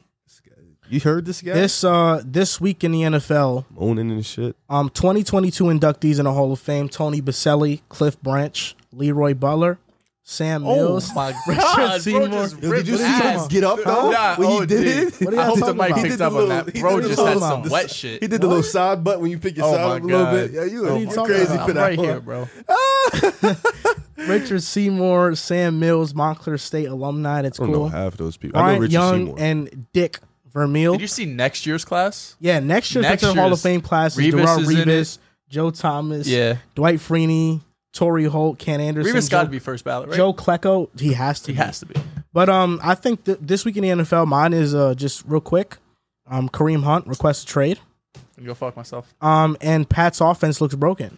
You heard this guy This uh this week in the NFL, owning and shit. um 2022 inductees in the Hall of Fame, Tony Baselli, Cliff Branch, Leroy Butler, (laughs) Sam Mills. Oh my God, Seymour. bro, just Yo, ripped you see him ass. get up, though, Nah, when he oh, did dude. it? What are I y'all hope the talking mic about? He picked did up the on little- that. he Bro did the just had little- some (laughs) the wet shit. He did the little side butt when you pick your Oh side my up a little God. bit. Yeah, you What are are you you talking crazy for about? I'm that right one. here, bro. Richard Seymour, Sam Mills, Montclair State alumni. That's I don't know cool. half those people. I know Brian Richard Young Seymour. and Dick Vermeil. Did you see next year's class? yeah, next year's Next Next Hall of year's- Fame class is Revis Gerard is in Revis, Joe Thomas, Yeah. Dwight Freeney, Torrey Holt, Ken Anderson, Revis got Joe, to be first ballot, right? Joe Klecko. He has to. He be. has to be. But um, I think th- this week in the NFL, mine is uh just real quick. Um, Kareem Hunt requests a trade. Let me go fuck myself. Um, and Pat's offense looks broken.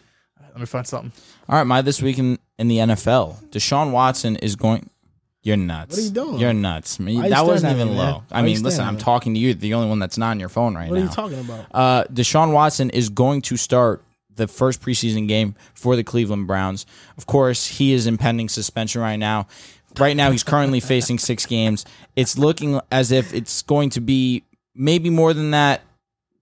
Let me find something. All right, my this week in, in the NFL, Deshaun Watson is going. You're nuts. What are you doing? You're nuts. I mean, Why you that staring wasn't at me, even man? low. Why I you mean, listen, staring at I'm me? talking to you, the only one that's not on your phone right What now. are you talking about? Uh, Deshaun Watson is going to start the first preseason game for the Cleveland Browns. Of course, he is impending suspension right now. Right now, (laughs) he's currently facing six games. It's looking as if it's going to be maybe more than that.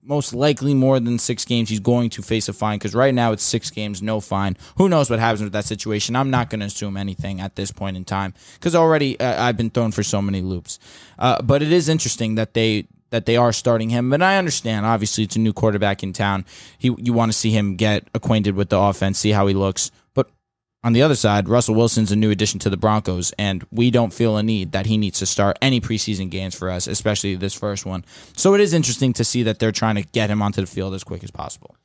Most likely more than six games, he's going to face a fine because right now it's six games, no fine. Who knows what happens with that situation? I'm not going to assume anything at this point in time because already uh, I've been thrown for so many loops. Uh, but it is interesting that they that they are starting him. But I understand, obviously, it's a new quarterback in town. He, you want to see him get acquainted with the offense, see how he looks. But on the other side, Russell Wilson's a new addition to the Broncos, and we don't feel a need that he needs to start any preseason games for us, especially this first one. So it is interesting to see that they're trying to get him onto the field as quick as possible.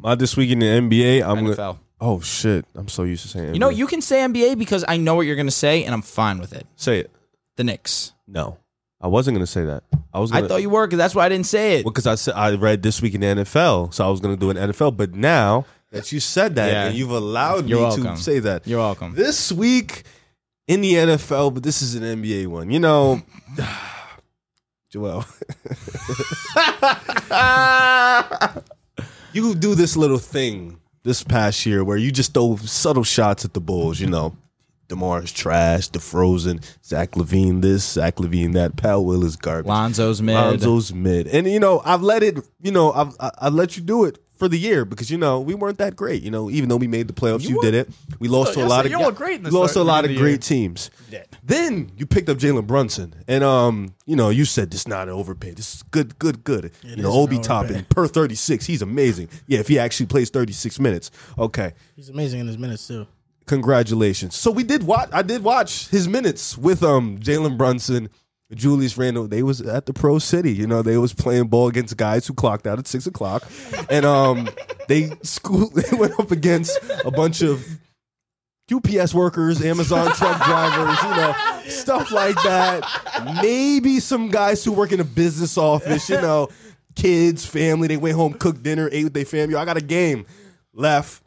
My this week in the NBA, I'm gonna. NFL. Oh shit! I'm so used to saying. You know, NBA. you can say NBA because I know what you're going to say, and I'm fine with it. say it. The Knicks. No, I wasn't gonna say that. I was. I Gonna, thought you were because that's why I didn't say it. because I said I read this week in the NFL, so I was gonna do an NFL. But now that you said that Yeah. and you've allowed You're me welcome. to say that, You're welcome. this week in the NFL, but this is an NBA one. You know, (sighs) Joel, (laughs) you do this little thing this past year where you just throw subtle shots at the Bulls. You know, Demar is trash, DeFrozen, Zach Levine this, Zach Levine that, Pal Will is garbage. Lonzo's mid. Lonzo's mid, and you know I've let it. You know I've I, I let you do it for the year because you know we weren't that great. You know even though we made the playoffs, you, did it. We lost to a yes, lot sir, of you were great in the we lost to a start- lot of beginning of the great teams. Then you picked up Jalen Brunson, and um you know you said this is not an overpay. This is good, good, good. you know Obi Toppin per thirty six, he's amazing. Yeah, if he actually plays thirty six minutes, okay He's amazing in his minutes too. congratulations. So we did watch. I did watch his minutes with um Jalen Brunson, Julius Randle. They was at the Pro City. You know, they was playing ball against guys who clocked out at six o'clock, and um they school (laughs) they went up against a bunch of UPS workers, Amazon truck drivers, you know, stuff like that. Maybe some guys who work in a business office, you know, kids, family. They went home, cooked dinner, ate with their family. Yo, I got a game left,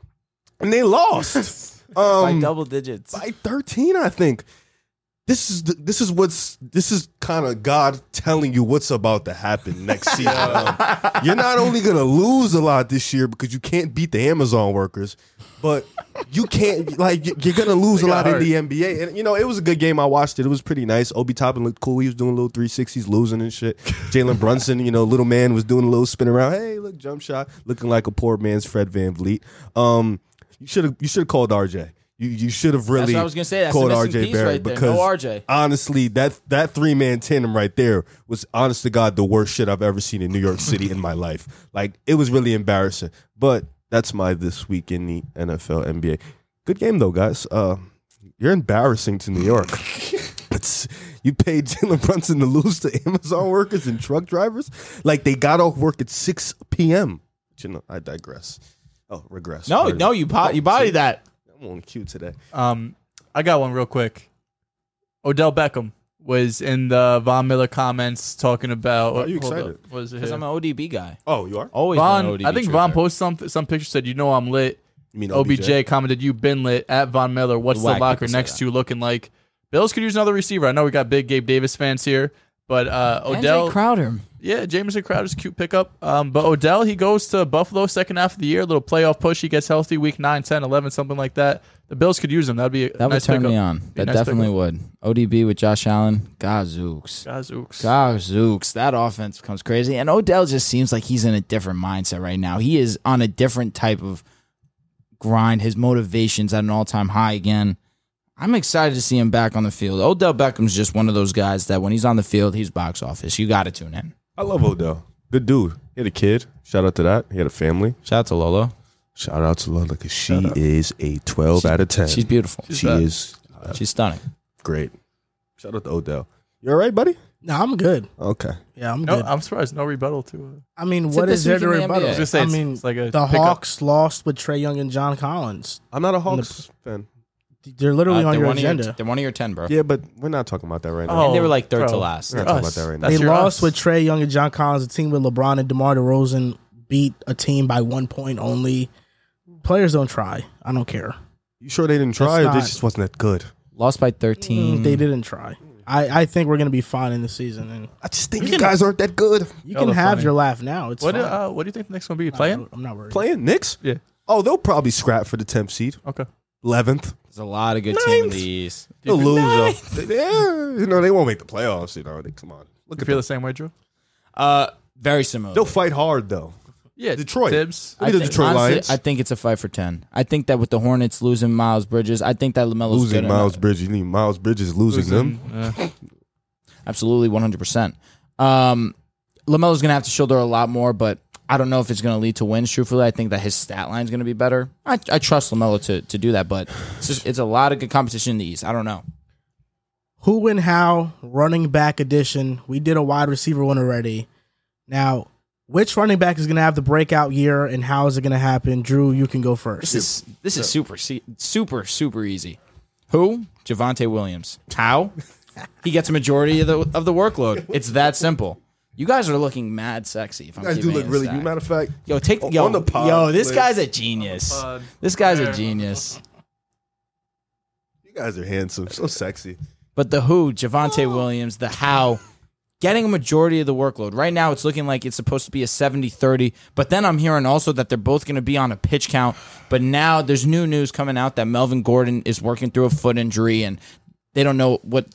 and they lost. Um, by double digits. by 13 i think this is the, this is what's this is kind of god telling you what's about to happen next season Um, you're not only going to lose a lot this year because you can't beat the amazon workers but you can't like you- you're going to lose a lot hurt. in the nba and you know it was a good game i watched it it was pretty nice obi toppin looked cool he was doing little 360s losing and shit jalen brunson you know little man was doing a little spin around hey look jump shot looking like a poor man's fred van vliet um you should have you should have called rj you, you should have That's really what I was gonna say. That's the called missing RJ piece Barrett right there. No because RJ. honestly, that that three man tandem right there was honest to God the worst shit I've ever seen in New York City in my life. Like it was really embarrassing. But that's my this week in the NFL NBA. Good game though, guys. Uh, you're embarrassing to New York. (laughs) It's, you paid Jalen Brunson to lose to Amazon workers and truck drivers. Like they got off work at six p.m. But, you know, I digress. Oh, regress. No, Pardon. no, you po- you body that. I'm on cue today. Um, I got one real quick. Odell Beckham was in the Von Miller comments talking about. Why are you hold excited? up, what is it Because here? I'm an ODB guy. Oh, you are. Always been an Von, ODB I think truther. Von posted some some picture said, "You know I'm lit." You mean OBJ, commented, "You been lit at Von Miller. What's Whack the locker people say next that. to looking like?" Bills could use another receiver. I know we got big Gabe Davis fans here, but uh, Odell Crowder. Yeah, Jameson Crowder's a cute pickup. Um, but Odell, he goes to Buffalo second half of the year, little playoff push. He gets healthy week 9, 10, 11, something like that. The Bills could use him. That'd be a That would nice turn pickup. me on. a That nice definitely pickup. would. ODB with Josh Allen, gazooks. Gazooks. Gazooks. That offense becomes crazy. And Odell just seems like he's in a different mindset right now. He is on a different type of grind. His motivation's at an all time high again. I'm excited to see him back on the field. Odell Beckham's just one of those guys that when he's on the field, he's box office. You got to tune in. I love Odell. Good dude. He had a kid. Shout out to that. He had a family. Shout out to Lolo. Shout out to Lola because she is a 12 out of 10. She's beautiful. she is She's stunning. great. Shout out to Odell. You all right, buddy? No, I'm good. Okay. Yeah, I'm No, uh, good. I'm surprised. No rebuttal to uh, I mean, It's what the is there to best week in the rebuttal? I NBA. I was going to say, I it's, mean, it's like a the pickup. Hawks lost with Trey Young and John Collins. I'm not a Hawks fan. They're literally Uh, on they're, your one of your, agenda. they're one of your 10, bro. Yeah, but we're not talking about that right now. Oh, And they were like third to bro. last. We're not talking about that right now. they That's your lost us. with Trey Young and John Collins, a team with LeBron and DeMar DeRozan beat a team by one point only. Players don't try. I don't care. You sure they didn't try? Or not- they just wasn't that good. Lost by Hmm. 13. Mm, They didn't try. I, I think we're gonna be fine in the season, and I just think you, guys aren't that good. you Y'all can are have funny. your laugh now. It's What, do- fine. uh, what do you think the next one will be? Playing? I'm not worried. Playing Knicks? Yeah. Oh, they'll probably scrap for the 10th seed. Okay. 11th. There's a lot of good teams in Ninth. the East. They'll lose. though. They- Yeah, you know, they won't make the playoffs. You know, they, come on. Look You at feel them. the same way, Drew? Uh, very similar. They'll fight hard, though. Yeah. Detroit. Tibbs. Look at the think- Detroit honestly, Lions. I think it's a five for ten. I think that with the Hornets losing Miles Bridges, I think that Lamelo's good Losing enough- Miles Bridges. You need Miles Bridges losing, them. Uh, absolutely one hundred percent. Um, Lamelo's gonna have to shoulder a lot more, but I don't know if it's gonna lead to wins. Truthfully, I think that his stat line's gonna be better. I, I trust Lamelo to to do that, but it's just it's a lot of good competition in the East. I don't know. Who and how running back edition? We did a wide receiver one already. Now, which running back is gonna have the breakout year, and how is it gonna happen? Drew, you can go first. This is this is super se- super super easy. Who? Javante Williams. How? he gets a majority of the of the workload. It's that simple. You guys are looking mad sexy. If I'm You guys do keeping it look in really. stack. You matter of fact, Yo, take On- yo, on the pod, yo. This please. guy's a genius. pod. This guy's a There. genius. You guys are handsome. So sexy. But the who, Javante Williams, the how, getting a majority of the workload. Right now, it's looking like it's supposed to be a 70 30. But then I'm hearing also that they're both going to be on a pitch count. But now there's new news coming out that Melvin Gordon is working through a foot injury and they don't know what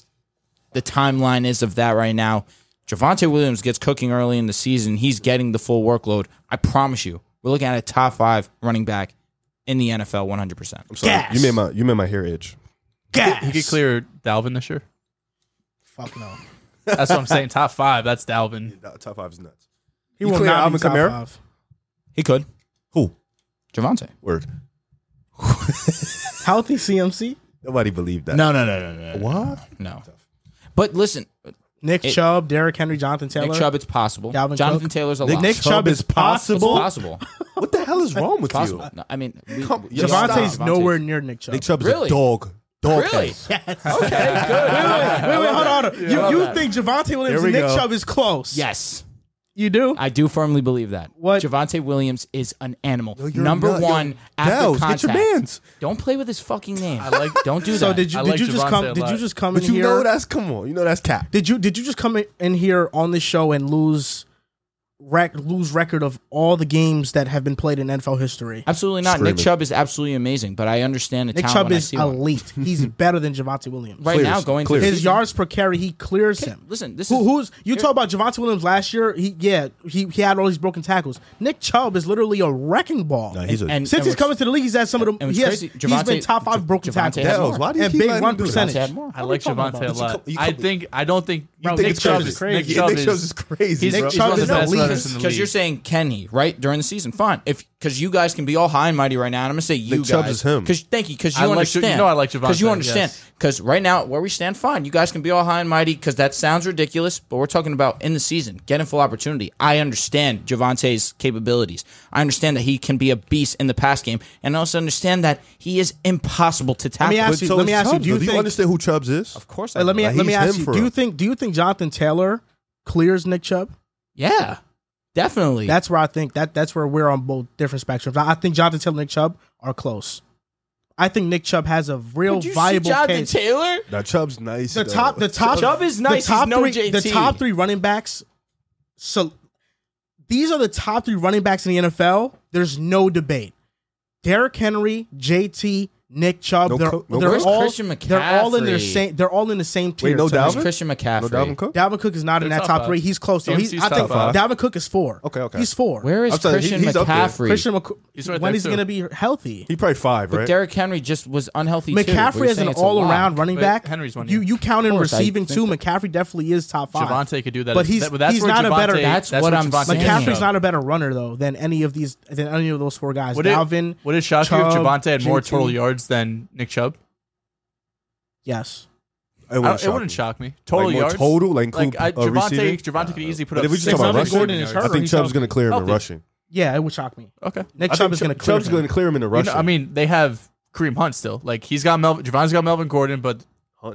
the timeline is of that right now. Javante Williams gets cooking early in the season. He's getting the full workload. I promise you, we're looking at a top five running back in the NFL 100%. I'm sorry. Gas. You made my you made my hair itch. Gas. he could clear Dalvin this year. Fuck no. That's what I'm saying. Top five. That's Dalvin. Top five is nuts. He You will clear not be Alvin top Kamara? five. He could. Who? Javante. Word. Healthy CMC. Nobody believed that. No, no, no, no, no. What? No. But listen, Nick Chubb, Derrick Henry, Jonathan Taylor. Nick Chubb, it's possible. Dalvin Jonathan Cook. Taylor's a Nick, lock. Nick It's Chubb, Chubb is is possible? possible? possible. (laughs) What the hell is wrong with possible. you? No, I mean, we, Come- we- Yo, stop. Javante's Javante's- nowhere near Nick Chubb. Nick Chubb Really? is a dog. Dog. Really? head. Okay, Wait, good. wait, hold on. hold on. You, you that. think Javante Williams we and Nick go. Chubb is close? yes, You do? I do firmly believe that. What? Javante Williams is an animal. you're Number not- yo, one after Dallas, contact. get your mans. Don't play with his fucking name. I like. Don't do (laughs) that. so did you I did like you just Javante come a did lot. you just come But in you here know that's come on. You know that's cap. Did you did you just come in- in here on this show and lose rec, lose record of all the games that have been played in NFL history? Absolutely not. Screaming. Nick Chubb is absolutely amazing, but I understand the Nick talent Chubb when I is see one. elite. (laughs) He's better than Javante Williams. right Clears, now going to clears. His yards per carry, he clears him. listen, this Who, is- who's you talk about Javante Williams last year? He yeah, he, he had all these broken tackles. Nick Chubb is literally a wrecking ball. Nah, he's a and- Since he's what's- coming to the league, he's had some of the and what's he has, crazy, he's Javante- been top five broken Javante tackles. has more. Dallas, why do you and keep big letting run him do that? percentage. had more. I like Javante a You lot. come- you I come- think I don't think. Bro, think Nick it's Chubb crazy. is Nick Nick Chubb Chubb is crazy, He's, bro. he's Chubb one of is the best elite. runners in the Because league. you're saying can he right during the season? Fine, if because you guys can be all high and mighty right now, and I'm gonna say you Nick guys. Chubb is him. Because thank you. Because I you like- understand. you know I like Javante, Because you understand. yes. Because right now where we stand, fine. You guys can be all high and mighty. Because that sounds ridiculous, but we're talking about in the season getting full opportunity. I understand Javante's capabilities. I understand that he can be a beast in the pass game, and I also understand that he is impossible to tackle. ask you- let me ask you, do you do you think- understand who Chubbs is? Of course, I Hey, let me Like, let me he's ask him you. for Do you him. think do you think Jonathan Taylor clears Nick Chubb? Yeah, definitely. That's where I think that that's where we're on both different spectrums. I, I think Jonathan Taylor and Nick Chubb are close. I think Nick Chubb has a real Did you see viable Jonathan case. Taylor. Now Chubbs nice. the though. top the top Chubb is nice. The top He's no three the JT. top three running backs So these are the top three running backs in the NFL. There's no debate. Derrick Henry, JT, Nick Chubb. No they're co- no they're Where's all Christian they're all in their McCaffrey? same. They're all in the same tier. Wait, no to me. doubt. It's Dalvin? Christian McCaffrey. No Dalvin Cook? Dalvin Cook is not in They're that top top three. five. He's close though. He's, CMC's I think top five. Dalvin Cook is four. Okay, okay. He's four. Where is I'm saying, he- Christian he's up there. McCaffrey? Christian McC- He's right when there, is he too. going to be healthy? He probably five, But right? Derrick Henry just was unhealthy too. but McCaffrey you're is an saying it's a lot. all-around running But back. Henry's one you year. you count in Of course, I receiving think too. that- McCaffrey definitely is top five. Javante could do that. But he's- that, that's he's where not a better- Javonte- That's what where I'm Javonte saying. came McCaffrey's from. not a better runner though than any of these than any of those four guys. Would it- Dalvin. Would it shock you if Chubb, Javante had more JT. total yards than Nick Chubb? Yes. It I don't- It wouldn't me. shock me. Like, Total more yards. total, like include Like I, uh, receiving? Javante, Javante could easily put But up. if we just six talk about hundred rushing, receiving Gordon is yards. I hurt. think He's Chubb's healthy. going to clear him in Healthy. rushing. Yeah, it would shock me. Okay. Nick I Chubb think is going to clear. Chubb's going him. to clear him in a rush. You know, I mean, they have Kareem Hunt still. Like he's got Melvin. Javon's got Melvin Gordon, but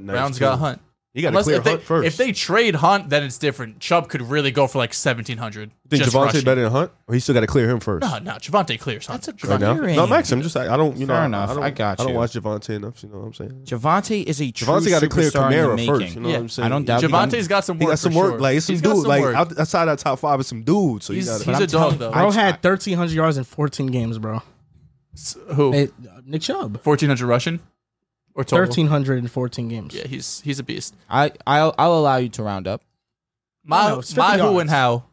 Brown's got Hunt. He got to Unless clear if they, Hunt first. if they trade Hunt, then it's different. Chubb could really go for like seventeen hundred. think Javante better than Hunt, or he still got to clear him first. No, no, Javante clears Hunt. That's a Right great now? hearing. No, Max. I'm just I, I don't. You know, Fair I- enough, I, don't, I got I don't you. watch Javante enough. You know what I'm saying? Javante is a true Javante got to clear superstar in the Kamara making. first. You know Yeah. what I'm saying? I don't doubt he Javante's got some He work. got some for work. sure. Like it's some He's got dude. like work. out- outside our top five is some dude. So you he's, got he's I'm a dog telling- though. Bro had 1,300 yards in 14 games, bro. Who? Hey, uh, Nick Chubb. Fourteen hundred rushing or total? 1,300 in 14 games. Yeah, he's he's a beast. I I'll, I'll allow you to round up. My, No, no, it's 50 my who yards. and how.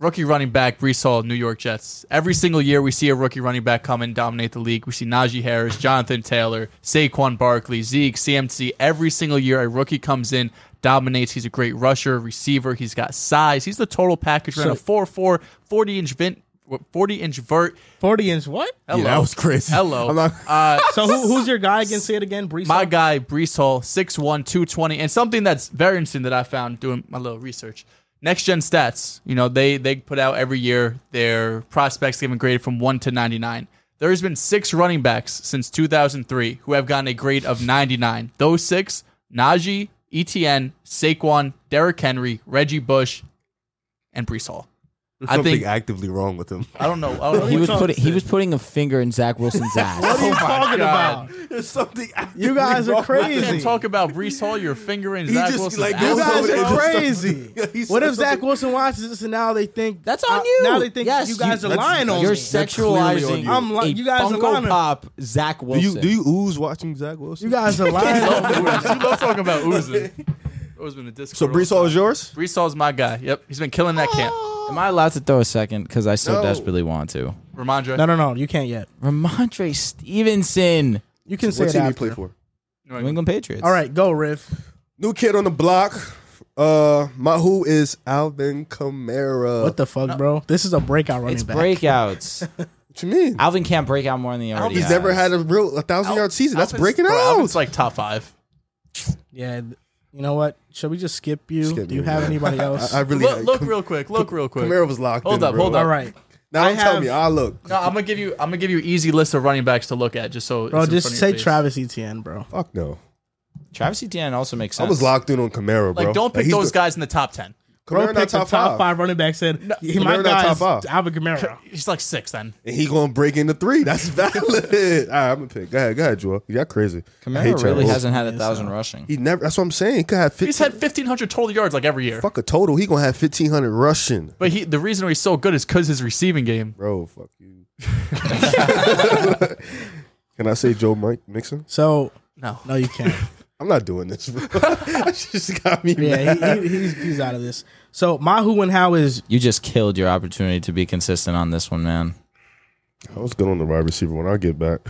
Rookie running back Brees Hall, New York Jets. Every single year we see a rookie running back come and dominate the league. We see Najee Harris, Jonathan Taylor, Saquon Barkley, Zeke, CMC. Every single year a rookie comes in, dominates. He's a great rusher, receiver. He's got size. He's the total package. Ran a 4'4", 40 inch vent, 40 inch vert. 40 inch what? Hello. crazy. Hello. I'm not- uh, So who, who's your guy again? Say it again, Brees. my Hall? guy Brees Hall, 6'1", 220. And something that's very interesting that I found doing my little research. Next gen stats, you know, they they put out every year their prospects given graded from one to ninety nine. There has been six running backs since two thousand three who have gotten a grade of ninety nine. Those six: Najee, Etn, Saquon, Derrick Henry, Reggie Bush, and Brees Hall. There's I something think actively wrong with him. I don't know. I don't know. He was talking- putting he was putting a finger in (laughs) Zach Wilson's What are (laughs) you ass. talking Oh God. about? There's something. You guys are You crazy. can't talk about Brees Hall. You're fingering Zach just, Wilson's like, ass. You goes over guys there and are just starts- (laughs) crazy. He said What if something- Zach Wilson watches this and now they think That's on uh, you. Now they think Yes, you guys you- are lying on You're me. sexualizing you. I'm li- a you guys are lying Funko on- Pop Zach Do Wilson. you do you ooze watching Zach Wilson? You guys (laughs) are lying. on me. you love (laughs) talking about oozing. Oozing the Discord. so Brees Hall is yours. Brees Hall's my guy. Yep, he's been killing that camp. Am I allowed to throw a second? Because I so No. desperately want to. Ramondre. No, no, no. You can't yet. Ramondre Stevenson, You can say What it team you after. play for? New England Patriots. All right, go, Riff. New kid on the block. Uh, my who is Alvin Kamara. What the fuck, bro? This is a breakout running it's back. breakouts. (laughs) What you mean? Alvin can't break out more than he already He's has. never had a real a thousand yard season. That's breaking bro, out. It's like top five. Yeah. th- You know what? Should we just skip you? Skip Do you me, have man. anybody (laughs) else? I, I really Look, look Kam- real quick. Look real quick. Kamara was locked Hold in. up, bro. hold up. All right. Now I don't tell me. have- I look. No, I'm gonna give you. I'm gonna give you easy list of running backs to look at, just so. Bro, it's in just front of say your face. Travis Etienne, bro. Fuck no. Travis Etienne also makes I sense. was locked in on Kamara, bro. Like, don't pick he's those the- guys in the top ten. Bro Kamara picked not the top top five. five running back said he- my Kamara not guy top is five. Alvin Kamara. He's like six then. And he gonna break into three. That's (laughs) valid. All right, I'm gonna pick. Go ahead, go ahead, Joel. Y'all crazy. I hate Kamara y'all. really Oh, hasn't had a thousand rushing. He never. That's what I'm saying. He could have 15, He's had 1,500 total yards like every year. fuck a total. He gonna have 1500 rushing, But he, the reason why he's so good is because his receiving game. bro. Fuck (laughs) you. (laughs) Can I say Joe Mike Mixon? So No. no, you can't. I'm not doing this. Bro. (laughs) that just got (laughs) me. mad. Yeah, he, he, he's he's out of this. So my who and how is You just killed your opportunity to be consistent on this one, man. I was good on the wide receiver when I get back.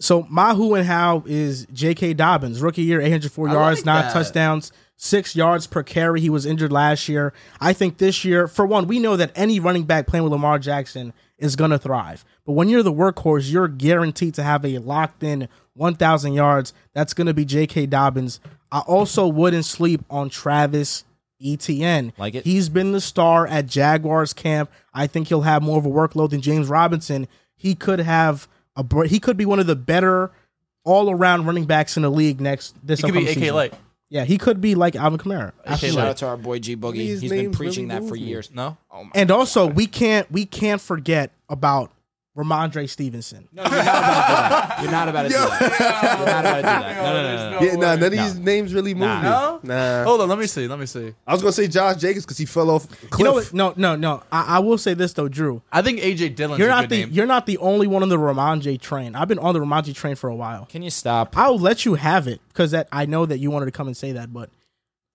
so my who and how is J.K. Dobbins, rookie year, 804 yards, like nine that. touchdowns, six yards per carry. He was injured last year. I think this year, for one, we know that any running back playing with Lamar Jackson is gonna thrive. But when you're the workhorse, you're guaranteed to have a locked in 1,000 yards. That's gonna be J.K. Dobbins. I also wouldn't sleep on Travis ETN. Like it? He's been the star at Jaguars camp. I think he'll have more of a workload than James Robinson. He could have a br- he could be one of the better all around running backs in the league next this He could be upcoming AK season. Light. Yeah, he could be like Alvin Kamara. Shout Absolutely. out to our boy G Boogie. These He's been names preaching (laughs) really that for move me. years. No. And also, we can't we can't forget about Ramondre Stevenson. No, you're not about to do that. You're not about to do that. You're not about to do that. No, no, no, no. (laughs) Yeah, nah, none of these names really move. Nah. me. No? Nah. Hold on, let me see. Let me see. I was gonna say Josh Jacobs because he fell off. a Cliff. You know what? No, no, no. I, I will say this though, Drew. I think AJ Dillon's You're a not good the name. you're not the only one on the Ramondre train. I've been on the Ramondre train for a while. Can you (laughs) stop? I'll let you have it because that I know that you wanted to come and say that, but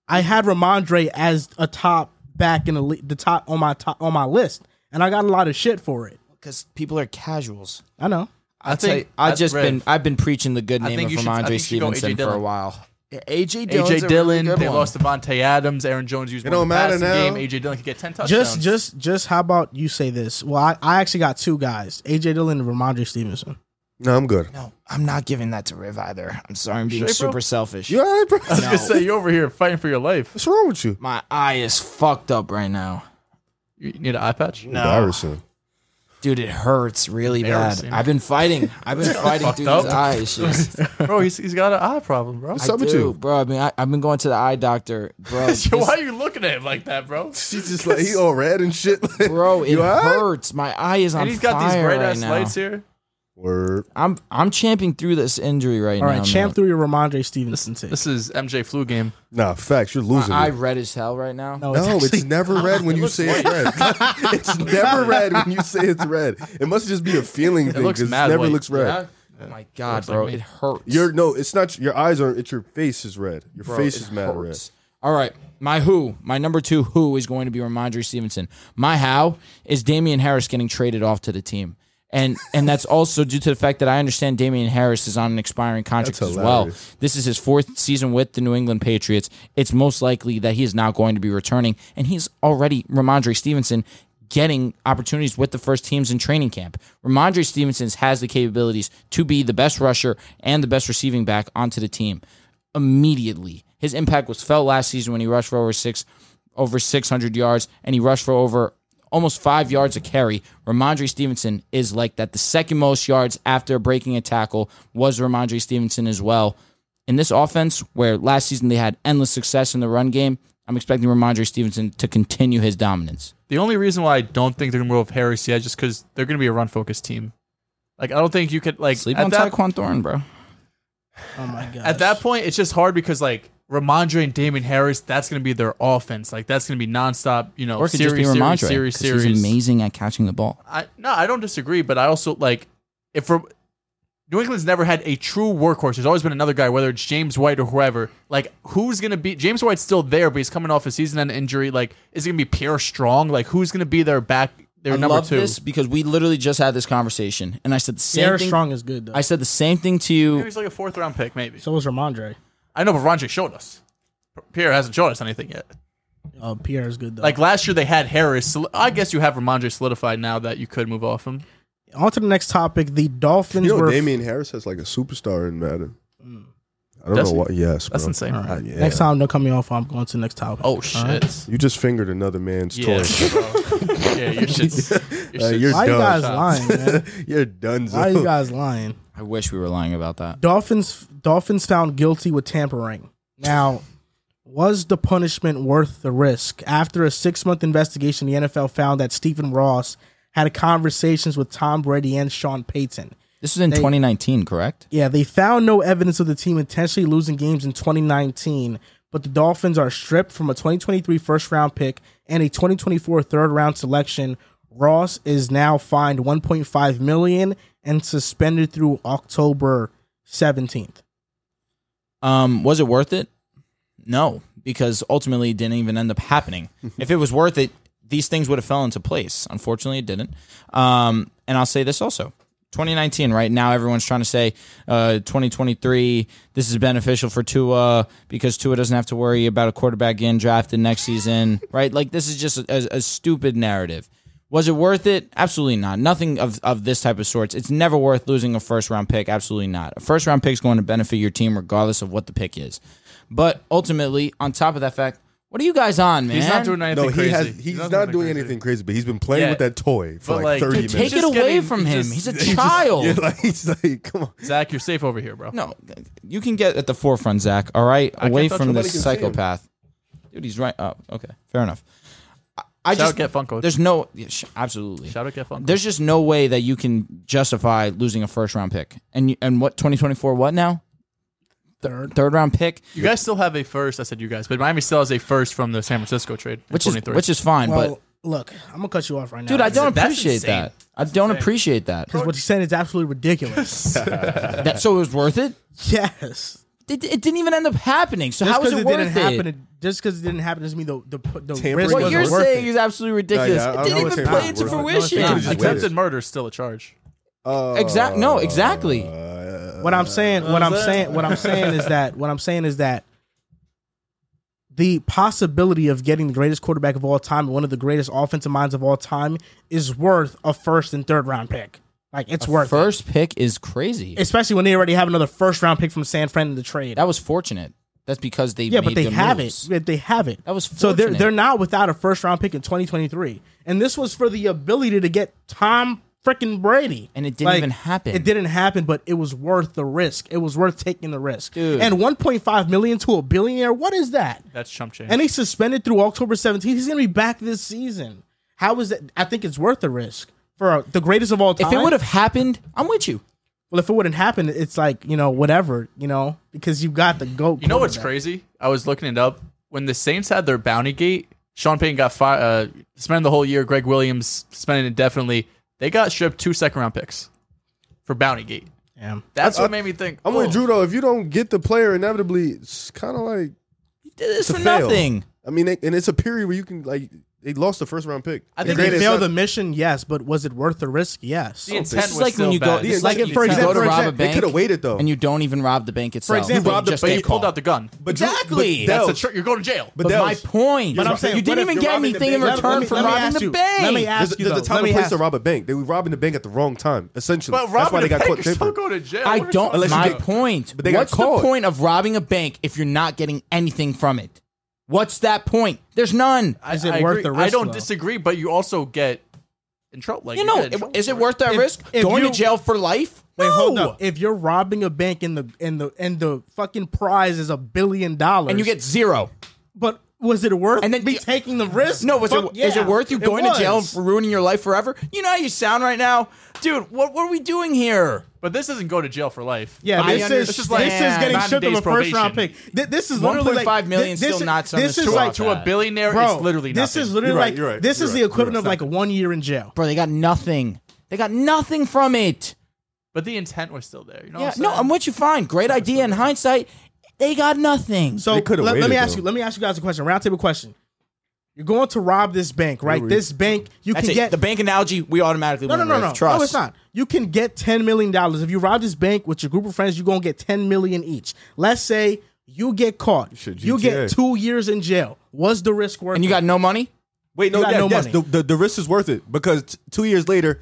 I had Ramondre as a top back in the, le- the top on my top on my list, and I got a lot of shit for it. Because people are casuals. I know. I think- think I've I- just Rev. been I've been preaching the good I name think of you should- I Ramondre think you should go Stevenson AJ for a Dillon. which- AJ AJ Dillon, they lost Devontae Adams, Aaron Jones used one don't matter passing now. game. AJ Dillon could get ten touchdowns. Just just just how about you say this? Well, I, I actually got two guys, AJ Dillon and Ramondre Stevenson. No, I'm good. No, I'm not giving that to Riv either. I'm sorry, I'm being Sure, bro. super selfish. You all right, bro? I (laughs) was gonna say you're over here fighting for your life. What's wrong with you? My eye is fucked up right now, You need an eye patch? Embarrassing. dude. It hurts really bad. Embarrassing. I've been fighting. (laughs) I've been fighting Fucked through up. these eye issues. (laughs) bro, he's, he's got an eye problem, bro. What's I up with do, you? bro. I mean, I, I've been going to the eye doctor, (laughs) bro. Yo, (laughs) this- why are you looking at him like that, bro? She's just like he all red and (laughs) shit. Bro, it You all right? hurts. My eye is on And he's got these fire bright right ass now. lights here. Word. I'm I'm champing through this injury right All now. right, champ man. through your Ramondre Stevenson take. This is MJ flu game. Nah, facts. You're losing. My eye it. red as hell right (laughs) now. No, No, it's it's actually- never red when you say it's red. it's never red when you say it's red. It must just be a feeling thing looks because it mad never white. looks red. Yeah? Oh my god, Looks like bro, me. it hurts. Your no, it's not your eyes are. It's your face is red. Your Bro, face it is mad red. hurts. All right, my who, my number two who is going to be Ramondre Stevenson. My how is Damian Harris getting traded off to the team. And and that's also due to the fact that I understand Damian Harris is on an expiring contract That's as well. hilarious. This is his fourth season with the New England Patriots. It's most likely that he is not going to be returning, and he's already Ramondre Stevenson getting opportunities with the first teams in training camp. Ramondre Stevenson has the capabilities to be the best rusher and the best receiving back onto the team immediately. His impact was felt last season when he rushed for over six over 600 yards and he rushed for over almost five yards a carry. Ramondre Stevenson is like that. The second most yards after breaking a tackle was Ramondre Stevenson as well. In this offense, where last season they had endless success in the run game, I'm expecting Ramondre Stevenson to continue his dominance. The only reason why I don't think they're gonna move Harris yet is just because they're gonna be a run focused team. Like I don't think you could like Sleep at on that Tyquan Thorne, bro. oh my god. at that point, it's just hard because like Ramondre and Damon Harris, that's gonna be their offense. Like that's gonna be nonstop. You know, Or it could series, just be Ramondre. series, 'cause series, He's series. amazing at catching the ball. I no, I don't disagree, but I also like if Ra- New England's never had a true workhorse. There's always been another guy, whether it's James White or whoever. Like, who's gonna be James White's still there, but he's coming off a season-ending injury. Like, is it gonna be Pierre Strong? Like, who's gonna be their back, their I number love two? this because we literally just had this conversation, and I said the same Pierre thing. Strong is good though. I said the same thing to you. He's like a fourth-round pick, maybe. so was Ramondre. I know, but Ramondre showed us. Pierre hasn't showed us anything yet. Uh, Pierre is good though. Like last year, they had Harris. Sol- I guess you have Ramondre solidified now that you could move off him. on to the next topic. The Dolphins You know, were Damian Harris has like a superstar in Madden. I don't Mm. Does he? know why. Yes, That's bro. insane. Uh, yeah. next time they'll cut me off. I'm going to the next topic. Oh shit! You just fingered another man's Yeah, toy. (laughs) bro. yeah, your shit's, your shit's Uh, you're Why you done. guys lying, man? You're done. Why you (laughs) guys lying? I wish we were lying about that. Dolphins Dolphins found guilty with tampering. Now, was the punishment worth the risk? After a six month investigation, the NFL found that Stephen Ross had conversations with Tom Brady and Sean Payton. This was in 2019, correct? Yeah, they found no evidence of the team intentionally losing games in 2019, but the Dolphins are stripped from a 2023 first round pick and a 2024 third round selection. Ross is now fined 1.5 million and suspended through October 17th. Um, was it worth it? No, because ultimately it didn't even end up happening. if it was worth it, these things would have fell into place. Unfortunately, it didn't. Um, and I'll say this also. 2019, right now, everyone's trying to say uh, 2023, this is beneficial for Tua because Tua doesn't have to worry about a quarterback getting drafted next season, right? Like, this is just a, a stupid narrative. Was it worth it? Absolutely not. Nothing of, of this type of sorts. It's never worth losing a first round pick. Absolutely not. A first round pick is going to benefit your team regardless of what the pick is. But ultimately, on top of that fact, what are you guys on, man? He's not doing anything No, he crazy. has. He's, not, doing anything crazy, but he's been playing Yeah. with that toy for But, like, like, thirty minutes. dude, Take it Just away getting- from him. just- (laughs) He's a He's just- (laughs) child. yeah, like, he's like, come on. Zach, you're safe over here, bro. No, you can get at the forefront, Zach. All right, away touch from him. this Nobody can see him. psychopath. Dude, he's right. Oh, okay, fair enough. I- I Shout just out Get Funko. There's no yeah, sh- absolutely. Shout out Get Funko. There's just no way that you can justify losing a first round pick. And you, and what 2024 what now? Third third round pick, You guys still have a first. I said you guys, but Miami still has a first from the San Francisco trade. in which is 23. which is fine, Well, look, I'm gonna cut you off right now. but dude, I don't that's appreciate insane. that. I don't appreciate that. Because what you're saying is absolutely (laughs) ridiculous. that. So it was worth it? yes. it? It didn't even end up happening. So Just how was because it, it, worth didn't it? happen, to- just because it didn't happen doesn't mean the the the Tampering risk It what wasn't you're was worth saying it. is absolutely ridiculous. I- I it know didn't it's even play not into worth it. fruition. No, it's Nah, just attempted murder is still a charge. Exact. No, exactly. What I'm saying, what I'm saying, what I'm saying is that what I'm saying is that the possibility of getting the greatest quarterback of all time, one of the greatest offensive minds of all time, is worth a first and third round pick. Like it's worth it. First pick is crazy. especially when they already have another first round pick from San Fran in the trade. That was fortunate. That's because they Yeah, made but they the have moves. it. Yeah, They have it. That was so they're fortunate. they're not without a first round pick in 2023, and this was for the ability to get Tom freaking Brady, And it didn't even happen. It didn't happen, but it was worth the risk. It was worth taking the risk. Dude. And 1.5 million to a billionaire, what is that? That's chump change. And he's suspended through October 17th. He's gonna be back this season. How is that? I think it's worth the risk for uh, the greatest of all time. If it would have happened, I'm with you. well, if it wouldn't happen, it's like you know whatever you know because you got the goat. You know what's quarterback. crazy? I was looking it up. When the Saints had their bounty gate, Sean Payton got fired. Uh, spent the whole year. Greg Williams spent it indefinitely. They got stripped two second round picks for bounty gate. Damn. Uh, That's what made me think. I'm oh, with Drew though. If you don't get the player, inevitably it's kind of like You did this to for fail. nothing. I mean, they, and it's a period where you can like they lost the first round pick. I Did think they they fail failed the mission? Yes, but was it worth the risk? Yes. The intent It's was like still when you go, bad. it's like like if for you go example- to for rob a example- they bank could have waited though. and you don't even rob the bank itself. example, you robbed the just but bank, he get pulled caught. out the gun. But Drew- Exactly. But, That's a Dell, tr- you're going to jail. but But Dell, my point, But I'm saying, you what didn't if even you're get robbing the anything in bank? return Let me- from let me robbing ask the you. bank. Let me ask there's, you there's though. a time Let me and place ask to you. rob a bank. They were robbing the bank at the wrong time, essentially. But That's robbing why they a got bank caught is still tampering. going to jail. I What are you don't. talking Unless you My get- about? point. but they got What's the caught. point of robbing a bank if you're not getting anything from it? What's that point? There's none. Is it worth agree. the I risk, don't though? disagree, but you also get in trouble. Like, you know, get in it- trouble is it for worth that If- risk? if Going you- to jail for life? Wait, no. hold up. If you're robbing a bank and the and the and the fucking prize is a billion dollars, And you get zero. but was it worth? And And then then me the- taking the risk? No, was it, Fuck is yeah. it worth you It going to jail was. for ruining your life forever? You know how you sound right now, dude. What, what are we doing here? But this doesn't go to jail for life. Yeah, I this is, this is understand. getting stripped of a 90 days first round pick. probation. Th- This is literally like 1.5 million this, still is- not something This is to like to a that. billionaire, bro. it's literally this nothing. is literally You're right, like you're right, this you're is right, the you're equivalent right. of like one year in jail. Bro, they got nothing. They got nothing from it. but the intent was still there. You know Yeah, what I'm no, saying? I'm what you find. Great idea in hindsight. They got nothing. So They let, could've let me waited, ask though. you. Let me ask you guys a question. Roundtable question. You're going to rob this bank, right? This bank you That's can it. get the bank analogy, we automatically No, no, win no, with. no. Trust. No, it's not. You can get ten million dollars if you rob this bank with your group of friends. You're gonna get ten million each. Let's say you get caught, Shit, you get GTA. two years in jail. Was the risk worth? And you got no money? Wait, no, You got yes, no yes, money. The, the the risk is worth it because t- two years later,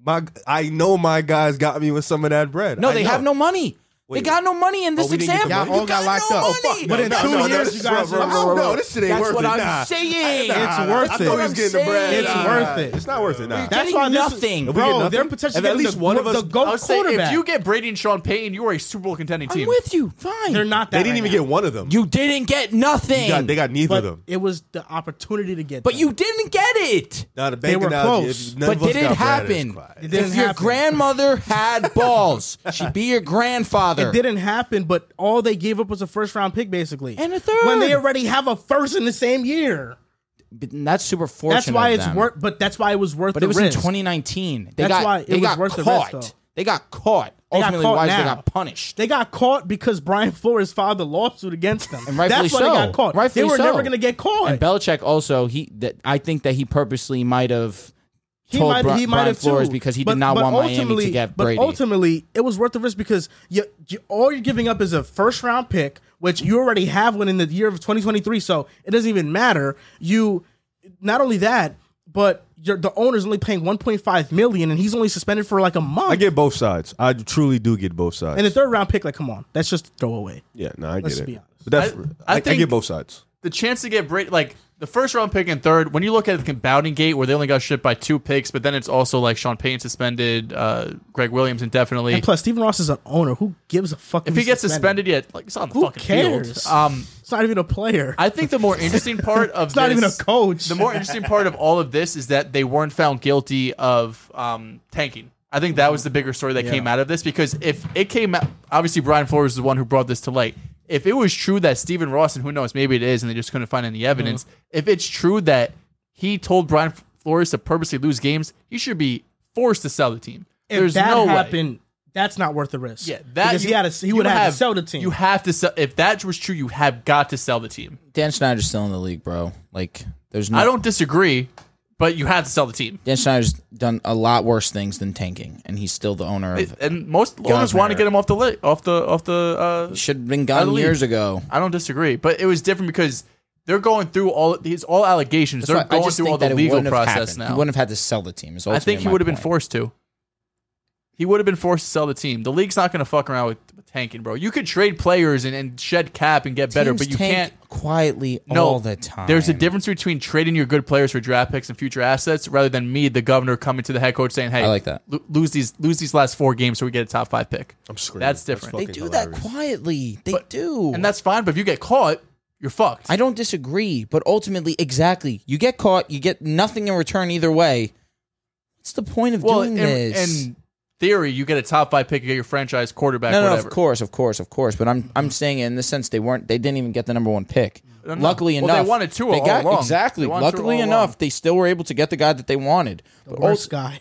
my I know my guys got me with some of that bread. No, I they know. have no money. Wait. they got no money in this we didn't get the example. money? You Y'all all locked got, no up. money. Oh, fuck, But in two years, this you is guys rough, are- rough, rough, No, rough. this shit ain't That's worth what it. I'm nah. saying. It's worth I it. thought we was getting the bread. It's Nah. worth it. It's not worth it. Nah. That- That's Getting why this- nothing. If we get bro. nothing, They're if potentially at getting least the, one of us- the I goat was saying, quarterback. if you get Brady and Sean Payton, you are a Super Bowl contending I'm team. with you. Fine. they're not that. They didn't right even now. get one of them. You didn't get nothing. They got, they got neither But of them. it was the opportunity to get. but them. you didn't get it. Nah, the They bank were analogy, close. if none of but us did got it bread, it's happen? quiet. It if didn't your happen. grandmother (laughs) had balls, she'd be your grandfather. It didn't happen, but all they gave up was a first round pick, basically, And a third. when they already have a first in the same year. But that's super fortunate. That's why of it's them. worth. But that's why it was worth. But the it was risk. in 2019. They That's got why it they was got worth the risk, caught. though. they got caught. got Ultimately, caught why is now. they got punished. They got caught because Brian Flores filed a lawsuit against them. And rightfully That's why so. they got caught. Rightfully they were so. never going to get caught. And Belichick also he that I think that he purposely might have he told might, Bri- he might Brian have Flores too. because he But- did not but want Miami to ultimately- get but Brady. ultimately, it was worth the risk because you, you, all you're giving up is a first round pick, which you already have one in the year of 2023, so it doesn't even matter. You not only that, but you're, the owner's only paying 1.5 million, and he's only suspended for like a month. I get both sides. I truly do get both sides. and the third round pick, like, come on, that's just throwaway. yeah, no, I get Let's it. be honest. But that's, I- I I, I think- get both sides. the chance to get Brady, like the first round pick and third, when you look at the compounding gate where they only got shipped by two picks, but then it's also like Sean Payton suspended, uh, Greg Williams indefinitely. And plus, Stephen Ross is an owner. Who gives a fuck? if he gets suspended, yet, like it's on the Who fucking field. cares? Um, it's not even a player. I think the more (laughs) interesting part of it's not this, even a coach. The more interesting part of all of this is that they weren't found guilty of um, tanking. I think that was the bigger story that came out of this because if it came out, obviously Brian Flores is the one who brought this to light. If it was true that Stephen Ross, and who knows, maybe it is, and they just couldn't find any evidence. Uh-huh. If it's true that he told Brian Flores to purposely lose games, he should be forced to sell the team. if There's that no way. happened, that's not worth the risk. Yeah, that because you, he had to, he you would have, have to sell the team. You have to sell. If that was true, you have got to sell the team. Dan Schneider's still in the league, bro. Like, there's no. I don't disagree, but you have to sell the team. Dan Schneider's done a lot worse things than tanking, and he's still the owner of. It And most owners want to get him off the li- off the off the. Uh, should have Out been of the gone league. years ago. I don't disagree, but it was different because they're going through all these all allegations. That's they're why I going just through think all the that it legal wouldn't have process happened. He now. wouldn't have had to sell the team. is I think ultimately he my would have been point. forced to. He would have been forced to sell the team. The league's not going to fuck around with, with tanking, bro. You could trade players and, and shed cap and get better, Teams but you tank can't quietly no, all the time. There's a difference between trading your good players for draft picks and future assets, rather than me, the governor, coming to the head coach saying, "Hey, I like that. lo- lose these lose these last four games so we get a top five pick." I'm screaming. That's different. They fucking do that hilarious. quietly. They do. and that's fine, but if you get caught, you're fucked. I don't disagree, but ultimately, exactly, you get caught, you get nothing in return either way. What's the point of well, doing in, this? in theory, you get a top five pick, you get your franchise quarterback, no, no, whatever. Mm. of course, of course, of course. But I'm, I'm saying in the sense they weren't, they didn't even get the number one pick. No, no. Luckily Well, they enough, wanted Tua all got, along. exactly. They wanted Tua Luckily all enough, along. they still were able to get the guy that they wanted. But Worst also, (laughs) guy.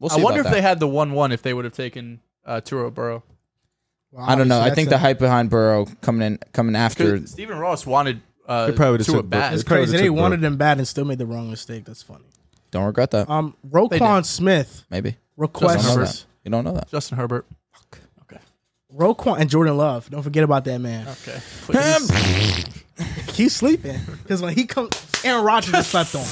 we'll I see wonder if about they that. had the one-one if they would have taken uh, Turo Burrow. Well, I don't obviously know. I that's think a- the hype behind Burrow coming in, coming after. Because Stephen Ross wanted uh, They probably would've Tua took Bur- bad. It's They probably crazy. They took wanted Burrow. him bad and still made the wrong mistake. That's funny. Don't regret that. Um, Roquan Smith Maybe don't know that. requests You don't know that. Justin Herbert. Okay. Roquan and Jordan Love. Don't forget about that man. Okay. Please. He's sleeping because when he comes, Aaron Rodgers was slept (laughs) on.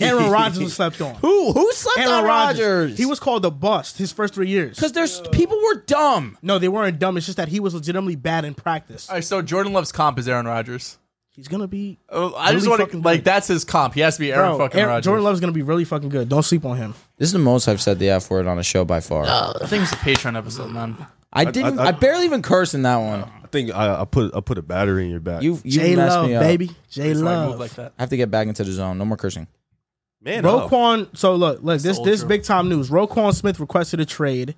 Aaron Rodgers was slept on. Who who slept Aaron on Rodgers. Rodgers? He was called the bust his first three years. because there's people were dumb. No, they weren't dumb. It's just that he was legitimately bad in practice. all right. So Jordan Love's comp is Aaron Rodgers. He's gonna be. Oh, I just Really want to fucking like good. that's his comp. He has to be Aaron Bro, fucking Aaron- Rodgers. Jordan Love's gonna be really fucking good. Don't sleep on him. This is the most I've said the F word on a show by far. I think it's a Patreon episode, man. I didn't. I, I- I- barely even cursed in that Uh, one. I think I, I put I put a battery in your back. You you J messed Love, me up. baby. J That's why I move Love. like that. I have to get back into the zone. No more cursing. man, uh, up. Roquan. So look, look. This the this ultra. big time news. Roquan Smith requested a trade.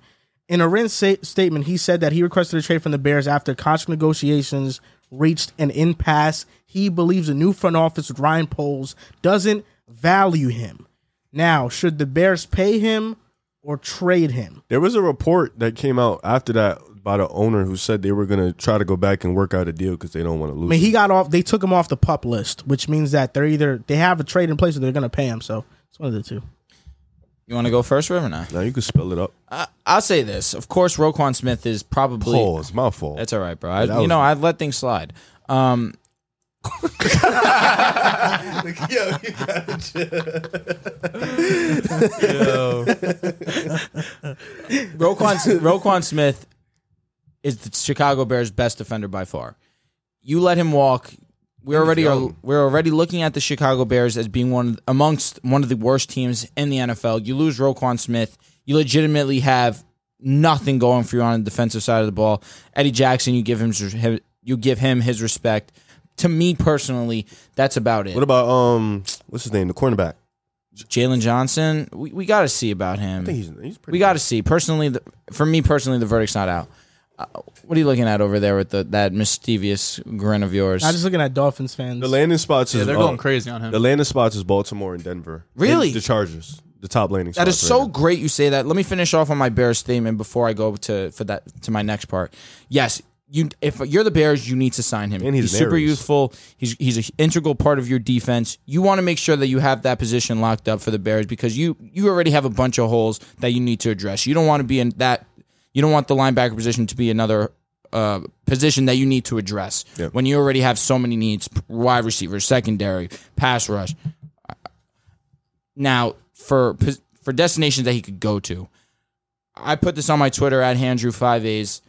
In a written sa- statement, he said that he requested a trade from the Bears after contract negotiations reached an impasse. He believes the new front office with Ryan Poles doesn't value him. Now, should the Bears pay him or trade him? There was a report that came out after that by the owner who said they were gonna try to go back and work out a deal because they don't want to lose. I mean, him. he got off. They took him off the pup list, which means that they're either they have a trade in place or they're going to pay him. So it's one of the two. You want to go first, River? Now now you can spell it up. I, I'll say this. Of course, Roquan Smith is probably. Pause. My fault. That's all right, bro. I, that you was- know, I let things slide. (laughs) Um, (laughs) Roquan Roquan Smith is the Chicago Bears' best defender by far. You let him walk. We already are. We're already looking at the Chicago Bears as being one of, amongst one of the worst teams in the NFL. You lose Roquan Smith. You legitimately have nothing going for you on the defensive side of the ball. Eddie Jackson, you give him his- you give him his respect. To me personally, that's about it. what about um what's his name? The cornerback. Jalen Johnson, we, we got to see about him. I think he's he's pretty. We got to see. Personally, the, for me personally, the verdict's not out. Uh, what are you looking at over there with the, that mischievous grin of yours? Not just looking at Dolphins fans. the landing spots Yeah, is they're uh, going crazy on him. The landing spots is Baltimore and Denver. Really? And the Chargers. The top landing that is spots so right great you say that. Let me finish off on my Bears statement before I go to for that to my next part. Yes, you if you're the Bears, you need to sign him. And he's an super Aries. youthful. He's he's an integral part of your defense. You want to make sure that you have that position locked up for the Bears because you you already have a bunch of holes that you need to address. You don't want to be in that. You don't want the linebacker position to be another uh, position that you need to address when you already have so many needs: wide receiver, secondary, pass rush. Now for pos- for destinations that he could go to, I put this on my Twitter at Handrew Five A's.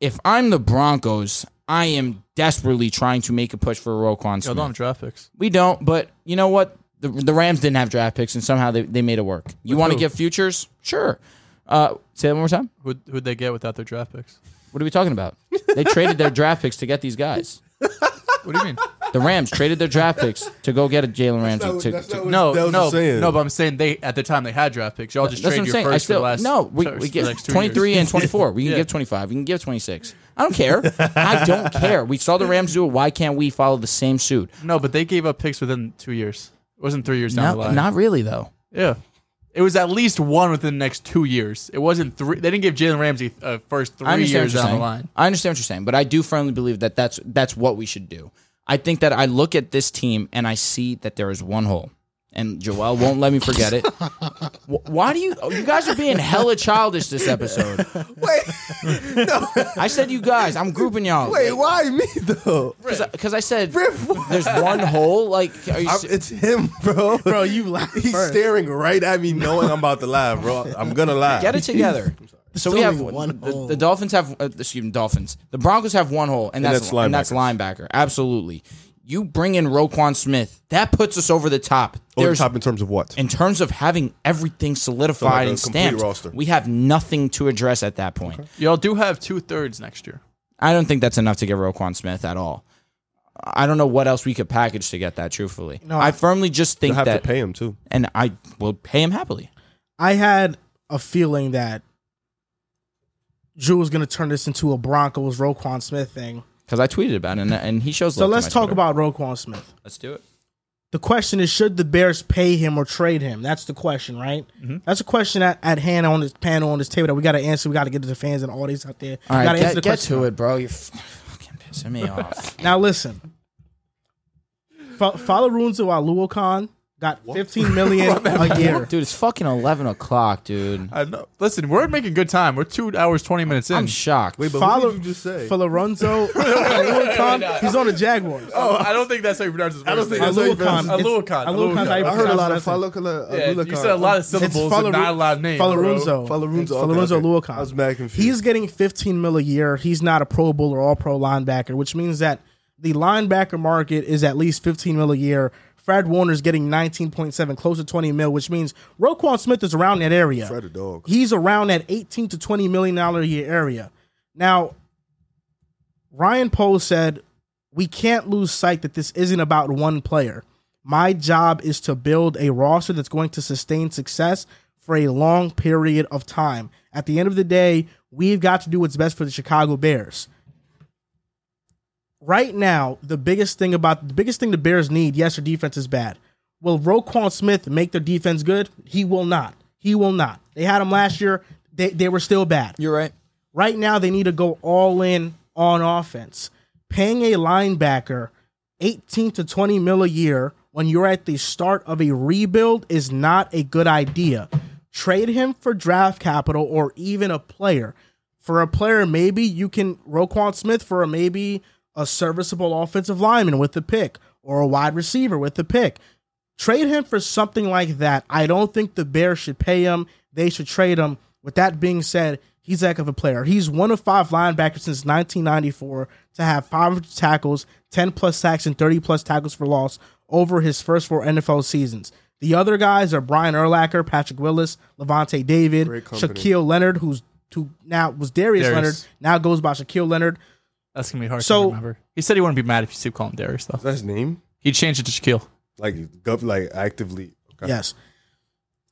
If I'm the Broncos, I am desperately trying to make a push for Roquan Y'all Smith. don't have draft picks. We don't, but you know what? The, the Rams didn't have draft picks, and somehow they, they made it work. You want to give futures? Sure. Uh, say that one more time. Who would they get without their draft picks? What are we talking about? They traded their draft picks to get these guys. What (laughs) do you mean? The Rams traded their draft picks to go get a Jalen Ramsey. not- to- that's to- not what No, Dale's no, saying. no. But I'm saying they at the time they had draft picks. Y'all just that's traded what I'm your saying. first I still for the last. no. We, for we the get next two 23 years. and 24. We (laughs) can Yeah. give 25. We can give 26. I don't care. I don't care. We saw the Rams do it. Why can't we follow the same suit? No, but they gave up picks within two years. It wasn't three years down No, the line. not really though. yeah. It was at least one within the next two years. It wasn't three. They didn't give Jalen Ramsey uh, first I three understand years what you're down the saying. line. I understand what you're saying, but I do firmly believe that that's that's what we should do. I think that I look at this team and I see that there is one hole, and Joel won't let me forget it. Wh- Why do you? oh, You guys are being hella childish this episode. (laughs) Wait, no, I said you guys. I'm grouping y'all. wait, why me though? Because I, said Riff, what? there's one hole. Like, are you? I'm- se- it's him, bro. Bro, you laugh (laughs) He's first. staring right at me, knowing I'm about to laugh, bro. (laughs) I'm gonna laugh. Get it together. So we There's have only one. one The, hole. the Dolphins have uh, excuse me, Dolphins. The Broncos have one hole, and that's and that's that's, linebacker. Absolutely. You bring in Roquan Smith. That puts us over the top. Over the There's top in terms of what? in terms of having everything Like solidified a and complete stamped. roster. We have nothing to address at that point. Y'all do have two thirds next year. I don't think that's enough to get Roquan Smith at all. I don't know what else we could package to get that. Truthfully, I firmly just You think have that, to pay him too. and I will pay him happily. I had a feeling that Drew was going to turn this into a Broncos Roquan Smith thing. Because I tweeted about it, and, and he shows. So love to let's my talk Twitter. about Roquan Smith. Let's do it. The question is should the Bears pay him or trade him? That's the question, right? Mm-hmm. That's a question at, at hand on this panel, on this table that we got to answer. We got to get to the fans and audience out there. we All right, gotta answer get, the get question. to it, bro. You're fucking pissing me off. Now listen. Fa- Falarunzo Aluokon got (laughs) 15 million a year. Dude, it's fucking 11 o'clock, dude. I know. Listen, we're making good time. We're two hours twenty minutes in. I'm shocked. Follow- you just say? (laughs) Falarunzo Aluokon, he's on the Jaguars. oh, I don't think that's how you pronounce his. I don't think that's how you Aluokon. pronounce it. it's- Aluokon, Aluokon's how you I heard a lot of pronounce it. follow color. Yeah, you said a lot of syllables and not a lot of names. Falarunzo. Falarunzo, It's okay, Falarunzo okay. Luokan. I was mad confused. He's getting 15 mil a year. He's not a Pro Bowl or All Pro linebacker, which means that the linebacker market is at least 15 mil a year. Fred Warner's getting 19.7, close to 20 mil, which means Roquan Smith is around that area. Fred a dog. He's around that 18 to 20 million dollar a year area. Now, Ryan Poe said, We can't lose sight that this isn't about one player. My job is to build a roster that's going to sustain success for a long period of time. At the end of the day, we've got to do what's best for the Chicago Bears. Right now, the biggest thing about the biggest thing the Bears need, yes, their defense is bad. Will Roquan Smith make their defense good? He will not. He will not. They had him last year. They, they were still bad. You're right. Right now, they need to go all in on offense. Paying a linebacker 18 to 20 mil a year when you're at the start of a rebuild is not a good idea. Trade him for draft capital or even a player. For a player, maybe you can Roquan Smith for a maybe a serviceable offensive lineman with the pick or a wide receiver with the pick. Trade him for something like that. I don't think the Bears should pay him. They should trade him. With that being said, he's a heck of a player. He's one of five linebackers since 1994 to have 500 tackles, 10 plus sacks, and 30 plus tackles for loss over his first four NFL seasons. The other guys are Brian Erlacher, Patrick Willis, Levante David, Shaquille Leonard, who's who now was Darius, Darius. Leonard, now goes by Shaquille Leonard. That's gonna be hard So- to remember. He said he wouldn't be mad if you still call him Darius though. That's his name. He changed it to Shaquille. Like, gov- like actively. Okay. Yes.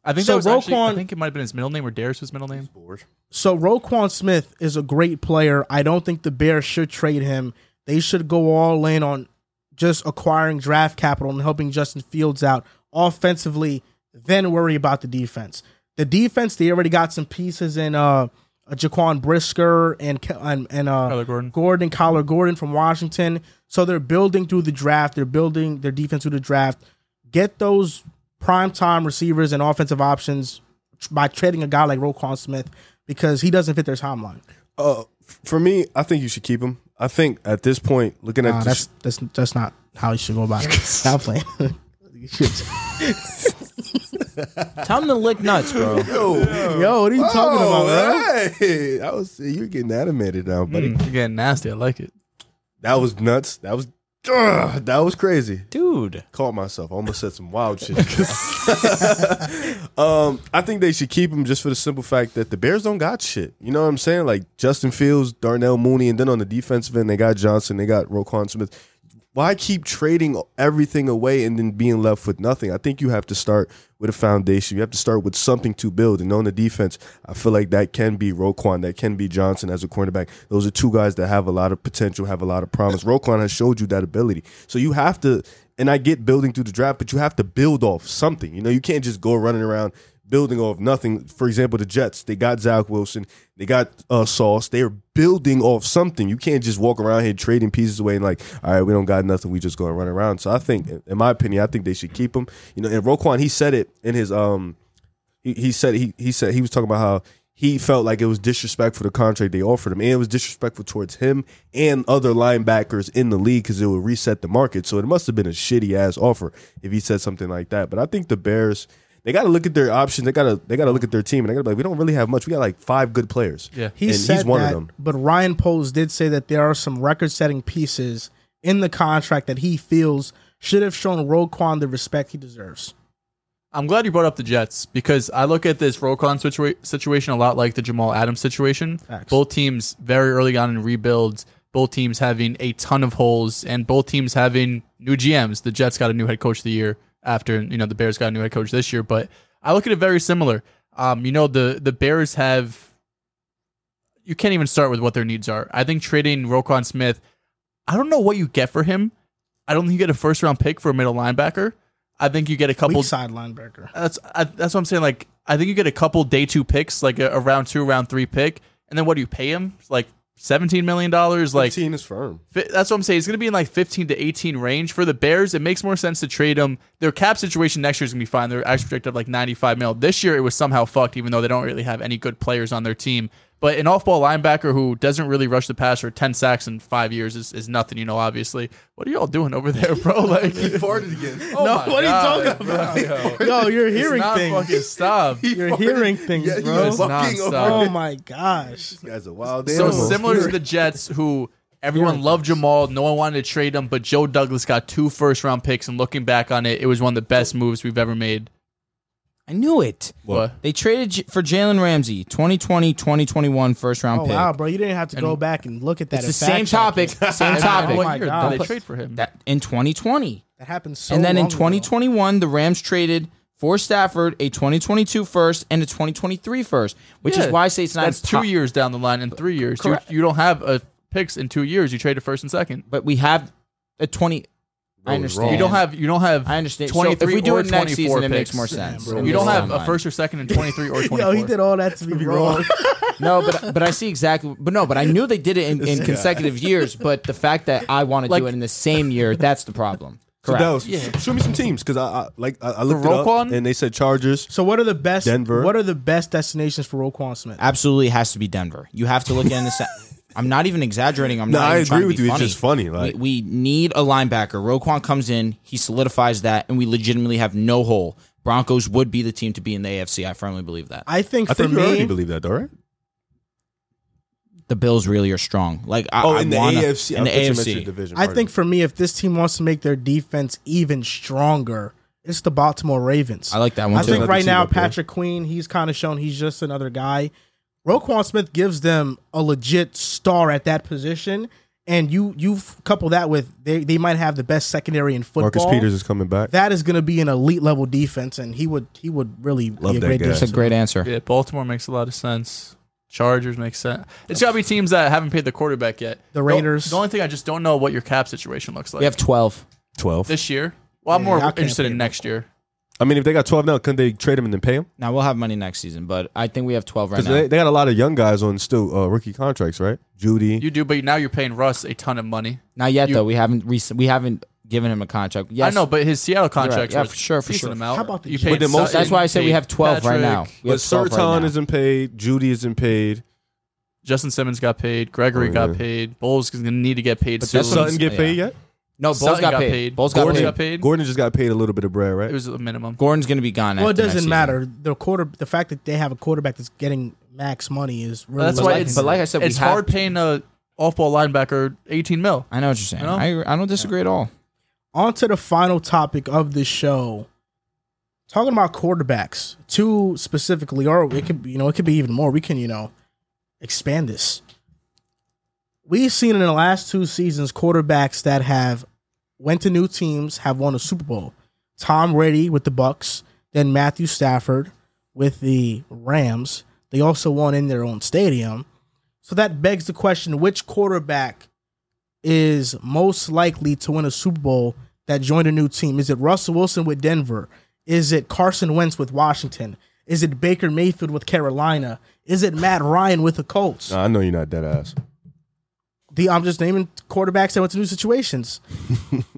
I think So that was actually, I Roquan- think it might have been his middle name or Darius' was middle name. Bored. So Roquan Smith is a great player. I don't think the Bears should trade him. They should go all in on just acquiring draft capital and helping Justin Fields out offensively, then worry about the defense. The defense, they already got some pieces in uh Jaquan Brisker and Ke- and, and uh Tyler Gordon. Gordon, Collar Gordon from Washington. So they're building through the draft. They're building their defense through the draft. Get those primetime receivers and offensive options by trading a guy like Roquan Smith because he doesn't fit their timeline. Uh, f- for me, I think you should keep him. I think at this point, looking at Uh, this, that's that's that's not how you should go about it. (laughs) Stop playing. You should- Tell him to lick (laughs) nuts, bro. Yo, what are you talking about, man? (laughs) Hmm. Hey, I was you're getting animated now, buddy. You're getting nasty. I like it. That was nuts. That was ugh, that was crazy. Dude. Caught myself. I almost said some wild shit. (laughs) (laughs) um, I think they should keep him just for the simple fact that the Bears don't got shit. You know what I'm saying? Like Justin Fields, Darnell Mooney, and then on the defensive end, they got Johnson, they got Roquan Smith. Why keep trading everything away and then being left with nothing? I think you have to start with a foundation. You have to start with something to build. And on the defense, I feel like that can be Roquan, that can be Johnson as a cornerback. Those are two guys that have a lot of potential, have a lot of promise. Roquan has showed you that ability. So you have to, and I get building through the draft, but you have to build off something. You know, you can't just go running around building off nothing. For example, the Jets, they got Zach Wilson, they got uh, Sauce. They're building off something. You can't just walk around here trading pieces away and like, all right, we don't got nothing. We just going to run around. So I think, in my opinion, I think they should keep him. You know, and Roquan, he said it in his um, he, he said he he said he was talking about how he felt like it was disrespectful the contract they offered him, and it was disrespectful towards him and other linebackers in the league because it would reset the market. So it must have been a shitty ass offer if he said something like that. But I think the Bears they got to look at their options. They got to they got to look at their team, and they got to be like, we don't really have much. We got like five good players. Yeah. and he's one that, of them. But Ryan Poles did say that there are some record setting pieces in the contract that he feels should have shown Roquan the respect he deserves. I'm glad you brought up the Jets because I look at this Roquan situa- situation a lot like the Jamal Adams situation. Facts. Both teams very early on in rebuilds, both teams having a ton of holes, and both teams having new GMs. The Jets got a new head coach the year after, you know, the Bears got a new head coach this year. But I look at it very similar. Um, you know, the the Bears have you can't even start with what their needs are. I think trading Roquan Smith, I don't know what you get for him. I don't think you get a first round pick for a middle linebacker. I think you get a couple Weak side linebacker. that's I, that's what I'm saying. Like I think you get a couple day two picks, like a, a round two, round three pick, and then what do you pay him? It's Like seventeen million dollars. Like Team is firm. fi- that's what I'm saying. He's gonna be in like fifteen to eighteen range for the Bears. It makes more sense to trade him. Their cap situation next year is gonna be fine. They're actually projected like ninety five mil. This year it was somehow fucked, even though they don't really have any good players on their team. But an off ball linebacker who doesn't really rush the passer, ten sacks in five years is, is nothing, you know. Obviously, what are y'all doing over there, bro? (laughs) Like he farted again. (laughs) Oh No, my what are God, you talking about? bro, yo. Yo, you're hearing It's not things. fucking (laughs) stop. You're hearing things, Yeah, he bro. was It's fucking nonstop. over. Oh my gosh. This guy's a wild so animal. similar to the Jets, who everyone loved Jamal, no one wanted to trade him, but Joe Douglas got two first round picks, and looking back on it, it was one of the best moves we've ever made. I knew it. What? They traded J- for Jalen Ramsey, 2020, 2021 first round Oh pick. wow, bro. You didn't have to go back and look at that. It's the and same fact check topic. it. (laughs) Same Oh my topic. what year God. did they trade for him? That in 2020. That happened so and then in long ago. 2021, the Rams traded for Stafford a 2022 first and a 2023 first, which is Yeah. why I say it's not That's two impo- years down the line and three years. You, Correct. you don't have a picks in two years. You trade a first and second. But we have a 20. I understand. You don't have. You don't have. I understand. So Twenty if three. we do or it next 24 season, it picks. makes more sense. bro. In You this don't have a timeline. first or second and twenty three or twenty Yo, four. he did all that to be wrong. (laughs) No, but but I see exactly. But no, but I knew they did it in, in consecutive years. But the fact that I want to Like- do it in the same year, that's the problem. Correct. Dallas, show me some teams because I, I like I, I looked For it up Roquan? and they said Chargers. So what are the best Denver. what are the best destinations for Roquan Smith? Absolutely has to be Denver. You have to look in the. Sa- I'm not even exaggerating. I'm No, not. I even trying agree to with be you. It's Funny. just funny, like- we, we need a linebacker. Roquan comes in, he solidifies that, and we legitimately have no hole. Broncos would be the team to be in the AFC. I firmly believe that. I think I for think you me already believe that, though, right? The Bills really are strong. Like I, Oh, I in the wanna- AFC. In the I thought you meant AFC. your division. I pardon. think for me if this team wants to make their defense even stronger, it's the Baltimore Ravens. I like that one I too. think Another right team now up there. Patrick Queen, he's kind of shown he's just another guy. Roquan Smith gives them a legit star at that position, and you you couple that with they they might have the best secondary in football. Marcus Peters is coming back. That is going to be an elite level defense, and he would he would really Love be a that great guy. defense. That's a great answer. Yeah, Baltimore makes a lot of sense. Chargers makes sense. It's got to be teams that haven't paid the quarterback yet. The Raiders. The, only thing I just don't know what your cap situation looks like. We have twelve. Twelve. this year. Well, I'm Yeah, more y'all can't interested pay in next year. I mean, if they got twelve now, couldn't they trade him and then pay him? Now we'll have money next season, but I think we have twelve right Because now. they, they got a lot of young guys on still uh, rookie contracts, right? Judy. You do, but now you're paying Russ a ton of money. Not yet You- though. We haven't rec- we haven't given him a contract. Yes, I know, but his Seattle contract Yeah, was for sure, for decent sure. amount. How about the you Jets? paid But the most- Sutton, that's why I say we paid have twelve right now. Patrick, We but have 12 right Sertan now. isn't paid. Judy isn't paid. Justin Simmons got paid. Gregory Oh, got yeah. paid. Bulls is gonna need to get paid But soon. that's what I'm Sutton get yeah. paid yet? No, Bulls Sutton got, got paid. paid. Bulls got Gordon paid. got paid. Gordon just got paid a little bit of bread, right? It was the minimum. Gordon's gonna be gone. Well, it after next doesn't season. matter. The quarter, the fact that they have a quarterback that's getting max money is really That's But why like- it's, but like I said, we it's have hard to- paying a off ball linebacker, 18 mil. I know what you're saying. You know? I I don't disagree at all. on to the final topic of this show. Talking about quarterbacks, two specifically, or it could be, you know, it could be even more. We can, you know, expand this. We've seen in the last two seasons quarterbacks that have went to new teams have won a Super Bowl. Tom Brady with the Bucks, then Matthew Stafford with the Rams. They also won in their own stadium. So that begs the question, which quarterback is most likely to win a Super Bowl that joined a new team? Is it Russell Wilson with Denver? Is it Carson Wentz with Washington? Is it Baker Mayfield with Carolina? Is it Matt Ryan with the Colts? I know you're not dead ass. The I'm just naming quarterbacks that went to new (laughs) situations.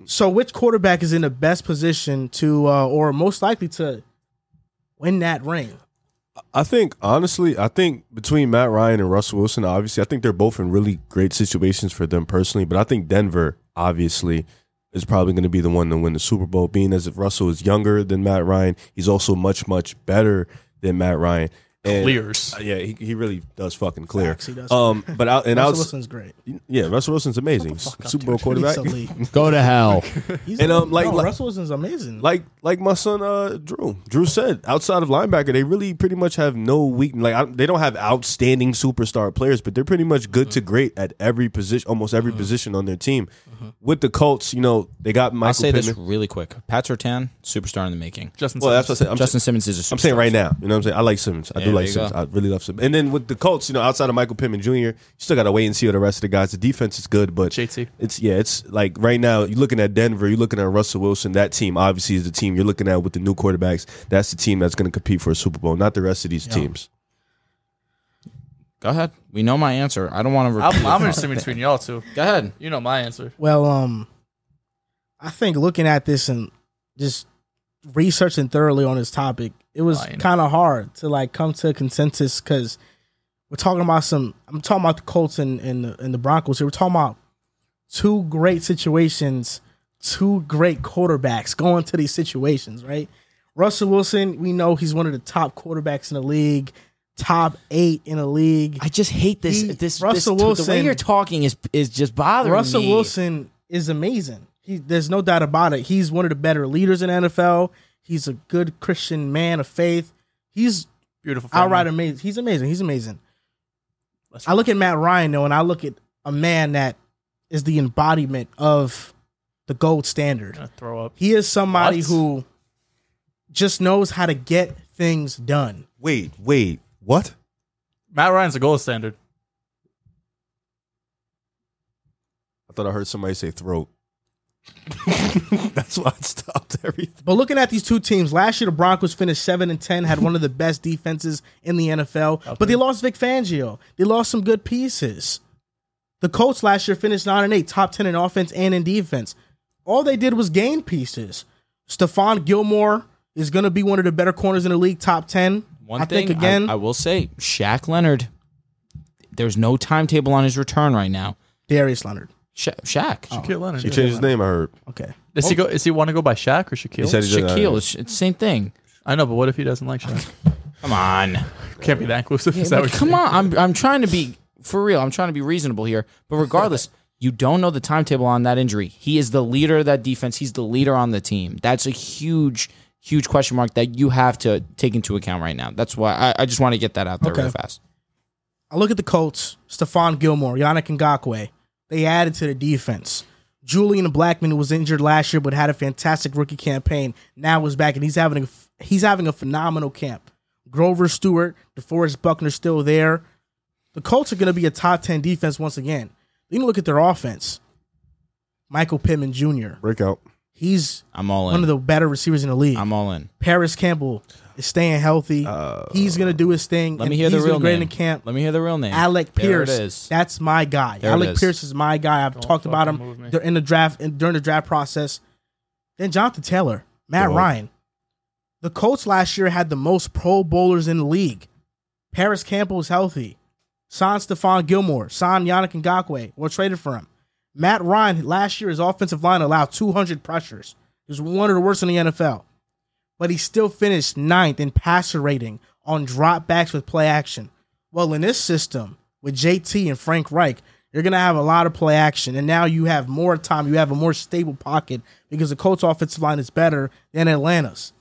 so which quarterback is in the best position to uh, or most likely to win that ring? I think honestly, I think between Matt Ryan and Russell Wilson, obviously, I think they're both in really great situations for them personally. But I think Denver, obviously, is probably going to be the one to win the Super Bowl, being as if Russell is younger than Matt Ryan, he's also much much better than Matt Ryan. And, uh, Clears. Yeah, he, he really does fucking clear. Facts, he does. Um, but out and Russell out, Wilson's great. yeah, Russell Wilson's amazing, Super (laughs) Bowl quarterback. (laughs) Go to hell. And, um, like- like, like- Russell Wilson's amazing. like like my son uh, Drew. Drew said, outside of linebacker, they really pretty much have no weak. Like I, they don't have outstanding superstar players, but they're pretty much good Mm-hmm. to great at every position, almost every position on their team. With the Colts, you know, they got Michael I'll Mm-hmm. say Pittman. this really quick. Pat Sertan, superstar in the making. Justin well, that's what I Simmons. said. I'm, Justin Simmons is a superstar. I'm saying right now. You know what I'm saying? I like Simmons. I Yeah, do like there you Simmons. go. I really love Simmons. And then with the Colts, you know, outside of Michael Pittman Jr., you still got to wait and see what the rest of the guys. The defense is good, but JT. it's yeah, it's like right now you're looking at Denver, you're looking at Russell Wilson. That team obviously is the team you're looking at with the new quarterbacks. That's the team that's going to compete for a Super Bowl, not the rest of these teams. Go ahead. We know my answer. I don't want to repeat. I'm, I'm (laughs) it. interested between y'all two. Go ahead. You know my answer. Well, um, I think looking at this and just researching thoroughly on this topic, it was Fine. kind of hard to like come to a consensus because we're talking about some. I'm talking about the Colts and and the, and the Broncos. Here. We're talking about two great situations, two great quarterbacks going to these situations, right? Russell Wilson, we know he's one of the top quarterbacks in the league, top eight in the league. I just hate this. He- this Russell this, The way Wilson- you're talking is is just bothering Russell me. Wilson is amazing. He, there's no doubt about it. He's one of the better leaders in NFL. He's a good Christian man of faith. He's Beautiful. family. outright amazing. He's amazing. He's amazing. I look at Matt Ryan though, and I look at a man that is the embodiment of the gold standard. Gonna throw up. He is somebody What? who just knows how to get things done. Wait, wait, what? Matt Ryan's a gold standard. I thought I heard somebody say throat. (laughs) that's why I stopped everything. But looking at these two teams, last year the Broncos finished seven and ten, had one of the (laughs) best defenses in the NFL. But they lost Vic Fangio. They lost some good pieces. The Colts last year finished nine and eight, top ten in offense and in defense. All they did was gain pieces. Stephon Gilmore is going to be one of the better corners in the league, top ten. One I thing think again, I, I will say, Shaq Leonard. There's no timetable on his return right now. Darius Leonard. Sha- Shaq, Oh. Shaquille Leonard. He changed his name. I heard. Okay, Does he go? Is he want to go by Shaq or Shaquille? said he did not. Shaquille, it's, it's same thing. I know, but what if he doesn't like (laughs) Shaq? Come on, Can't be that inclusive. (laughs) Is that But what come on. I'm I'm trying to be for real. I'm trying to be reasonable here. (laughs) But regardless, you don't know the timetable on that injury. He is the leader of that defense. He's the leader on the team. That's a huge, huge question mark that you have to take into account right now. That's why I, I just want to get that out there Okay. real fast. I look at the Colts, Stephon Gilmore, Yannick Ngakwe. They added to the defense. Julian Blackman who was injured last year but had a fantastic rookie campaign. Now is back and he's having a, he's having a phenomenal camp. Grover Stewart, DeForest Buckner still there. The Colts are going to be a top 10 defense once again. Then you look at their offense. Michael Pittman Jr. Breakout. He's I'm all in. one of the better receivers in the league. I'm all in. Paris Campbell is staying healthy. he's going to do his thing. Let and me hear the he's gonna real be great name. in the camp. Let me hear the real name. Alec There Pierce. it is. That's my guy. There it Alec is. Pierce is my guy. I've talked about fucking move him me. dur- in the draft in, during the draft process. Then Jonathan Taylor, Matt Good one. Ryan. The Colts last year had the most Pro Bowlers in the league. Paris Campbell is healthy. Sign Stephon Gilmore, sign Yannick Ngakwe, or traded for him. Matt Ryan last year his offensive line allowed 200 pressures. He was one of the worst in the NFL, but he still finished ninth in passer rating on dropbacks with play action. Well, in this system with JT and Frank Reich, You're going to have a lot of play action. And now you have more time. You have a more stable pocket because the Colts' offensive line is better than Atlanta's.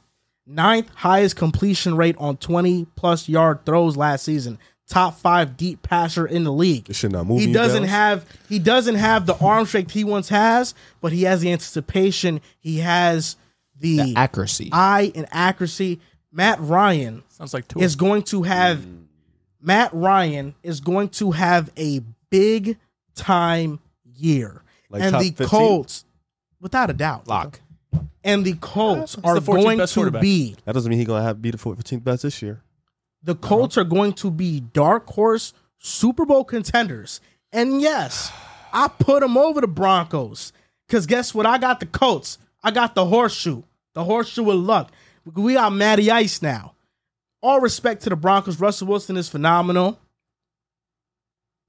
Ninth highest completion rate on 20 plus yard throws last season. Top five deep passer in the league. This shit not moving He you, doesn't Dallas? have he doesn't have the arm strength he once has, but he has the anticipation. He has the, accuracy. eye and accuracy. Matt Ryan Sounds like two. is going to have Hmm. Matt Ryan is going to have a big time year. Like and top the 15? Colts, without a doubt. Lock. And the Colts He's are the 14th going best to quarterback. be That doesn't mean he's gonna have be the 14th best this year. the Colts are going to be dark horse Super Bowl contenders. And yes, I put them over the Broncos. Because guess what? I got the Colts. I got the horseshoe. The horseshoe of luck. We got Matty Ice now. All respect to the Broncos. Russell Wilson is phenomenal.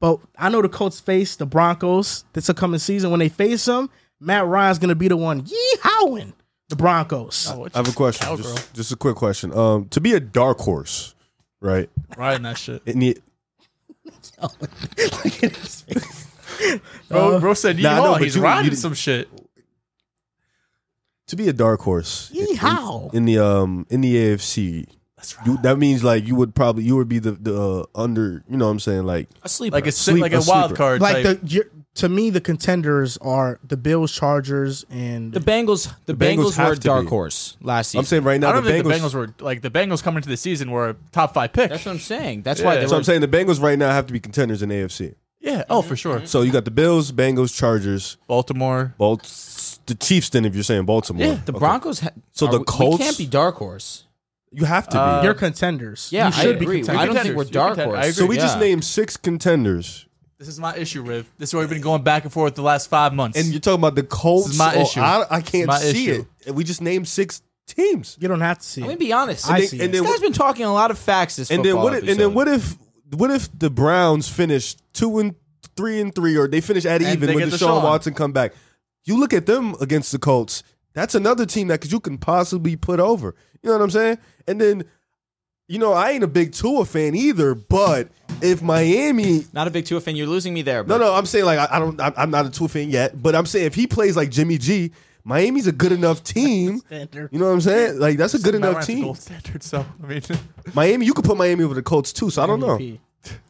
But I know the Colts face the Broncos this upcoming season. When they face them, Matt Ryan's going to be the one yeehowing the Broncos. Oh, it's I have a question. Cowgirl. Just, just a quick question. Um, to be a dark horse, right? riding that shit. It need, Look at his face. Bro, bro said, Uh, nah, I know, "Yeehaw, but he's you- riding you- some shit. to be a dark horse. in- in- Yeehaw. in the um in the AFC. That's You, that means like you would probably you would be the the uh, under you know what I'm saying like A sleeper. Like a si- Sleep- like a a wild sleeper. card like type. the you're, to me the contenders are the Bills, Chargers, and the Bengals. The, Bengals Bengals, have were a to dark be. horse last season. I'm saying right now I don't the think Bengals, the Bengals were like the Bengals coming into the season were a top five pick. That's what I'm saying. That's Yeah. why they so were. I'm saying the Bengals right now have to be contenders in the AFC. yeah. Oh, for sure. So you got the Bills, Bengals, Chargers, Baltimore. Balt, the Chiefs. Then if you're saying Baltimore, Yeah, the Okay. Broncos. Ha- So are the we- Colts- we can't be dark horse. you have to be. Uh, you're contenders. Yeah, you should I be agree. I contenders. don't think we're Contenders. dark You contend- I horse. agree. so we just yeah. named six contenders, This is my issue, Riv. This is where we've been going back and forth the last five months. and you're talking about the Colts. This is my Oh, issue. I, I This is can't my see issue. it. And we just named six teams. You don't have to see. Let me It. be honest. I And see then, and this then guy's been talking a lot of facts this and then football what? If, and then episode. what if what if the Browns finish two and three and three, or they finish at And even they when get Deshaun, Deshaun. Watson come back? You look at them against the Colts. That's another team that could- you can possibly put over. You know what I'm saying? And then, you know, I ain't a big Tua fan either. But if Miami, Not a big Tua fan. You're losing me there. no, But no, I'm saying like I, I don't, I'm- I'm not a Tua fan yet. But I'm saying if he plays like Jimmy G, Miami's a good enough team. Standard. You know what I'm saying? Like that's a good Matt enough Ryan's the team. Gold standard. So I mean, Miami, you could put Miami over the Colts too. So I don't know. MVP.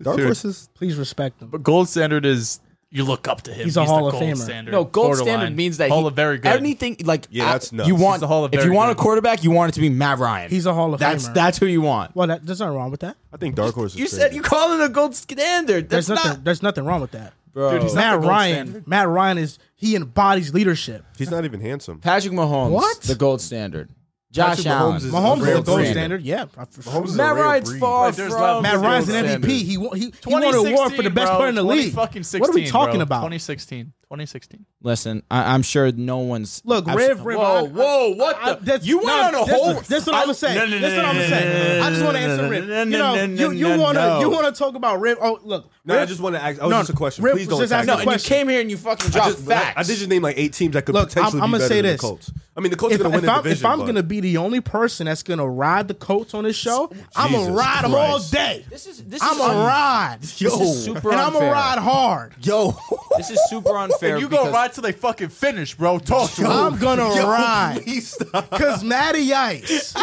Dark Dude. horses. Please respect them. (laughs) but gold standard is you look up to him. He's a Hall the of gold Famer. Standard, No, gold borderline. standard means that Hall he, of very good. Anything like Yeah, I- that's nuts. you He's want the Hall of if you very want a good. quarterback, you want it to be Matt Ryan. He's a Hall of that's Famer. that's who you want. well, that, there's nothing wrong with that. I think dark horses. You said you call it a gold standard. There's That's nothing. not, There's nothing wrong with that. bro. Dude, he's not Matt the gold Ryan. standard. Matt Ryan is he embodies leadership. He's not even handsome. Patrick Mahomes, What? the gold standard. Josh Patrick Mahomes Allen, is- Mahomes is Rare the gold breed. standard. Yeah, for sure. Mahomes is Matt a rare Ryan's breed. far Like, there's from love. Matt He's Ryan's the an gold MVP. standard. He won. He, he won an award for the best bro, player in the 20 league. Fucking 16, What are we talking bro. about? 2016. 2016. Listen, I, I'm sure no one's Look, I've- Rev, Rev, Whoa, I- whoa, what I- the? that's- you went no, on a that's- whole. That's what I'm gonna say. No, no, no, That's what I'm gonna no, no, say. no, I just want to no, answer no, Rip. no, You know, no, you no, you no, wanna no. you wanna talk about Rip? Oh, look. No, I Rip- just want to ask. I was No, just a question. Rip Please was don't just attack asking me. a and you question. came here and you fucking I dropped just, facts. I did just name like eight teams that could Look, potentially I'm- I'ma be better say than this. the Colts. I mean, the Colts If, are going to if win the I'm, division. if I'm but- gonna be the only person that's gonna ride the Colts on this show, I'm gonna Jesus ride them all Christ. day. This is this I'm is gonna un- ride, This is super and I'm gonna unfair. ride hard. (laughs) yo, This is (laughs) super unfair. And you go because- right till they fucking finish, bro. Talk to him. I'm gonna yo, ride. please stop. Cause Matty Ice,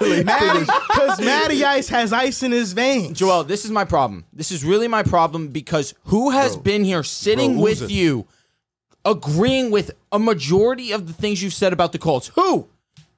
Matty, (laughs) cause Matty Ice has ice in his veins. Joel, this is my problem. This is really my problem because who has been here sitting Bro, with who's it? you, agreeing with a majority of the things you've said about the Colts? Who?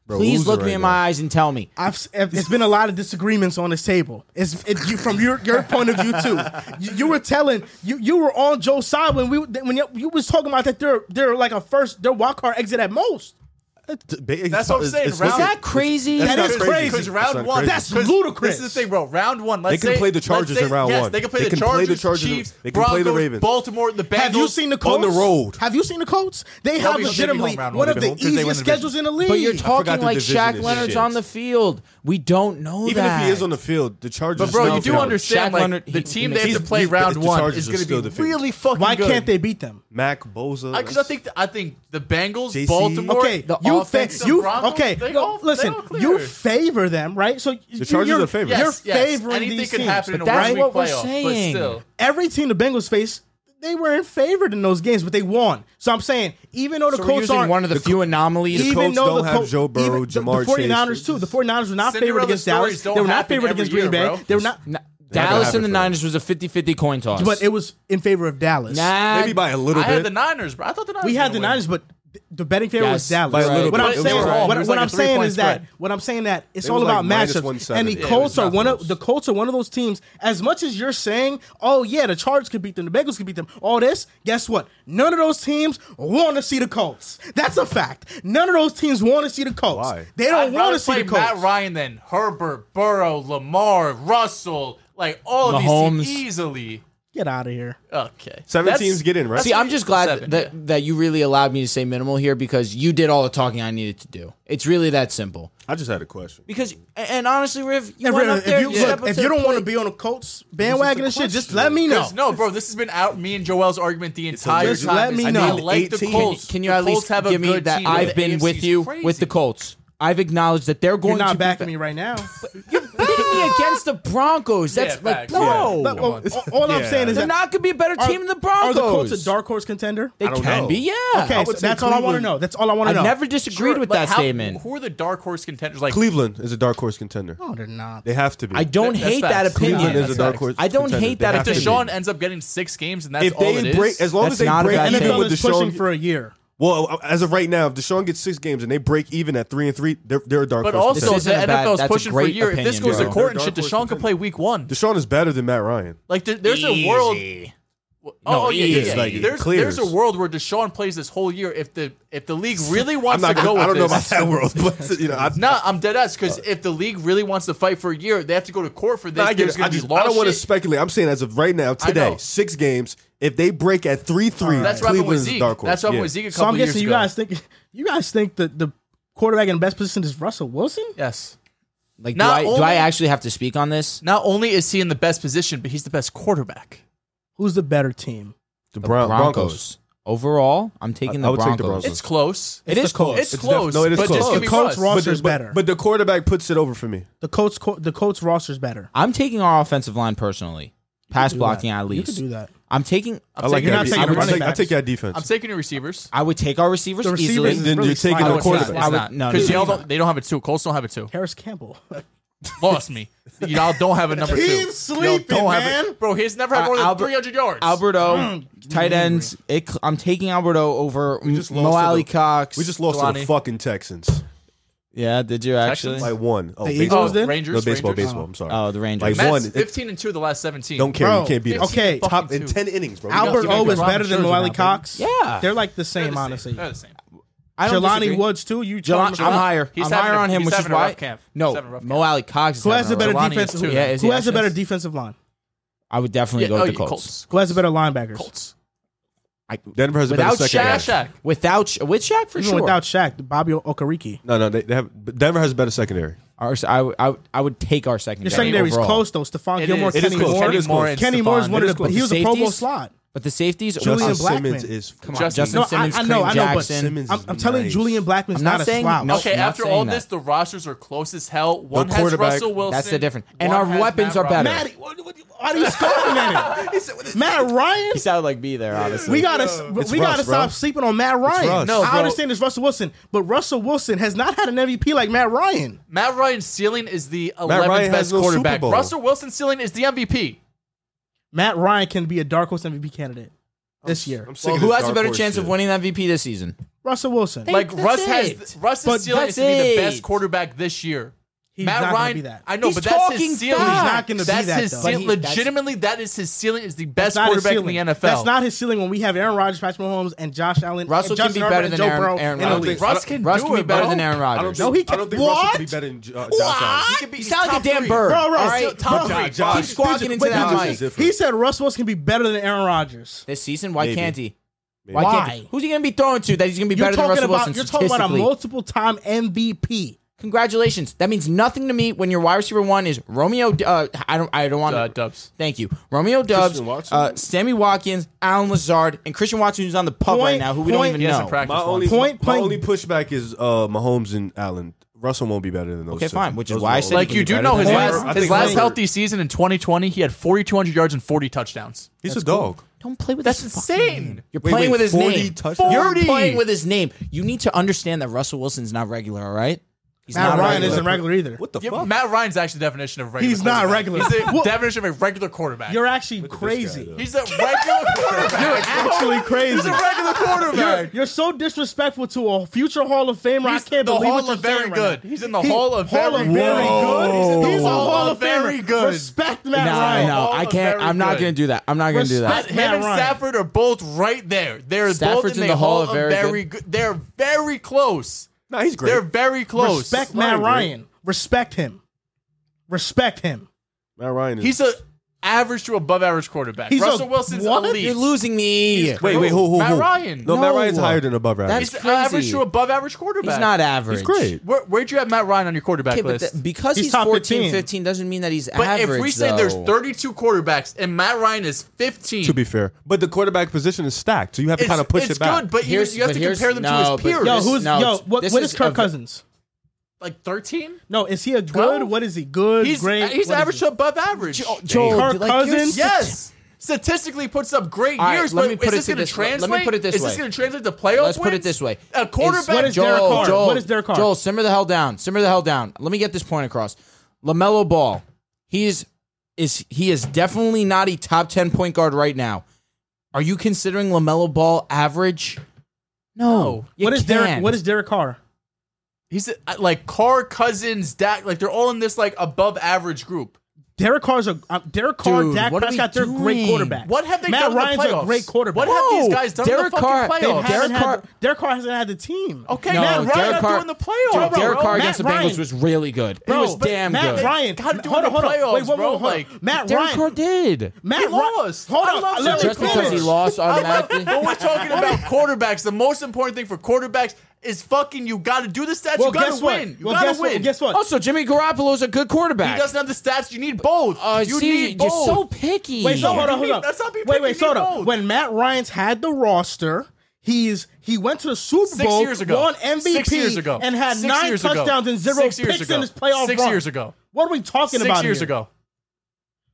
Please who's it look me right in now? my eyes and tell me. I've, s- if- it's been a lot of disagreements on this table. It's it, you, from your, your point of view too. You, you were telling you you were on Joe's side when we when you, you was talking about that they're they're like a first they're wild card exit at most. That's what I'm saying. Round- Is that crazy? That not is crazy. Because That's round not one, crazy. That's 'cause ludicrous. This is the thing, bro. Round one, let's They can say- play the let's Chargers say- in round yes, one. They can play They the can play Chargers, the Chargers in- Chiefs, they can Broncos, play the Ravens. Baltimore, the Bengals. Have you seen the on Colts the road. Have you seen the Colts? They have be- they'll be legitimately home round one one. of They'll be the home 'cause they win easiest the division. schedules in the league. But you're talking forgot the like division Shaq is Leonard's shit. on the field. We don't know Even that. if he is on the field, the Chargers. But bro, still you do fail. understand Shaq like Leonard, the he- team he they makes- have to play he's- round the one Chargers is are going still to be defeated. really fucking Why good. can't they beat them? Mac Boza. Because I think I think the Bengals, JC. Baltimore, Okay, The you fa- offense, the you Broncos, okay. they no, all- they listen, all clear. you favor them, right? So the Chargers you're, are favored. You're Yes, yes, favoring anything these could teams. happen in a But that's one-week what we're playoff, saying. But still, every team the Bengals face, they were in favor in those games, but they won. So I'm saying, even though the So we're Colts using aren't one of the, few anomalies. even Colts though don't the have Colts- Joe Burrow, even the, Jamar the 49ers Chase. too. The 49ers were not Cinderella favored against stories Dallas. They don't were not happen favored every against year, Green Bay. bro. They were not, Na- Dallas happen and the for them. Niners was a 50-50 coin toss. but it was in favor of Dallas. Nah, Maybe by a little I had bit. the Niners, bro. I thought the Niners. we were had gonna the win. Niners, but th- the betting favorite Yes, was Dallas. by a little what bit. I'm It was saying, wrong. what, It was what like a I'm saying three-point is that spread. what I'm saying that it's It all was about like minus matchups, 170. and the Yeah, it Colts was are not one of close. the Colts are one of those teams. As much as you're saying, oh yeah, the Chargers could beat them, the Bengals could beat them, all this. Guess what? None of those teams want to see the Colts. That's a fact. None of those teams want to see the Colts. Why? They don't I'd want rather to see play the Colts. Matt Ryan than Herbert, Burrow, Lamar, Russell, like all of Mahomes. these teams easily. Get out of here. Okay, Seven That's- teams get in, right? See, I'm just glad Seven, that that you really allowed me to say minimal here because you did all the talking I needed to do. It's really that simple. I just had a question. Because and honestly, Riv, you And went Ritter, up there. if you, stepped look, up if to you the don't want to plate. be on the Colts bandwagon and shit, just let me know. Because, no, bro, this has been out. Me and Joel's argument the entire Just time. let is me I know. like the 18. Colts. Can you The at Colts least have a give me good that team. I've The been AFC with is you crazy. with the Colts? I've acknowledged that they're going You're not to backing be me right (laughs) now. beating me (laughs) against the Broncos. That's Yeah, like facts. no, But, well, oh, all I'm saying is they're that not going to be a better team than the are Broncos. the Colts a dark horse contender? They I don't can know. be, yeah. Okay, so say that's all I want to Cleveland. know. That's all I want I to know. never disagreed Sure, with but that how- statement. Who are the dark horse contenders? Like Cleveland is a dark horse contender. Oh. No, they're not. They have to be. I don't That's hate that facts. opinion. Cleveland Yeah, is a that's dark facts. horse. I don't contender. hate They that have if to be. opinion. Deshaun ends up getting six games, and that's If all it they is. break, as long That's as they not a break bad even thing. NFL with is pushing Deshaun, for a year. well, as of right now, if Deshaun gets six games and they break even at three and three, they're, they're a dark But horse. also, contender. the isn't a bad- NFL's that's a pushing for a great year. if this opinion, goes bro. to court and They're shit, dark horse Deshaun could play week one. Deshaun is better than Matt Ryan. Like there, there's a world. Oh, oh, yeah, yeah, easy. yeah. Like, it there's clears. there's a world where Deshaun plays this whole year. If the if the (laughs) league really I'm wants not. to go Gonna, I with don't know about this, that world, (laughs) but you know, I, no, I'm dead ass. Because if the league really wants to fight for a year, they have to go to court for this. I, get There's it. gonna I, just, be law I don't want to shit. speculate. I'm saying as of right now, today, know. six games. If they break at three three, That's what happened with Cleveland's a Zeke. dark horse. That's what happened Yeah. with Zeke a couple So I'm years guessing you ago. guys think you guys think that the quarterback in best position is Russell Wilson. yes. Like, do Not I, do only- I actually have to speak on this? Not only is he in the best position, but he's the best quarterback. Who's the better team? The Brown- Broncos. Broncos. Overall, I'm taking I- I the would take Broncos. the Broncos. It's close. It is the Colts. close. It's It's close. def- no, it is but Oh, close. Just give The me Colts Russ. roster But is the, but- better. but the quarterback puts it over for me. The Colts co- the Colts roster is better. I'm taking our offensive line personally. Pass Do blocking that. at least. You could do that. I'm taking. I'm I like taking you're your not de- taking I would running take- I backs. take your I'm defense. taking your receivers. I would take our receivers The receivers easily. is Then really you're taking sliding. the No, it's not. It's quarterback. I would- not. no, because it's y'all not. don't. They don't have a two. Colts don't have a two. Paris (laughs) Campbell. Lost me. Y'all don't have a number two. Keep Y'all sleeping, don't have it. man. Bro, he's never had more than Albert- 300 yards. Mm, Alberto, tight ends. It, cl- I'm taking Alberto over just Mo lost to Ali the- Cox. We just lost to Delonte. the fucking Texans yeah, did you actually? by one. Oh, The baseball. Eagles did? Rangers, No, baseball, Rangers. baseball. I'm sorry. Oh, the Rangers. Like Mets one. it- 15 and 2 of the last 17. Don't care. Bro, You can't beat us. okay. Top Fucking in two. ten innings, bro. We got Albert three O Robert is better than Scherzer now, Wiley baby. Cox. Yeah. they're like the same, They're the honestly. They're the same. I don't Jelani disagree. Woods too. You Jelani, talking I'm about- higher. He's I'm having higher a- on him, he's which is having a why. rough camp. He's No, having a rough Mo camp. Ali Cox. Is Who has a having better rough Jelani is defense? too. Yeah, is Who he has a better actually? defense defensive line? camp. I would definitely Yeah, go oh, with the yeah, Colts. Colts. Who has a better linebackers? Colts. I, Denver has a better without second Shaq, Shaq. half. without Sh- with Shaq for Even sure. without Shaq, Bobby Okereke. No, no, they, they have. but Denver has a better secondary. Our, I, would- I, would- I would take our Your secondary. secondary is overall. close though. Stephon It Gilmore, is. It is Kenny close. Moore. It Kenny is close. Moore, and is one of Stephon. It is the. He The was a Pro Bowl safeties? slot. But the safeties, Julian Justin Blackman. Simmons is. Come on, Justin No, I, Simmons, I Kareem know, I know, but Jackson. Simmons I'm, is I'm telling you, nice. Julian's Blackman's I'm not a saying- slouch. no. Okay, not after saying all that. this, the rosters are close as hell. One The has quarterback- Russell Wilson. That's the difference. And one our has weapons Matt are better. Ryan. Matty, what, what, why are (laughs) you scoffing at it? Matt Ryan. He sounded like B there, honestly. We gotta, It's we gotta Russ, bro. stop sleeping on Matt Ryan. Russ. No, I bro. understand it's Russell Wilson, but Russell Wilson has not had an MVP like Matt Ryan. Matt Ryan's ceiling is the 11th Ryan has best no Super quarterback. Bowl. Russell Wilson's ceiling is the MVP. Matt Ryan can be a dark horse MVP candidate this year. I'm sick Well, of who this has a dark better horse chance of shit. winning MVP this season? Russell Wilson. Like That's Russ it. has Russ's But ceiling is that's to be the it. best quarterback this year. He's Matt not gonna Ryan, be that. I know, He's but that's talking his ceiling. facts. He's not gonna be that's that, his though. ceiling. But he- that's- Legitimately, that is his ceiling. Is the That's best not his quarterback in ceiling. the NFL. That's not his ceiling when we have Aaron Rodgers, Patrick Mahomes, and Josh Allen. Russell and can Justin be Herbert better and than Joe Aaron- Burrow Aaron in the Rodgers. league. Russ can Russ do can it, be better bro. than Aaron I don't Rodgers. think, No, he I don't think can't- Russell could be What? better than uh, Josh Allen. He could What? be- You he's sound like a top damn three. bird. Bro, Russ, all right? still top three. Keep Josh- squawking into Wait, that he Josh mic. is just- mic. He said Russ Wilson can be better than Aaron Rodgers. This season, why Maybe. can't he? Maybe. Why can't he? Who's he going to be throwing to that he's going to be You're better than talking Russell Wilson about you're talking about a statistically? multiple-time MVP. Congratulations. That means nothing to me when your wide receiver one is Romeo. Uh, I don't. I don't want. Uh, Dubs. Thank you, Romeo Dubs, Watson? uh, Sammy Watkins, Alan Lazard, and Christian Watson, who's on the pub Point- right now, who we don't point- even He hasn't know. practiced My only once. Point my blank- only pushback is uh, Mahomes and Allen. Russell won't be better than those. Okay, two. fine, which is Those why I won't said be Like He you can be do better know than his Herbert. I last think his last Herbert- healthy season in 2020, he had 4,200 yards and 4,200 yards and 40 touchdowns. He's a dog. Don't play with That's his fucking name. insane. You're Wait, playing wait, with his 40 name. touchdowns? You're 40. playing with his name. You need to understand that Russell Wilson's not regular, all right? He's Matt not Ryan regular. isn't regular either. What the Yeah, fuck? Matt Ryan's actually the definition of regular. He's not quarterback. regular. He's the What? definition of a regular quarterback. You're actually crazy. (laughs) He's a regular quarterback. You're actually He's crazy. a regular (laughs) quarterback. You're so disrespectful to a future Hall of Famer. I He's can't the believe Hall what you're of Very saying right Good. now. He's in the Hall of Hall Very of Very Whoa. Good. He's in the Whoa. Hall of Very Famer. Good. Respect Matt No, Ryan. no, All I of can't. very I'm not good. going to do that. I'm not going to do Respect that. Him Matt and Ryan. Stafford are both right there. They're both Stafford's in the, Hall of Very, Good. Good. They're very close. Nah, he's great. They're very close. Respect Matt Ryan, right? Ryan. Respect him. Respect him. Matt Ryan is. He's a average to above average quarterback. He's a Russell Wilson's what? elite. You're losing me. He's, wait, wait, who, who, Matt who? Ryan. No, Matt No. Ryan's higher than above average. That's- He's crazy. average to above average quarterback. not average. He's great. Where, where'd you have Matt Ryan on your quarterback Okay, but list? that- because He's he's, top 14, 15. 15 doesn't mean that he's But average. if we say there's though. 32 quarterbacks and Matt Ryan is 15, to be fair, but the quarterback position is stacked, so you have to it's, kind of push it's it back. good, but you, Here's- you have but to here's- compare them to no, his but peers. Yo, This- who's no, yo? it's- What, this what is is Kirk a- Cousins? like 13? No, is he a good? 12? What is he? Good, He's, great. he's what is average he? to above average. Joel, Kirk like, here's- Cousins? yes. Statistically puts up great All right, years, let but me put is it this to going to this way. Let me translate? put it this is way. this going to translate to playoff Let's put it wins? this way. A What quarterback is Derek Carr? What is Derek Carr? Joel, simmer the hell down. Simmer the hell down. Let me get this point across. LaMelo Ball, he's is he is definitely not a top 10 point guard right now. Are you considering LaMelo Ball average? No. you What is Derek? can't. What is Derek Carr? He's uh, like Carr, Cousins, Dak. Like they're all in this like above average group. Derek Carr's a uh, Derek Carr, Dude, Dak what are Prescott. we They're great doing? quarterbacks. What have they Matt done? in the Ryan's playoff? a great quarterback. What have these No, guys done in the Derek fucking Carr- They playoffs? haven't Derek had Carr- the- Derek Carr hasn't had the team. Okay, No, Matt Ryan Derek got Carr- doing the playoffs. Dude, Derek bro. Carr Matt against the Ryan- Bengals was really good. Bro, he was but damn Matt good. Ryan, Got him hold doing on, hold the on. Wait, playoffs, whoa, whoa, bro, hold on. like, Matt Derek Ryan, Carr did. Matt He Ryan- lost. Hold I on, love let Derek me Just because he finish. lost Oh, automatically. (laughs) when we're talking about quarterbacks, the most important thing for quarterbacks is fucking you got to do the stats. Well, you got guess to what? win. You well, got to guess win. Oh, What? Guess what? also, Jimmy Garoppolo's a good quarterback. He doesn't have the stats. You need both. Uh, you see, need you're both. so picky. Wait, so hold on, hold mean? on. That's not being wait, picky, wait, you so need hold on. both. When Matt Ryan's had the roster, he's he went to the Super Six Bowl years ago. won MVP Six years ago. and had Six nine years ago. touchdowns and zero Six years picks ago. in his playoff Six run. years ago. What are we talking about? Six years here? ago.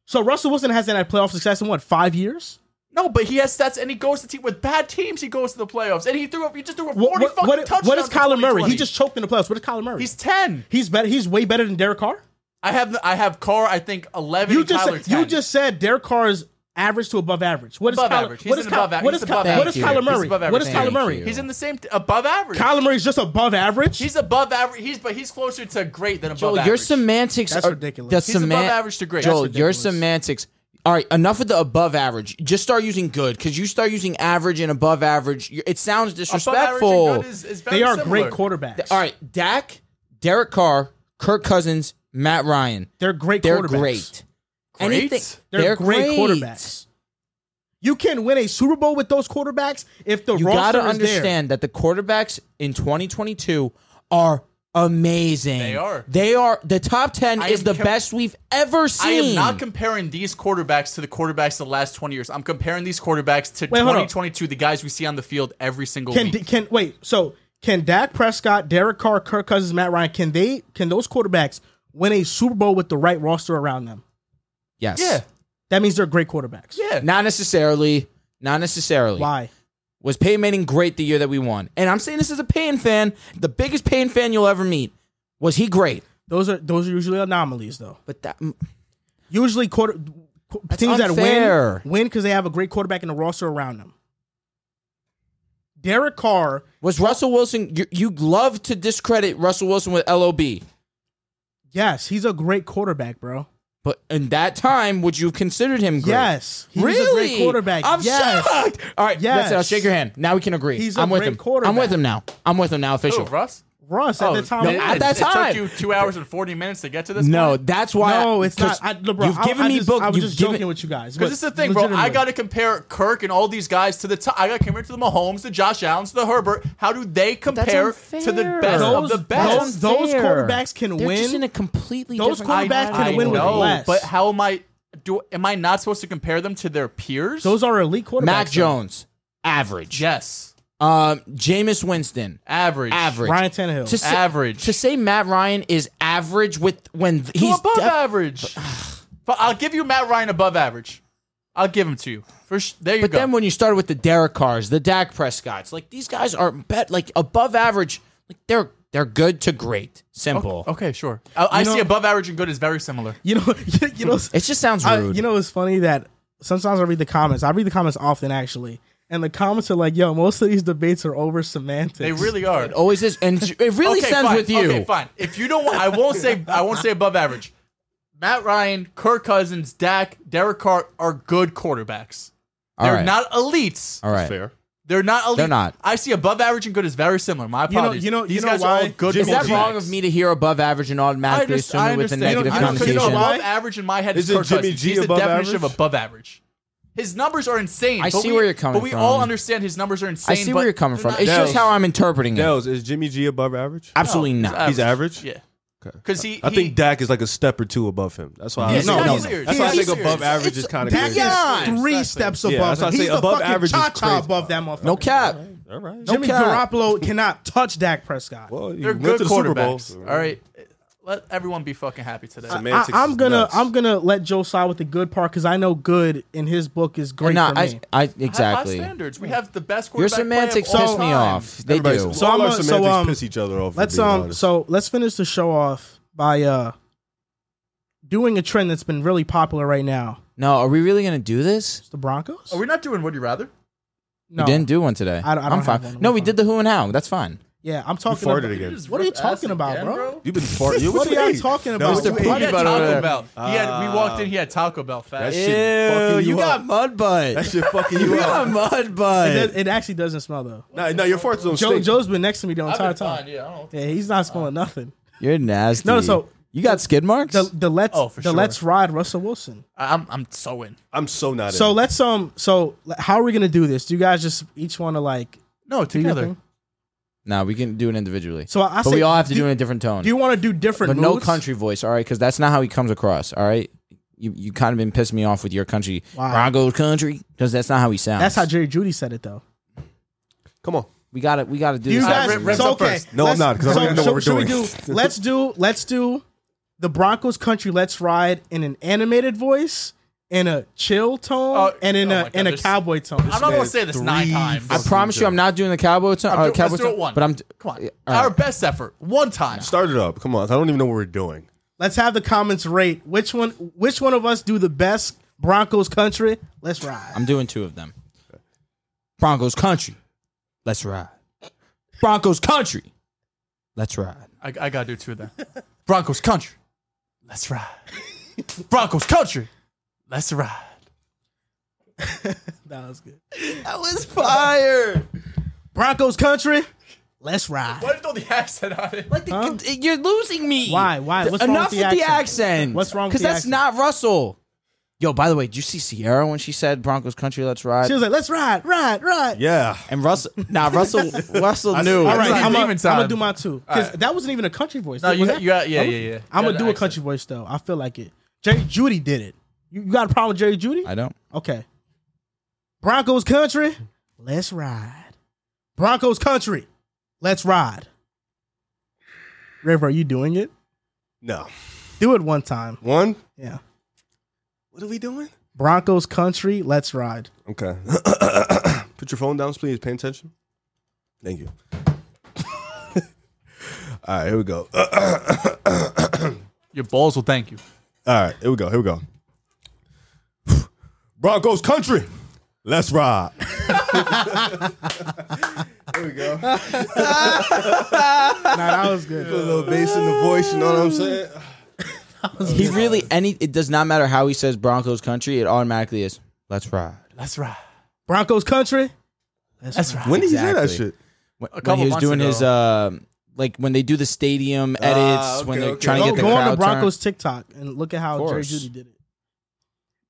So Russell Wilson hasn't had playoff success in what five years? No, but he has stats, and he goes to team with bad teams. He goes to the playoffs, and he threw up. He just threw up What, forty what, fucking what- touchdowns. what is in Kyler Murray? 2020. He just choked in the playoffs. What is Kyler Murray? he's ten. he's better. He's way better than Derek Carr. I have the- I have Carr. I think eleven. You and just Kyler said, 10. you just said Derek Carr is average to above average. What is Above Kyler? average. He's What is, an Ky- above- what he's is, an Ky- above what is average. Kyler He's Murray? above What is average. Kyler Thank Murray? you. he's in the same t- above average. Kyler Murray's just above average. He's above average. He's but he's closer to great than above Joel, average. your semantics That's are ridiculous. The He's above seman- average to great. Joel, That's your ridiculous. semantics. All right, enough of the above average. Just start using good because you start using average and above average. you- It sounds Above average and disrespectful. good is- is very They are similar. great quarterbacks. All right, Dak, Derek Carr, Kirk Cousins, Matt Ryan. They're great They're quarterbacks. great. Great? They're, great, quarterbacks. You can win a Super Bowl with those quarterbacks if the You roster got to is there. understand that the quarterbacks in 2022 are amazing. They are. They are. The top 10 I is am the com- best we've ever I seen. am not comparing these quarterbacks to the quarterbacks of the last 20 years. I'm comparing these quarterbacks to Wait, hold on. 2022, the guys we see on the field every single Can week. can wait? So can Dak Prescott, Derek Carr, Kirk Cousins, Matt Ryan? Can they? Can those quarterbacks win a Super Bowl with the right roster around them? yes. yeah, That means they're great quarterbacks. yeah. Not necessarily. Not necessarily. Why? Was Peyton Manning great the year that we won? And I'm saying this as a Peyton fan, the biggest Peyton fan you'll ever meet. Was he great? Those are those are usually anomalies, though. But that Usually quarter qu- teams unfair. that win win because they have a great quarterback in the roster around them. Derek Carr, was Russell Wilson. You, you love to discredit Russell Wilson with LOB, yes, he's a great quarterback, bro. but in that time, would you have considered him great? Yes, he's really? a great quarterback. I'm yes. shocked. All right, that's Yes. it. I'll shake your hand. Now we can agree. He's a I'm with great him. quarterback. I'm with him now. I'm with him now. Who, Official. Oh, Russ? Russ at the time. no, it- at it- that time. It took you two hours and 40 minutes to get to this no, that's why. no, it's not. 'cause I, LeBron, you've given I, I me just, book. I was you've just given, joking with you guys Because but it's the thing, bro. I legitimately. got to compare Kirk and all these guys to the top. I got to compare it to the Mahomes, the Josh Allen's, the Herbert. How do they compare to the unfair. best of those, the best? Those, those Unfair. quarterbacks can They're win. just in a completely Those different quarterbacks environment. can win with know, less. but how am I? Do am I not supposed to compare them to their peers? those are elite quarterbacks. Mac though. Jones, average. yes, Um, Jameis Winston, average, average. Ryan Tannehill. To say, Average. To say Matt Ryan is average with when th- To he's above def- average. But I'll give you Matt Ryan above average. I'll give them to you. For sh- there you But go. then when you started with the Derek Carrs, the Dak Prescotts, like these guys are bet like above average. Like they're they're good to great. Simple. okay, sure. I, I know- see above average and good is very similar. You know, (laughs) you know, It just sounds I, rude. you know, it's funny that sometimes I read the comments. I read the comments often, actually, and the comments are like, "Yo, most of these debates are over semantics." They really are. it always is, (laughs) and it really okay, sounds fine. with you. Okay, fine. If you don't, want, I won't say. I won't say above average. Matt Ryan, Kirk Cousins, Dak, Derek Carr are good quarterbacks. All They're right. not elites. All right. Fair. They're not elite. They're not. I see above average and good is very similar. My know- apologies. you know- you these know guys are why? all good. Is Is that quarterbacks. wrong of me to hear above average and I automatically just, assume I it with a understand. negative you know, connotation? You know, above average in my head is, Is it Kirk Jimmy Cousins. G He's the above definition of average? above average. His numbers are insane. I but see we- where you're coming But we from. all understand his numbers are insane. I see but where you're coming they're from. not It's just elite. how I'm interpreting it. Dells, is Jimmy G above average? Absolutely No, not. He's average? Yeah. Because he, I he- think Dak is like a step or two above him. That's why I He's say- not that's weird. why I He's think weird. above It's- average is kind of Dak crazy. Yeah. is three steps Yeah, above that's why I him. say He's the above fucking average is cha-cha crazy. above that motherfucker. No cap. All right. Jimmy cap. Garoppolo cannot touch Dak Prescott. Well, you They're went good to the Super Bowl. quarterbacks. All right. Let everyone be fucking happy today. I, Semantics I'm is gonna nuts. I'm gonna let Joe side with the good part because I know good in his book is great No, for I, me. I Have exactly. High standards. We have the best Your quarterback semantics play of all piss me time. off. They Everybody's- do. So all I'm our a- so, semantics um, piss each other off. for let's being um honest. so let's finish the show off by uh doing a trend that's been really popular right now. No, are we really gonna do this? It's the Broncos. Are we not doing Would You Rather? no, We Oh, didn't do one today. I don't- I am don't fine. have one. No, We're we fine. did the who and how. That's fine. Yeah, I'm talking. farted about, again. Just What are you rip ass talking about, again, bro? You've been farting. (laughs) You- What are y'all hey, talking that was about? the What He are had you- Taco there. Bell. He had, we walked in. He had Taco Bell. Fat. That shit fucking you, up. mud (laughs) butt. (laughs) That shit fucking you up. mud butt. It, it actually doesn't smell though. Nah, nah, your farts don't Joe stink. Joe's been next to me the I've entire been time. fine. Yeah. I don't- Yeah, he's not smelling Uh, nothing. You're nasty. No, so- you got skid marks. The the let's Oh, for the sure. let's ride Russell Wilson. I'm I'm so in. I'm so not. So in. let's um so how are we gonna do this? Do you guys just each want to like No, do your together. thing? no, we can do it individually. So I, I but say, we all have to do, do it in a different tone. Do you want to do different? but no moods? country voice, all right? Because that's not how he comes across, all right? You you kind of been pissing me off with your country, Wow. Broncos country, because that's not how he sounds. That's how Jerry Judy said it though. come on. we got to we got to do Do you this. guys? Rip- rips so, up okay, first. No, I'm let's- not, 'cause I don't even know what so- we're should doing. We do, let's do let's do the Broncos country. Let's ride in an animated voice, in a chill tone, Oh, and in oh a my God, in a this- cowboy tone. I'm not man gonna is say this nine three times. I promise you, I'm not doing the cowboy tone. I'm uh, do- cowboy let's do it tone, one. But I'm Come on. all Our right. best effort. One time. Start it up. Come on. I don't even know what we're doing. Let's have the comments rate which one which one of us do the best Broncos country. Let's ride. I'm doing two of them. Broncos country, let's ride. Broncos country, let's ride. I, I gotta do two of them. (laughs) Broncos country. Let's (laughs) ride. Broncos country. Let's ride. That was good. That was fire. Broncos country. Let's ride. Why did you throw the accent on it? Like the, you're losing me. Why? Why? What's wrong Enough with the with the accent? accent. What's wrong with Because the that's accent? not Russell. Yo, by the way, did you see Sierra when she said Broncos country? Let's ride. She was like, "Let's ride, ride, ride." Yeah. and Russell, nah, (laughs) Russell, Russell knew. All right, Demon I'm gonna time. do my two because that wasn't even a country voice. No, Was you, that- you got yeah, yeah, yeah. I'm You gonna got do the a country voice though. I feel like it. Jerry Judy did it. You you got a problem with Jerry Judy? I don't. Okay. Broncos country, let's ride. Broncos country, let's ride. River, are you doing it? No. Do it one time. One. Yeah. What are we doing? Broncos country, let's (laughs) ride. Okay. (coughs) Put your phone down, please. Pay attention. Thank you. (laughs) All right, here we go. Uh, All accent. Your balls will thank you. right, here we go. Here we go. (sighs) Broncos country. Let's ride. there we go. Put nah, that was a good. little bass in the voice, you know what I'm saying? He really any. It does not matter how he says Broncos country. It automatically is. Let's ride. Let's ride. Broncos country, let's That's ride. right. When did you say Exactly. that shit? When, when couple he was months doing ago. his, uh, like when they do the stadium edits, Ah, when okay, they're okay. trying to Go, get the go crowd on the Broncos turned. TikTok and look at how Jerry course. Judy did it.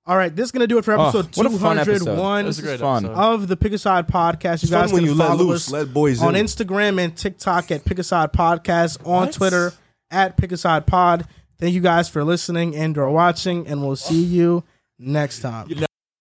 All right, this is gonna do it for Oh, episode what a fun episode. 201. This is great fun. episode. of the Pick Aside podcast. You It's fun guys when can you let follow loose, us let boys on in. Instagram and TikTok at Pick Aside Podcast, on Twitter at Pick Aside Pod. Thank you guys for listening and or watching, and we'll see you next time.